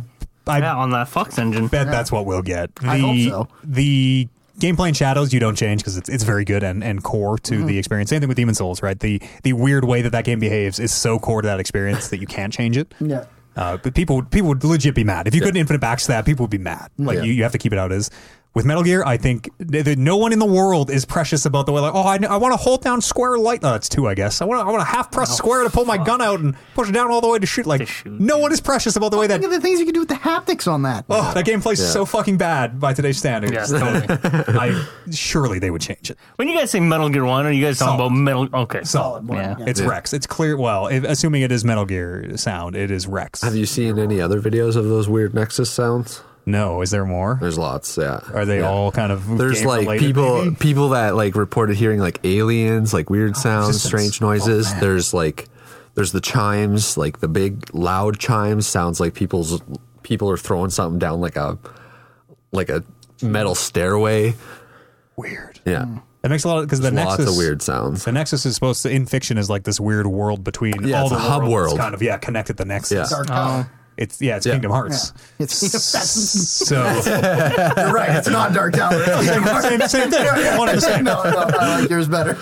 Speaker 1: I
Speaker 2: Yeah, on that Fox engine.
Speaker 1: bet that's what we'll get. The,
Speaker 4: I hope so.
Speaker 1: The gameplay in Shadows you don't change because it's, it's very good and, and core to
Speaker 4: Mm-hmm.
Speaker 1: the experience. Same thing with Demon Souls, right? The the weird way that that game behaves is so core to that experience that you can't change it.
Speaker 4: Yeah.
Speaker 1: Uh, but people would people would legit be mad if you couldn't infinite backstab. People would be mad. Like
Speaker 3: Yeah.
Speaker 1: you, you have to keep it out as. With Metal Gear, I think th- th- no one in the world is precious about the way. Like, oh, I, I want to hold down square light. Oh, that's two, I guess. I want to I want to half
Speaker 4: Oh,
Speaker 1: press square to pull my gun out and push it down all the way to shoot. Like,
Speaker 2: shoot,
Speaker 1: no one is precious about the way that
Speaker 4: Look at the things you can do with the haptics on that.
Speaker 1: Oh, that game plays so fucking bad by today's standards.
Speaker 2: Yeah, totally.
Speaker 1: I surely they would change it.
Speaker 2: when you guys say Metal Gear One, are you guys talking
Speaker 1: Solid.
Speaker 2: about Metal? Okay,
Speaker 1: Solid.
Speaker 2: Yeah.
Speaker 1: It's Rex. It's clear. Well, if, assuming it is Metal Gear sound, it is Rex.
Speaker 3: Have you seen any other videos of those weird Nexus sounds?
Speaker 1: no, is there more?
Speaker 3: There's lots. Yeah.
Speaker 1: Are they
Speaker 3: Yeah.
Speaker 1: all kind of
Speaker 3: There's
Speaker 1: game
Speaker 3: like
Speaker 1: related,
Speaker 3: people
Speaker 1: maybe? Oh,
Speaker 3: people that like reported hearing like aliens, like weird sounds,
Speaker 1: resistance.
Speaker 3: strange noises. there's like there's the chimes, like the big loud chimes sounds like people's people are throwing something down like a like a metal stairway.
Speaker 1: weird.
Speaker 3: Yeah.
Speaker 1: That makes a lot of because the
Speaker 3: Lots
Speaker 1: Hmm. Nexus
Speaker 3: of weird sounds.
Speaker 1: The Nexus is supposed to in fiction is like this weird world between
Speaker 3: Yeah,
Speaker 1: all
Speaker 3: it's
Speaker 1: the
Speaker 3: a hub
Speaker 1: worlds
Speaker 3: world.
Speaker 1: kind of yeah connected the Nexus.
Speaker 3: Yeah.
Speaker 4: Dark Tower.
Speaker 1: It's yeah, it's Kingdom Hearts.
Speaker 4: Yeah. It's-
Speaker 1: (laughs) so
Speaker 4: You're right. It's not
Speaker 3: (laughs)
Speaker 4: Dark Tower. It's Kingdom (laughs)
Speaker 1: (laughs)
Speaker 4: Hearts.
Speaker 1: same, same thing. One and the same.
Speaker 4: no, no, I like yours better.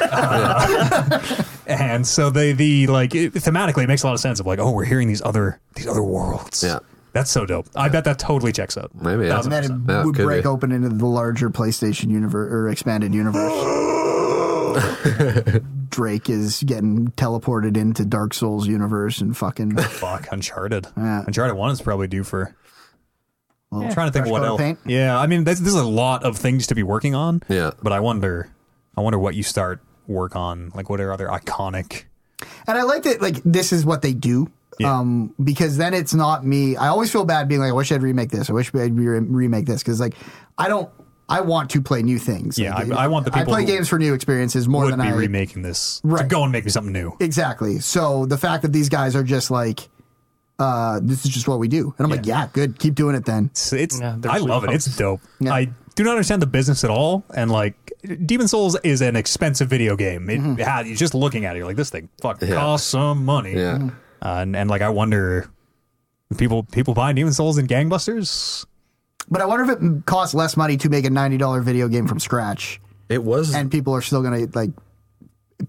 Speaker 1: and so they the like it, thematically it makes a lot of sense of like oh we're hearing these other these other worlds
Speaker 3: Yeah.
Speaker 1: That's so dope. I bet that totally checks out.
Speaker 3: Maybe that's,
Speaker 4: And then it
Speaker 3: yeah,
Speaker 4: would
Speaker 3: could
Speaker 4: break
Speaker 3: be.
Speaker 4: open into the larger PlayStation universe or expanded universe.
Speaker 3: (laughs)
Speaker 4: Drake is getting teleported into Dark Souls universe and fucking
Speaker 1: Fuck, Uncharted. Uncharted 1 is probably due for. I'm trying to think
Speaker 4: Fresh
Speaker 1: what
Speaker 4: coat of
Speaker 1: else.
Speaker 4: paint?
Speaker 1: Yeah, I mean, this, this is a lot of things to be working on.
Speaker 3: Yeah.
Speaker 1: But I wonder, I wonder what you start work on. Like, what are other iconic?
Speaker 4: And I like that, like, this is what they do.
Speaker 1: Yeah.
Speaker 4: Um, because then it's not me. I always feel bad being like, I wish I'd remake this. I wish I'd re- remake this. Cause like, I don't, I want to play new things.
Speaker 1: Yeah,
Speaker 4: Like,
Speaker 1: I- I want the people
Speaker 4: I play
Speaker 1: who
Speaker 4: games for new experiences more
Speaker 1: Would
Speaker 4: than
Speaker 1: be
Speaker 4: I
Speaker 1: remaking this to
Speaker 4: Right.
Speaker 1: go and make me something new.
Speaker 4: Exactly. So the fact that these guys are just like, uh, this is just what we do. And I'm like, yeah, good. Keep doing it then.
Speaker 1: It's, it's
Speaker 2: Yeah, they're
Speaker 1: I love it.
Speaker 2: really
Speaker 1: It's dope.
Speaker 4: Yeah.
Speaker 1: I do not understand the business at all. And like, Demon Souls is an expensive video game. It
Speaker 4: Mm-hmm.
Speaker 1: had you just looking at it, you're like, this thing fuck costs some money.
Speaker 3: Yeah.
Speaker 4: Mm-hmm.
Speaker 1: Uh, and and like, I wonder, people people buying Demon Souls and Gangbusters.
Speaker 4: But I wonder if it costs less money to make a $90 video game from scratch
Speaker 3: It was
Speaker 4: and people are still going to like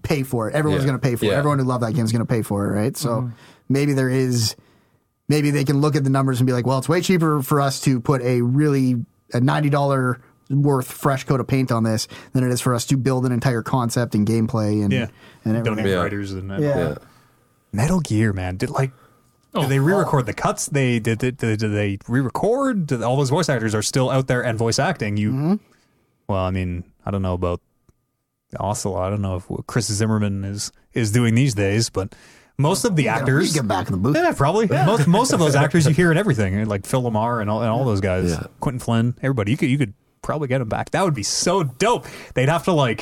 Speaker 4: pay for it. Everyone's
Speaker 3: Yeah.
Speaker 4: going to pay for it.
Speaker 3: Yeah.
Speaker 4: Everyone who loved that game is going to pay for it. Right. So maybe there is, maybe they can look at the numbers and be like, well, it's way cheaper for us to put a really a $90 worth fresh coat of paint on this than it is for us to build an entire concept and gameplay and,
Speaker 1: Yeah.
Speaker 4: and
Speaker 1: Don't
Speaker 4: everything.
Speaker 1: have
Speaker 3: Yeah.
Speaker 1: writers and
Speaker 4: Yeah.
Speaker 3: yeah.
Speaker 1: Metal Gear, man. Did like
Speaker 2: Oh,
Speaker 1: did they re-record the cuts? They did. Did, did, did they re-record? Did- all those voice actors are still out there and voice acting. You.
Speaker 4: Mm-hmm.
Speaker 1: Well, I mean, I don't know about Ocelot. I don't know if what Chris Zimmerman is is doing these days, but most of the
Speaker 4: We
Speaker 1: actors.
Speaker 4: get back in the booth.
Speaker 1: Yeah, probably. Most most
Speaker 4: (laughs)
Speaker 1: of those actors you hear in everything, like Phil Lamar and all, and all those guys,
Speaker 3: Yeah.
Speaker 1: Quentin Flynn, everybody. You could you could probably get them back. That would be so dope. They'd have to like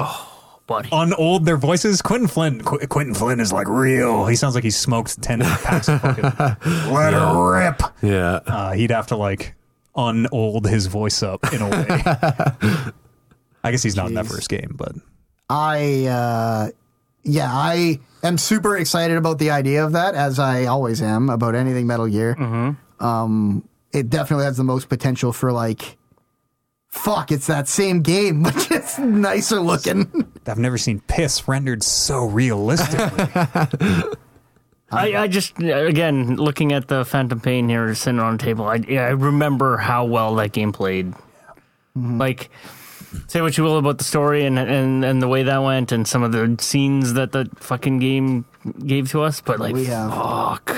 Speaker 2: buddy.
Speaker 1: unold their voices. Quentin Flynn. Qu- Quentin Flynn is like real. He sounds like he smoked ten packs of
Speaker 3: (laughs)
Speaker 1: fucking. Let her rip.
Speaker 3: Yeah.
Speaker 1: Uh, he'd have to like unold his voice up in a way.
Speaker 3: (laughs)
Speaker 1: I guess he's not in that first game, but
Speaker 4: I uh, yeah, I am super excited about the idea of that, as I always am about anything Metal Gear. Um, it definitely has the most potential for like, fuck, it's that same game, (laughs) but just nicer looking.
Speaker 1: I've never seen piss rendered so
Speaker 3: (laughs) Oh
Speaker 1: realistically.
Speaker 2: I, I just again looking at the Phantom Pain here sitting on a table. I yeah, I remember how well that game played.
Speaker 4: Mm-hmm.
Speaker 2: Like, say what you will about the story and, and and the way that went and some of the scenes that the fucking game gave to us, but like,
Speaker 4: We have-
Speaker 2: fuck,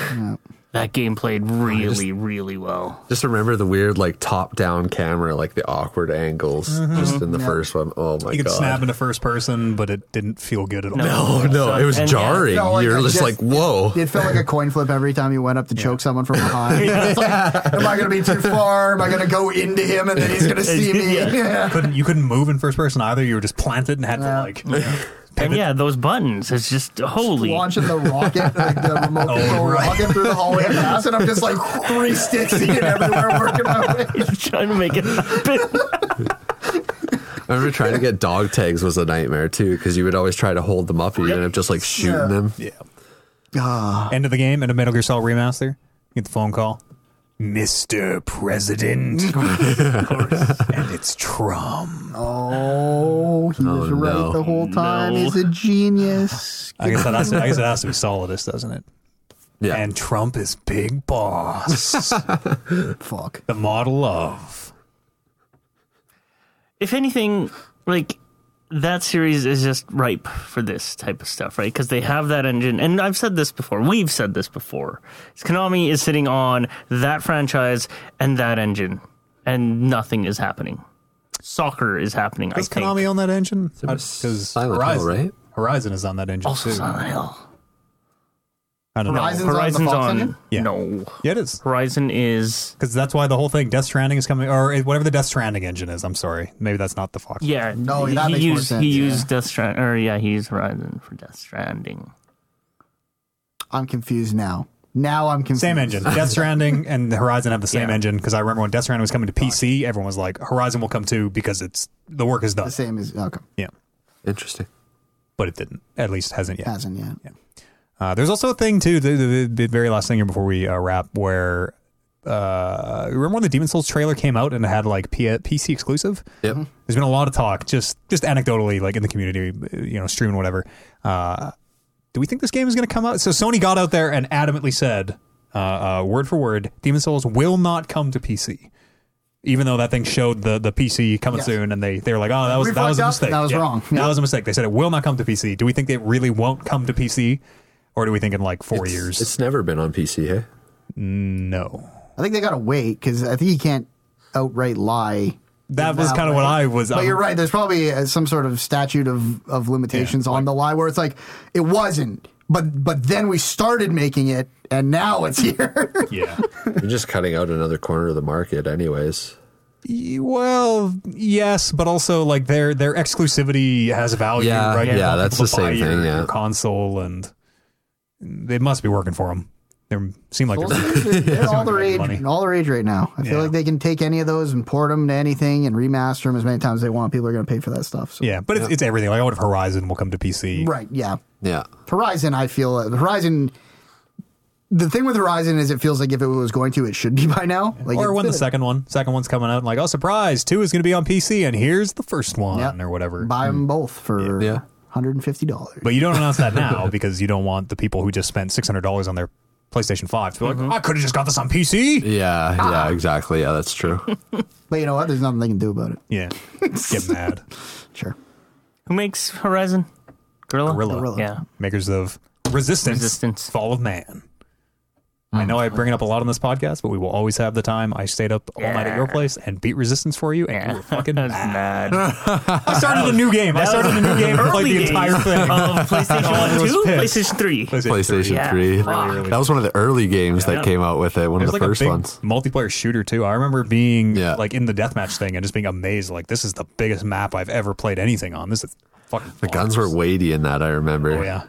Speaker 2: that game played really, really well.
Speaker 3: Just remember the weird like top down camera, like the awkward angles just in the first one. Oh my
Speaker 1: Mm-hmm. you could
Speaker 3: god.
Speaker 1: snap into first person, but it didn't feel good at all.
Speaker 3: Oh no, it was
Speaker 2: And-
Speaker 3: jarring.
Speaker 4: No, like,
Speaker 3: You're
Speaker 4: I
Speaker 3: just,
Speaker 4: just-
Speaker 3: like,
Speaker 4: (laughs)
Speaker 3: whoa.
Speaker 4: It felt like a coin flip every time you went up to choke someone from (laughs) behind. It's like, am I going to be too far? Am I going to go into him and then he's going to see me? (laughs) Yeah.
Speaker 1: Couldn't you couldn't move in first person either. You were just planted and had to like
Speaker 2: And
Speaker 1: pivot.
Speaker 2: yeah, those buttons. It's just holy. (laughs)
Speaker 4: Launching the rocket, like the remote (laughs) control rocket through the hallway pass, and I'm just like three sticks in everywhere, working my way.
Speaker 2: trying to make it happen.
Speaker 3: I remember trying to get dog tags was a nightmare too, because you would always try to hold them up and you end up just like shooting
Speaker 4: Yeah.
Speaker 3: them.
Speaker 1: End of the game and a Metal Gear Solid remaster. You get the phone call. Mr. (laughs) President. and it's Trump.
Speaker 4: Oh, he was
Speaker 3: Oh,
Speaker 4: right
Speaker 3: no.
Speaker 4: the whole time.
Speaker 2: No.
Speaker 3: (laughs)
Speaker 4: He's a genius.
Speaker 1: I guess, that has to, I guess it (laughs) has to be Solidus, doesn't it?
Speaker 3: Yeah.
Speaker 1: And Trump is big boss. (laughs)
Speaker 4: Fuck.
Speaker 1: the model of.
Speaker 2: if anything, like that series is just ripe for this type of stuff, right? Because they have that engine, and I've said this before. We've said this before. Konami is sitting on that franchise and that engine, and nothing is happening. Soccer is happening.
Speaker 1: Does
Speaker 2: I think.
Speaker 1: Konami on that engine? Because
Speaker 3: Silent Hill,
Speaker 1: Horizon,
Speaker 3: right?
Speaker 1: Horizon is on that engine
Speaker 2: also
Speaker 1: too.
Speaker 2: Silent Hill.
Speaker 1: I don't know.
Speaker 4: Horizon- Horizon's on
Speaker 2: Horizon's
Speaker 4: the Fox
Speaker 2: on.
Speaker 4: engine?
Speaker 1: Yeah.
Speaker 2: No,
Speaker 1: Yeah, it is.
Speaker 2: Horizon is
Speaker 1: Because that's why the whole thing, Death Stranding is coming, or eh, whatever the Death Stranding engine is. I'm sorry. Maybe that's not the Fox.
Speaker 2: yeah.
Speaker 4: No,
Speaker 2: he,
Speaker 4: that
Speaker 2: he
Speaker 4: makes more
Speaker 2: used
Speaker 4: sense,
Speaker 2: he
Speaker 4: yeah.
Speaker 2: used Death Strand or yeah, he used Horizon for Death Stranding.
Speaker 4: I'm confused now. Now I'm confused.
Speaker 1: Same (laughs) engine. Death Stranding and Horizon have the same
Speaker 2: Yeah.
Speaker 1: engine because I remember when Death Stranding was coming to PC, everyone was like, Horizon will come too because it's the work is done.
Speaker 4: The (laughs) same as okay.
Speaker 1: Yeah.
Speaker 3: Interesting.
Speaker 1: But it didn't. At least hasn't yet.
Speaker 4: Hasn't yet.
Speaker 1: Uh, there's also a thing too, the, the, the very last thing here before we uh, wrap, where uh, remember when the Demon Souls trailer came out and it had like P- PC exclusive?
Speaker 3: Yep.
Speaker 1: There's been a lot of talk, just just anecdotally, like in the community, you know, streaming whatever. Uh, do we think this game is going to come out? So Sony got out there and adamantly said, uh, uh, word for word, Demon Souls will not come to PC. Even though that thing showed the, the PC coming
Speaker 4: Yes.
Speaker 1: soon, and they, they were like, oh, that was
Speaker 4: We
Speaker 1: that was
Speaker 4: fucked
Speaker 1: a
Speaker 4: up.
Speaker 1: mistake.
Speaker 4: That was wrong.
Speaker 1: That
Speaker 4: Yeah.
Speaker 1: was a mistake. They said it will not come to PC. Do we think it really won't come to PC, or do we think in like four years?
Speaker 3: It's never been on PC, hey?
Speaker 1: no,
Speaker 4: I think they gotta wait because I think you can't outright lie.
Speaker 1: that was
Speaker 4: that
Speaker 1: kind of what
Speaker 4: way.
Speaker 1: I was. um,
Speaker 4: But
Speaker 1: I'm-
Speaker 4: you're right. There's probably uh, some sort of statute of, of limitations on the lie where it's like it wasn't, but but then we started making it, and now it's (laughs) here.
Speaker 1: Yeah.
Speaker 3: You're just cutting out another corner of the market, anyways.
Speaker 1: Y- Well, yes, but also like their their exclusivity has value,
Speaker 3: Yeah,
Speaker 1: right? You
Speaker 3: yeah,
Speaker 1: want
Speaker 3: that's
Speaker 1: people
Speaker 3: the
Speaker 1: to buy
Speaker 3: same
Speaker 1: your-
Speaker 3: thing, yeah.
Speaker 1: your console, and they must be working for them. They seem like they're
Speaker 4: They're all the
Speaker 1: Money.
Speaker 4: rage, all the rage right now. I feel
Speaker 1: Yeah.
Speaker 4: like they can take any of those and port them to anything and remaster them as many times as they want. People are going to pay for that stuff. So.
Speaker 1: (laughs) yeah, but it's, it's everything. Like, I would have Horizon will come to PC.
Speaker 4: Right. Yeah.
Speaker 3: Yeah.
Speaker 4: Horizon, I feel Horizon. The thing with Horizon is it feels like if it was going to, it should be (laughs) by now. Like
Speaker 1: Or
Speaker 4: it's
Speaker 1: when the
Speaker 4: been-
Speaker 1: second one, second one's coming out, and like, oh, surprise, two is going to be on PC, and here's the first one,
Speaker 4: Yep.
Speaker 1: or whatever.
Speaker 4: buy them both for
Speaker 3: Yeah.
Speaker 4: hundred and fifty dollars.
Speaker 1: Mm. But you don't announce
Speaker 3: (laughs)
Speaker 1: that now because you don't want the people who just spent six hundred dollars on their PlayStation Five to be like, I could have just got this on PC.
Speaker 3: Yeah, yeah, exactly. Yeah, that's true.
Speaker 4: But you know what? There's nothing they can do about it.
Speaker 1: Yeah, get mad.
Speaker 4: Sure.
Speaker 2: Who makes Horizon? Gorilla.
Speaker 1: Gorilla.
Speaker 2: Yeah.
Speaker 1: makers of Resistance,
Speaker 2: Resistance. Hmm.
Speaker 1: Fall of Man. I know I bring it up a lot on this podcast, but we will always have the time. I stayed up all night at your place and beat Resistance for you, and you were
Speaker 2: (laughs)
Speaker 1: fucking
Speaker 2: That's
Speaker 4: Ah.
Speaker 1: mad.
Speaker 2: mad.
Speaker 1: I started a new game. I started a new game and played the
Speaker 2: Early
Speaker 1: entire (laughs)
Speaker 2: days
Speaker 1: thing.
Speaker 2: Of PlayStation
Speaker 1: I
Speaker 2: 1,
Speaker 1: was
Speaker 2: 2,
Speaker 1: pissed.
Speaker 2: PlayStation 3.
Speaker 3: PlayStation
Speaker 2: Yeah.
Speaker 3: 3.
Speaker 2: Fuck.
Speaker 3: That was one of the early games that came out with it, one
Speaker 1: It
Speaker 3: of
Speaker 1: was
Speaker 3: the
Speaker 1: like
Speaker 3: first
Speaker 1: a big
Speaker 3: ones.
Speaker 1: multiplayer shooter too. I remember being
Speaker 3: Yeah.
Speaker 1: like in the deathmatch thing and just being amazed. Like this is the biggest map I've ever played anything on. This is fucking.
Speaker 3: The guns were weighty in that, I remember.
Speaker 1: Oh
Speaker 3: (laughs)
Speaker 1: yeah.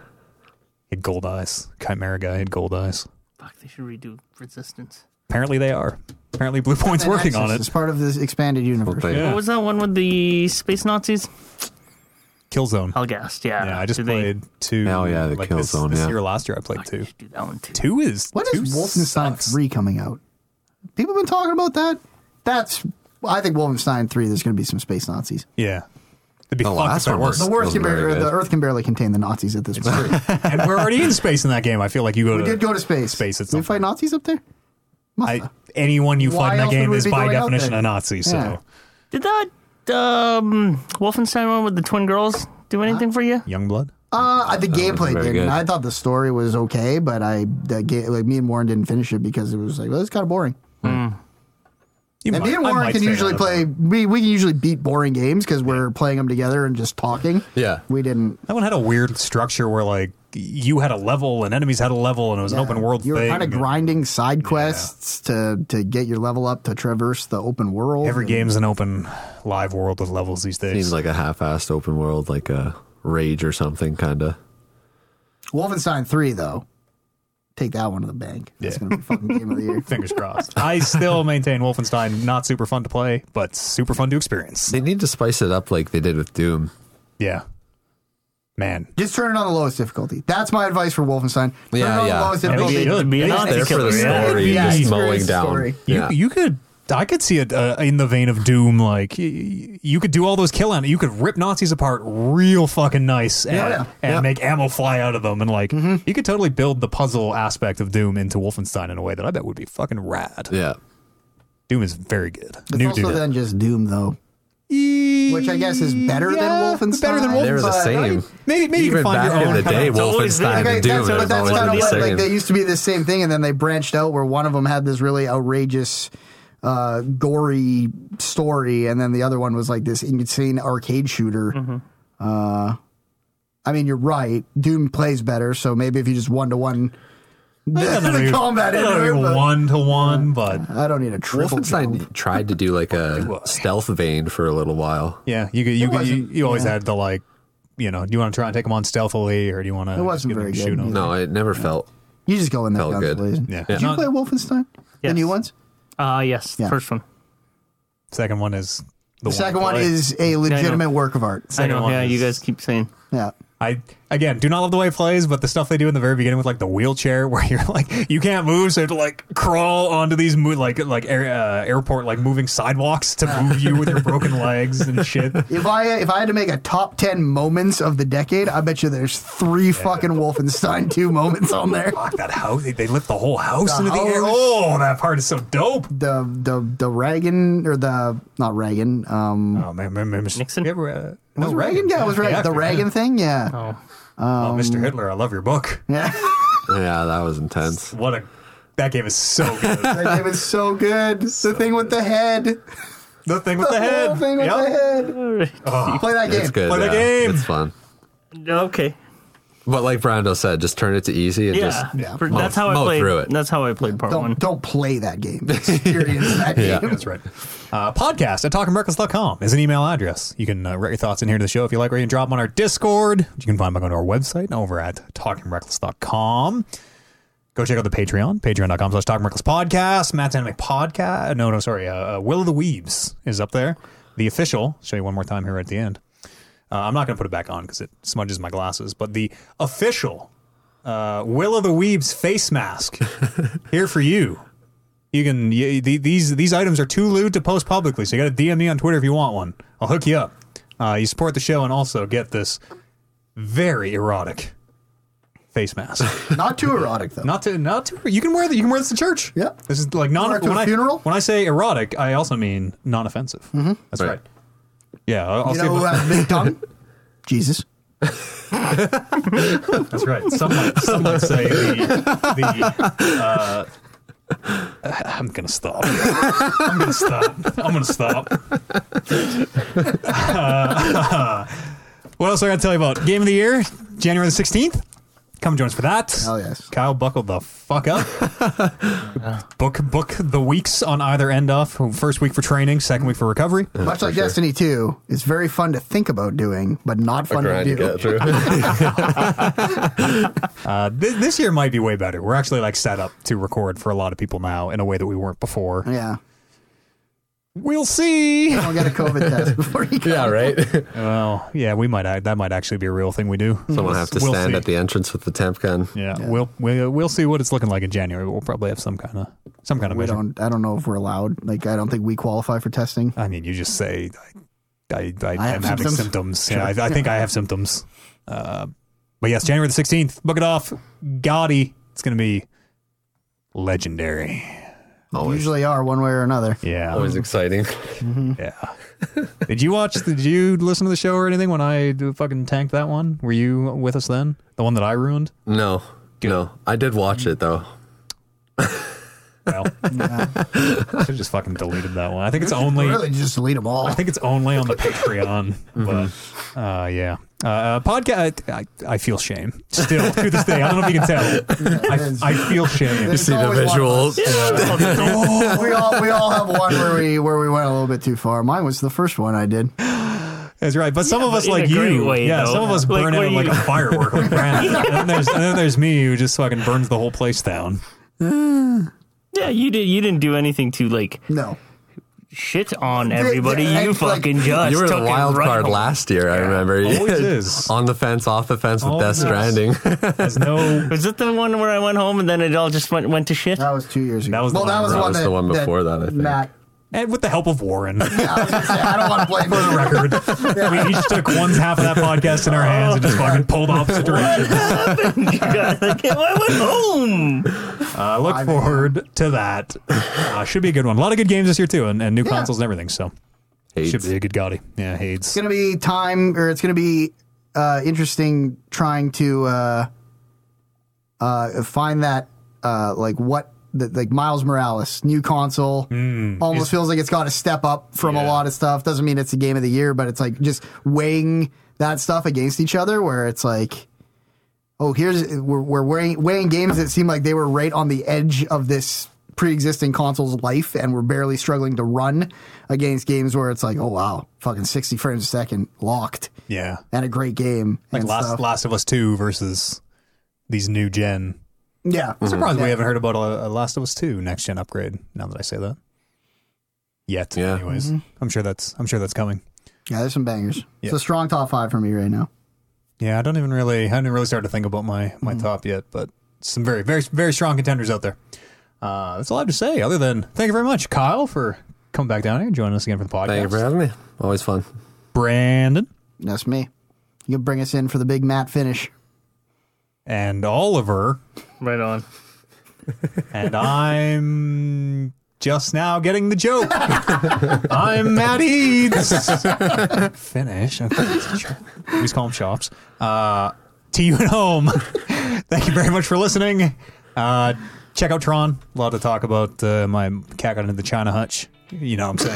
Speaker 1: He had gold eyes. Chimera guy had gold eyes.
Speaker 2: Fuck, they should redo Resistance.
Speaker 1: Apparently they are. Apparently Blue Point's working on it.
Speaker 4: It's part of this expanded universe.
Speaker 3: They-
Speaker 1: Yeah.
Speaker 2: What was that one with the space Nazis?
Speaker 1: Killzone.
Speaker 2: I'll guess. Yeah.
Speaker 1: Yeah, I just
Speaker 2: Do they-
Speaker 1: played two.
Speaker 3: Oh, yeah, the
Speaker 1: like this,
Speaker 3: Killzone,
Speaker 1: This
Speaker 3: yeah.
Speaker 1: year last year, I played
Speaker 2: They
Speaker 1: two.
Speaker 2: should do that one too.
Speaker 1: Two is
Speaker 4: When
Speaker 1: two
Speaker 4: is Wolfenstein
Speaker 1: sucks.
Speaker 4: 3 coming out? People been talking about that? That's well, I think Wolfenstein 3 there's going to be some space Nazis.
Speaker 1: Yeah, it'd be
Speaker 3: The
Speaker 1: fucked
Speaker 3: last
Speaker 1: if it
Speaker 3: one was-
Speaker 1: worse.
Speaker 4: The worst
Speaker 3: Wasn't
Speaker 4: can
Speaker 3: very
Speaker 4: barely,
Speaker 3: good.
Speaker 4: the earth can barely contain the Nazis at this point.
Speaker 1: (laughs) and we're already in space in that game. I feel like you go.
Speaker 4: We
Speaker 1: to,
Speaker 4: did go to space.
Speaker 1: Space at
Speaker 4: Did
Speaker 1: some
Speaker 4: we fight
Speaker 1: point.
Speaker 4: Nazis up there? Must
Speaker 1: I,
Speaker 4: have.
Speaker 1: anyone you fight
Speaker 4: Why
Speaker 1: in that
Speaker 4: else would
Speaker 1: game
Speaker 4: we
Speaker 1: is
Speaker 4: be
Speaker 1: by
Speaker 4: going out
Speaker 1: definition
Speaker 4: there?
Speaker 1: a Nazi. So
Speaker 4: Yeah.
Speaker 2: Did that um, Wolfenstein one with the twin girls do anything for you?
Speaker 1: Youngblood.
Speaker 4: Uh, I- the gameplay
Speaker 3: very
Speaker 4: didn't.
Speaker 3: good.
Speaker 4: I thought the story was okay, but I the ga- like me and Warren didn't finish it because it was like well, it's kind of boring.
Speaker 1: You
Speaker 4: And me and
Speaker 1: I
Speaker 4: Warren
Speaker 1: might
Speaker 4: can
Speaker 1: stay
Speaker 4: usually
Speaker 1: on it.
Speaker 4: play. We, we can usually beat boring games because we're playing them together and just talking.
Speaker 3: Yeah.
Speaker 4: we didn't.
Speaker 1: That one had a weird structure where like you had a level and enemies had a level and it was an open world
Speaker 4: you were
Speaker 1: thing.
Speaker 4: kind of grinding side quests to to get your level up to traverse the open world.
Speaker 1: Every
Speaker 4: And
Speaker 1: game's an open live world with levels these
Speaker 3: Seems
Speaker 1: days.
Speaker 3: like a half-assed open world, like a Rage or something, kind of.
Speaker 4: Wolfenstein Three though, take that one to the bank. That's
Speaker 1: Yeah.
Speaker 4: gonna be fucking game of the
Speaker 1: (laughs)
Speaker 4: year.
Speaker 1: Fingers crossed. I still maintain Wolfenstein not super fun to play, but super fun to experience.
Speaker 3: They need to spice it up like they did with Doom.
Speaker 1: Yeah. Man,
Speaker 4: Just turn it on the lowest difficulty. That's my advice for Wolfenstein. Turn
Speaker 3: Yeah,
Speaker 4: it on
Speaker 3: yeah.
Speaker 4: the lowest
Speaker 1: That'd
Speaker 4: difficulty.
Speaker 1: be good.
Speaker 2: To be a
Speaker 1: It's
Speaker 2: Nazi
Speaker 3: there for
Speaker 2: killer,
Speaker 3: the
Speaker 2: yeah.
Speaker 3: story.
Speaker 4: Yeah,
Speaker 3: just
Speaker 4: experience
Speaker 3: mowing
Speaker 4: the
Speaker 3: down.
Speaker 4: story.
Speaker 1: You,
Speaker 3: Yeah.
Speaker 1: you could I could see it uh, in the vein of Doom. Like y- y- you could do all those kill on You could rip Nazis apart real fucking nice and,
Speaker 4: Yeah, yeah.
Speaker 1: and make ammo fly out of them. And like
Speaker 3: Mm-hmm.
Speaker 1: you could totally build the puzzle aspect of Doom into Wolfenstein in a way that I bet would be fucking rad.
Speaker 3: Yeah.
Speaker 1: Doom is very good.
Speaker 4: It's
Speaker 1: New
Speaker 4: also
Speaker 1: Doom.
Speaker 4: then just Doom though. which I guess is better than Wolfenstein.
Speaker 1: Better than Wolfenstein.
Speaker 3: They were the
Speaker 4: But,
Speaker 3: same.
Speaker 1: Maybe maybe you can
Speaker 3: Even
Speaker 1: find
Speaker 3: back
Speaker 1: your own
Speaker 3: in the
Speaker 1: kind (laughs)
Speaker 3: day,
Speaker 1: of-
Speaker 2: It's always been-
Speaker 3: Wolfenstein
Speaker 4: Okay,
Speaker 3: and Doom
Speaker 4: that's,
Speaker 3: it
Speaker 4: but
Speaker 3: was
Speaker 4: that's
Speaker 3: always
Speaker 4: kind
Speaker 3: been
Speaker 4: of
Speaker 3: the
Speaker 4: what
Speaker 3: same.
Speaker 4: like they used to be the same thing, and then they branched out where one of them had this really outrageous, uh, gory story, and then the other one was like this insane arcade shooter.
Speaker 1: Mm-hmm.
Speaker 4: Uh, I mean, you're right. Doom plays better, so maybe if you just one to one (laughs) the combat,
Speaker 1: I don't
Speaker 4: into it,
Speaker 1: even
Speaker 4: but-
Speaker 1: one to one, but
Speaker 4: I don't need a triple. jump.
Speaker 3: Wolfenstein tried to do like a stealth vein for a little while.
Speaker 1: yeah, you could- you could- you,
Speaker 4: wasn't-
Speaker 1: you always had the like, you know, do you want to try and take them on stealthily, or do you want to? It
Speaker 4: wasn't very good.
Speaker 1: shoot them?
Speaker 3: No, it never felt.
Speaker 4: You just go in there.
Speaker 3: Felt
Speaker 4: guns
Speaker 3: good.
Speaker 4: blazing.
Speaker 1: Yeah.
Speaker 4: Did you
Speaker 1: Not-
Speaker 4: play Wolfenstein? The
Speaker 2: Yes.
Speaker 4: new ones.
Speaker 2: Uh, yes,
Speaker 4: Yeah.
Speaker 2: first one.
Speaker 1: Second one is the,
Speaker 4: The second one is a legitimate work of art.
Speaker 2: I
Speaker 1: Second
Speaker 2: know.
Speaker 1: one
Speaker 2: Yeah, you
Speaker 1: is-
Speaker 2: guys keep saying.
Speaker 4: Yeah.
Speaker 1: I again do not love the way it plays, but the stuff they do in the very beginning with like the wheelchair, (laughs) where you're like you can't move, so you have to like crawl onto these mo- like like air, uh, airport like moving sidewalks to move you with your broken
Speaker 4: (laughs)
Speaker 1: legs and shit.
Speaker 4: If I if I had to make a top ten moments of the decade, I bet you there's three fucking Wolfenstein two moments on (laughs) there.
Speaker 1: Fuck that house! They, they lift the whole house into the air.
Speaker 4: house.
Speaker 1: Oh, that part is so dope.
Speaker 4: The the the Reagan or the not Reagan. Um,
Speaker 1: Oh man, man, man, Mr.
Speaker 2: Nixon?
Speaker 1: Yeah, uh, no,
Speaker 4: was it Reagan? Yeah, it was Reagan. The
Speaker 1: after-
Speaker 4: Reagan um, thing. Yeah.
Speaker 2: Oh,
Speaker 1: Oh, Mr. Hitler, I love your book.
Speaker 4: Yeah. (laughs)
Speaker 3: Yeah, that was intense.
Speaker 1: What a that game is so good.
Speaker 4: (laughs) That game is so good. the thing with the head. (laughs) The
Speaker 1: the thing with the, head.
Speaker 4: whole thing with
Speaker 1: Yep.
Speaker 4: the head.
Speaker 2: all right.
Speaker 4: Play that game.
Speaker 3: It's good.
Speaker 1: Play the
Speaker 3: yeah.
Speaker 1: game.
Speaker 3: It's fun.
Speaker 2: Okay.
Speaker 3: But like Brando said, just turn it to easy and
Speaker 2: Yeah.
Speaker 3: just
Speaker 4: yeah.
Speaker 2: For- that's
Speaker 3: Mow-
Speaker 2: how I
Speaker 3: mow
Speaker 2: played.
Speaker 3: through it.
Speaker 2: That's how I played part one.
Speaker 4: Don't don't play that (laughs) game. Experience that game.
Speaker 1: (laughs) That's right. Uh, podcast at talkingamericans.com is an email address. You can uh, write your thoughts in here to the show if you like, or you can drop them on our Discord, which you can find by going to our website over at talkingreckless.com. Go check out the Patreon, patreon.com slash talkingrecklesspodcast. Matt's anime podcast. No, no, sorry. Uh, uh, Will of the Weebs is up there. The official. Show you one more time here at the end. Uh, I'm not going to put it back on because it smudges my glasses, but the official uh, Will of the Weebs face mask (laughs) here for you. You can you, the, these these items are too lewd to post publicly, so you got to DM me on Twitter if you want one. I'll hook you up. Uh, you support the show and also get this very erotic face mask. (laughs)
Speaker 4: Not too erotic though.
Speaker 1: not to not to you can wear that. You can wear this to church.
Speaker 4: Yeah.
Speaker 1: this is like non.
Speaker 4: Wear it to
Speaker 1: when
Speaker 4: a
Speaker 1: I-
Speaker 4: funeral?
Speaker 1: When I say erotic, I also mean non-offensive. Mm-hmm. That's right.
Speaker 3: Right.
Speaker 1: Yeah, I'll, I'll
Speaker 4: you
Speaker 1: see
Speaker 4: know who
Speaker 1: what-
Speaker 4: has a big tongue? (laughs) Jesus.
Speaker 1: That's right. Some might, some might say the. the uh, I'm gonna stop. I'm gonna stop. I'm gonna stop. Uh, (laughs) what else I gotta tell you about? Game of the year, January the sixteenth. Come join us for that.
Speaker 4: Hell yes.
Speaker 1: Kyle buckled the fuck
Speaker 4: (laughs)
Speaker 1: up. book book the weeks on either end off. First week for training, second week for recovery.
Speaker 4: Much like Destiny 2, it's very fun to think about doing, but not fun to
Speaker 3: grind
Speaker 4: do.
Speaker 3: to get (laughs) through.
Speaker 1: Uh, th- this year might be way better. We're actually like set up to record for a lot of people now in a way that we weren't before.
Speaker 4: Yeah.
Speaker 1: We'll see.
Speaker 4: Don't get a COVID
Speaker 3: (laughs)
Speaker 4: test before you go.
Speaker 3: yeah, right.
Speaker 1: Well, yeah, we might. That might actually be a real thing we do.
Speaker 3: (laughs) Someone have to
Speaker 1: We'll
Speaker 3: stand
Speaker 1: see.
Speaker 3: at the entrance with the temp gun.
Speaker 1: Yeah, we'll we'll we'll see what it's looking like in January. We'll probably have some kind of some kind of
Speaker 4: We
Speaker 1: measure.
Speaker 4: don't, I don't know if we're allowed. Like, I don't think we qualify for testing.
Speaker 1: I mean, you just say I I, I,
Speaker 4: have
Speaker 1: am having symptoms.
Speaker 4: symptoms.
Speaker 1: Yeah, I, I think I have symptoms. Uh, but yes, January the sixteenth. Book it off, Gotti. It's gonna be legendary.
Speaker 3: Always,
Speaker 4: Usually are one way or another.
Speaker 1: Yeah,
Speaker 3: always exciting.
Speaker 1: yeah. (laughs) did you watch? Did you listen to the show or anything when I d- fucking tanked that one? Were you with us then? The one that I ruined.
Speaker 3: No, no, I did watch it though.
Speaker 1: Well, should have just fucking deleted that one. I think it's only.
Speaker 4: Really, just delete them all.
Speaker 1: I think it's only on the Patreon. But uh, yeah, uh, uh, podcast. I, I feel shame still to this day. I don't know if you can tell. I, I feel shame.
Speaker 4: There's
Speaker 3: See the
Speaker 4: always one of
Speaker 3: visuals.
Speaker 4: us. (laughs) we all we all have one where we where we went a little bit too far. Mine was the first one I did.
Speaker 1: That's right. But some of
Speaker 2: but
Speaker 1: us
Speaker 2: in
Speaker 1: like
Speaker 2: a great
Speaker 1: you,
Speaker 2: way,
Speaker 1: yeah.
Speaker 2: though.
Speaker 1: Some of us
Speaker 2: Like,
Speaker 1: burn out
Speaker 2: where
Speaker 1: like
Speaker 2: you-
Speaker 1: a firework. Like
Speaker 2: (laughs)
Speaker 1: Brandon. and, then there's, and then there's me who just fucking burns the whole place down.
Speaker 2: Yeah, you did. You didn't do anything to like
Speaker 4: No,
Speaker 2: shit on everybody.
Speaker 4: yeah,
Speaker 2: You
Speaker 4: it's like-
Speaker 2: fucking just
Speaker 3: You were
Speaker 2: took
Speaker 3: the wild
Speaker 2: it right
Speaker 3: card
Speaker 2: home.
Speaker 3: last year. I remember. (laughs)
Speaker 1: Always is.
Speaker 3: on the fence, off the fence with
Speaker 1: Always
Speaker 3: Death
Speaker 1: is. (laughs)
Speaker 3: Stranding.
Speaker 1: There's no.
Speaker 2: Was it the one where I went home and then it all just went went to shit?
Speaker 4: that was two years ago.
Speaker 1: That was the
Speaker 4: well, that
Speaker 1: one-
Speaker 4: was,
Speaker 1: that
Speaker 4: one
Speaker 3: was the one before that, I think.
Speaker 4: Matt,
Speaker 1: And with the help of Warren.
Speaker 4: I, was gonna say, I don't want to blame
Speaker 1: for the
Speaker 4: him.
Speaker 1: record. We each took one half of that podcast in our hands and just fucking pulled opposite directions.
Speaker 2: (laughs) I went home.
Speaker 1: Uh, look forward to
Speaker 4: (laughs)
Speaker 1: that. Uh, should be a good one. A lot of good games this year too, and, and new consoles and everything. So should
Speaker 3: Hates.
Speaker 1: be a good Gotti. Yeah, Hades.
Speaker 4: It's gonna be time, or it's gonna be uh, interesting trying to uh, uh, find that uh, like what the, like Miles Morales new console almost feels like it's got to step up from a
Speaker 1: Yeah.
Speaker 4: lot of stuff. Doesn't mean it's the game of the year, but it's like just weighing that stuff against each other, where it's like. Oh, here's we're, we're weighing, weighing games that seem like they were right on the edge of this pre-existing console's life, and we're barely struggling to run against games where it's like, oh wow, fucking sixty frames a second, locked,
Speaker 1: Yeah,
Speaker 4: and a great game,
Speaker 1: like
Speaker 4: and
Speaker 1: Last
Speaker 4: stuff.
Speaker 1: Last of Us Two versus these new gen.
Speaker 4: yeah,
Speaker 1: Surprised we haven't heard about a, a Last of Us Two next gen upgrade. Now that I say that, yet.
Speaker 3: Yeah.
Speaker 1: Anyways,
Speaker 4: Mm-hmm.
Speaker 1: I'm sure that's I'm sure that's coming.
Speaker 4: yeah. There's some bangers. It's a strong top five for me right now.
Speaker 1: Yeah, I don't even really, I haven't really started to think about my my
Speaker 4: Mm-hmm.
Speaker 1: top yet, but some very, very, very strong contenders out there. Uh, that's all I have to say. Other than thank you very much, Kyle, for coming back down here and joining us again for the podcast.
Speaker 3: Thank you for having me. Always fun.
Speaker 1: Brandon
Speaker 4: That's me. You can bring us in for the big matte finish.
Speaker 1: and Oliver,
Speaker 2: Right on.
Speaker 1: and I'm just now getting the joke. I'm Matt Eads. Finish. Okay. We just call them shops. Uh, to you at home. Thank you very much for listening. Uh, check out Tron. A lot to talk about. Uh, my cat got into the China hutch. You know what I'm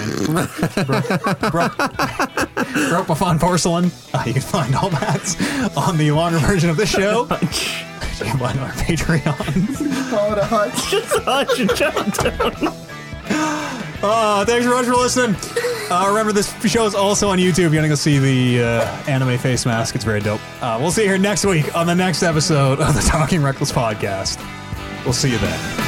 Speaker 1: saying? broke, broke, broke my fine porcelain. Uh, you can find all that on the longer version of this show. you can find it on our Patreon.
Speaker 2: Just hush and shut down.
Speaker 1: Uh, thanks very much for listening. Uh, remember, this show is also on YouTube. You're going to go see the uh, anime face mask. It's very dope. Uh, we'll see you here next week on the next episode of the Talking Reckless podcast. We'll see you then.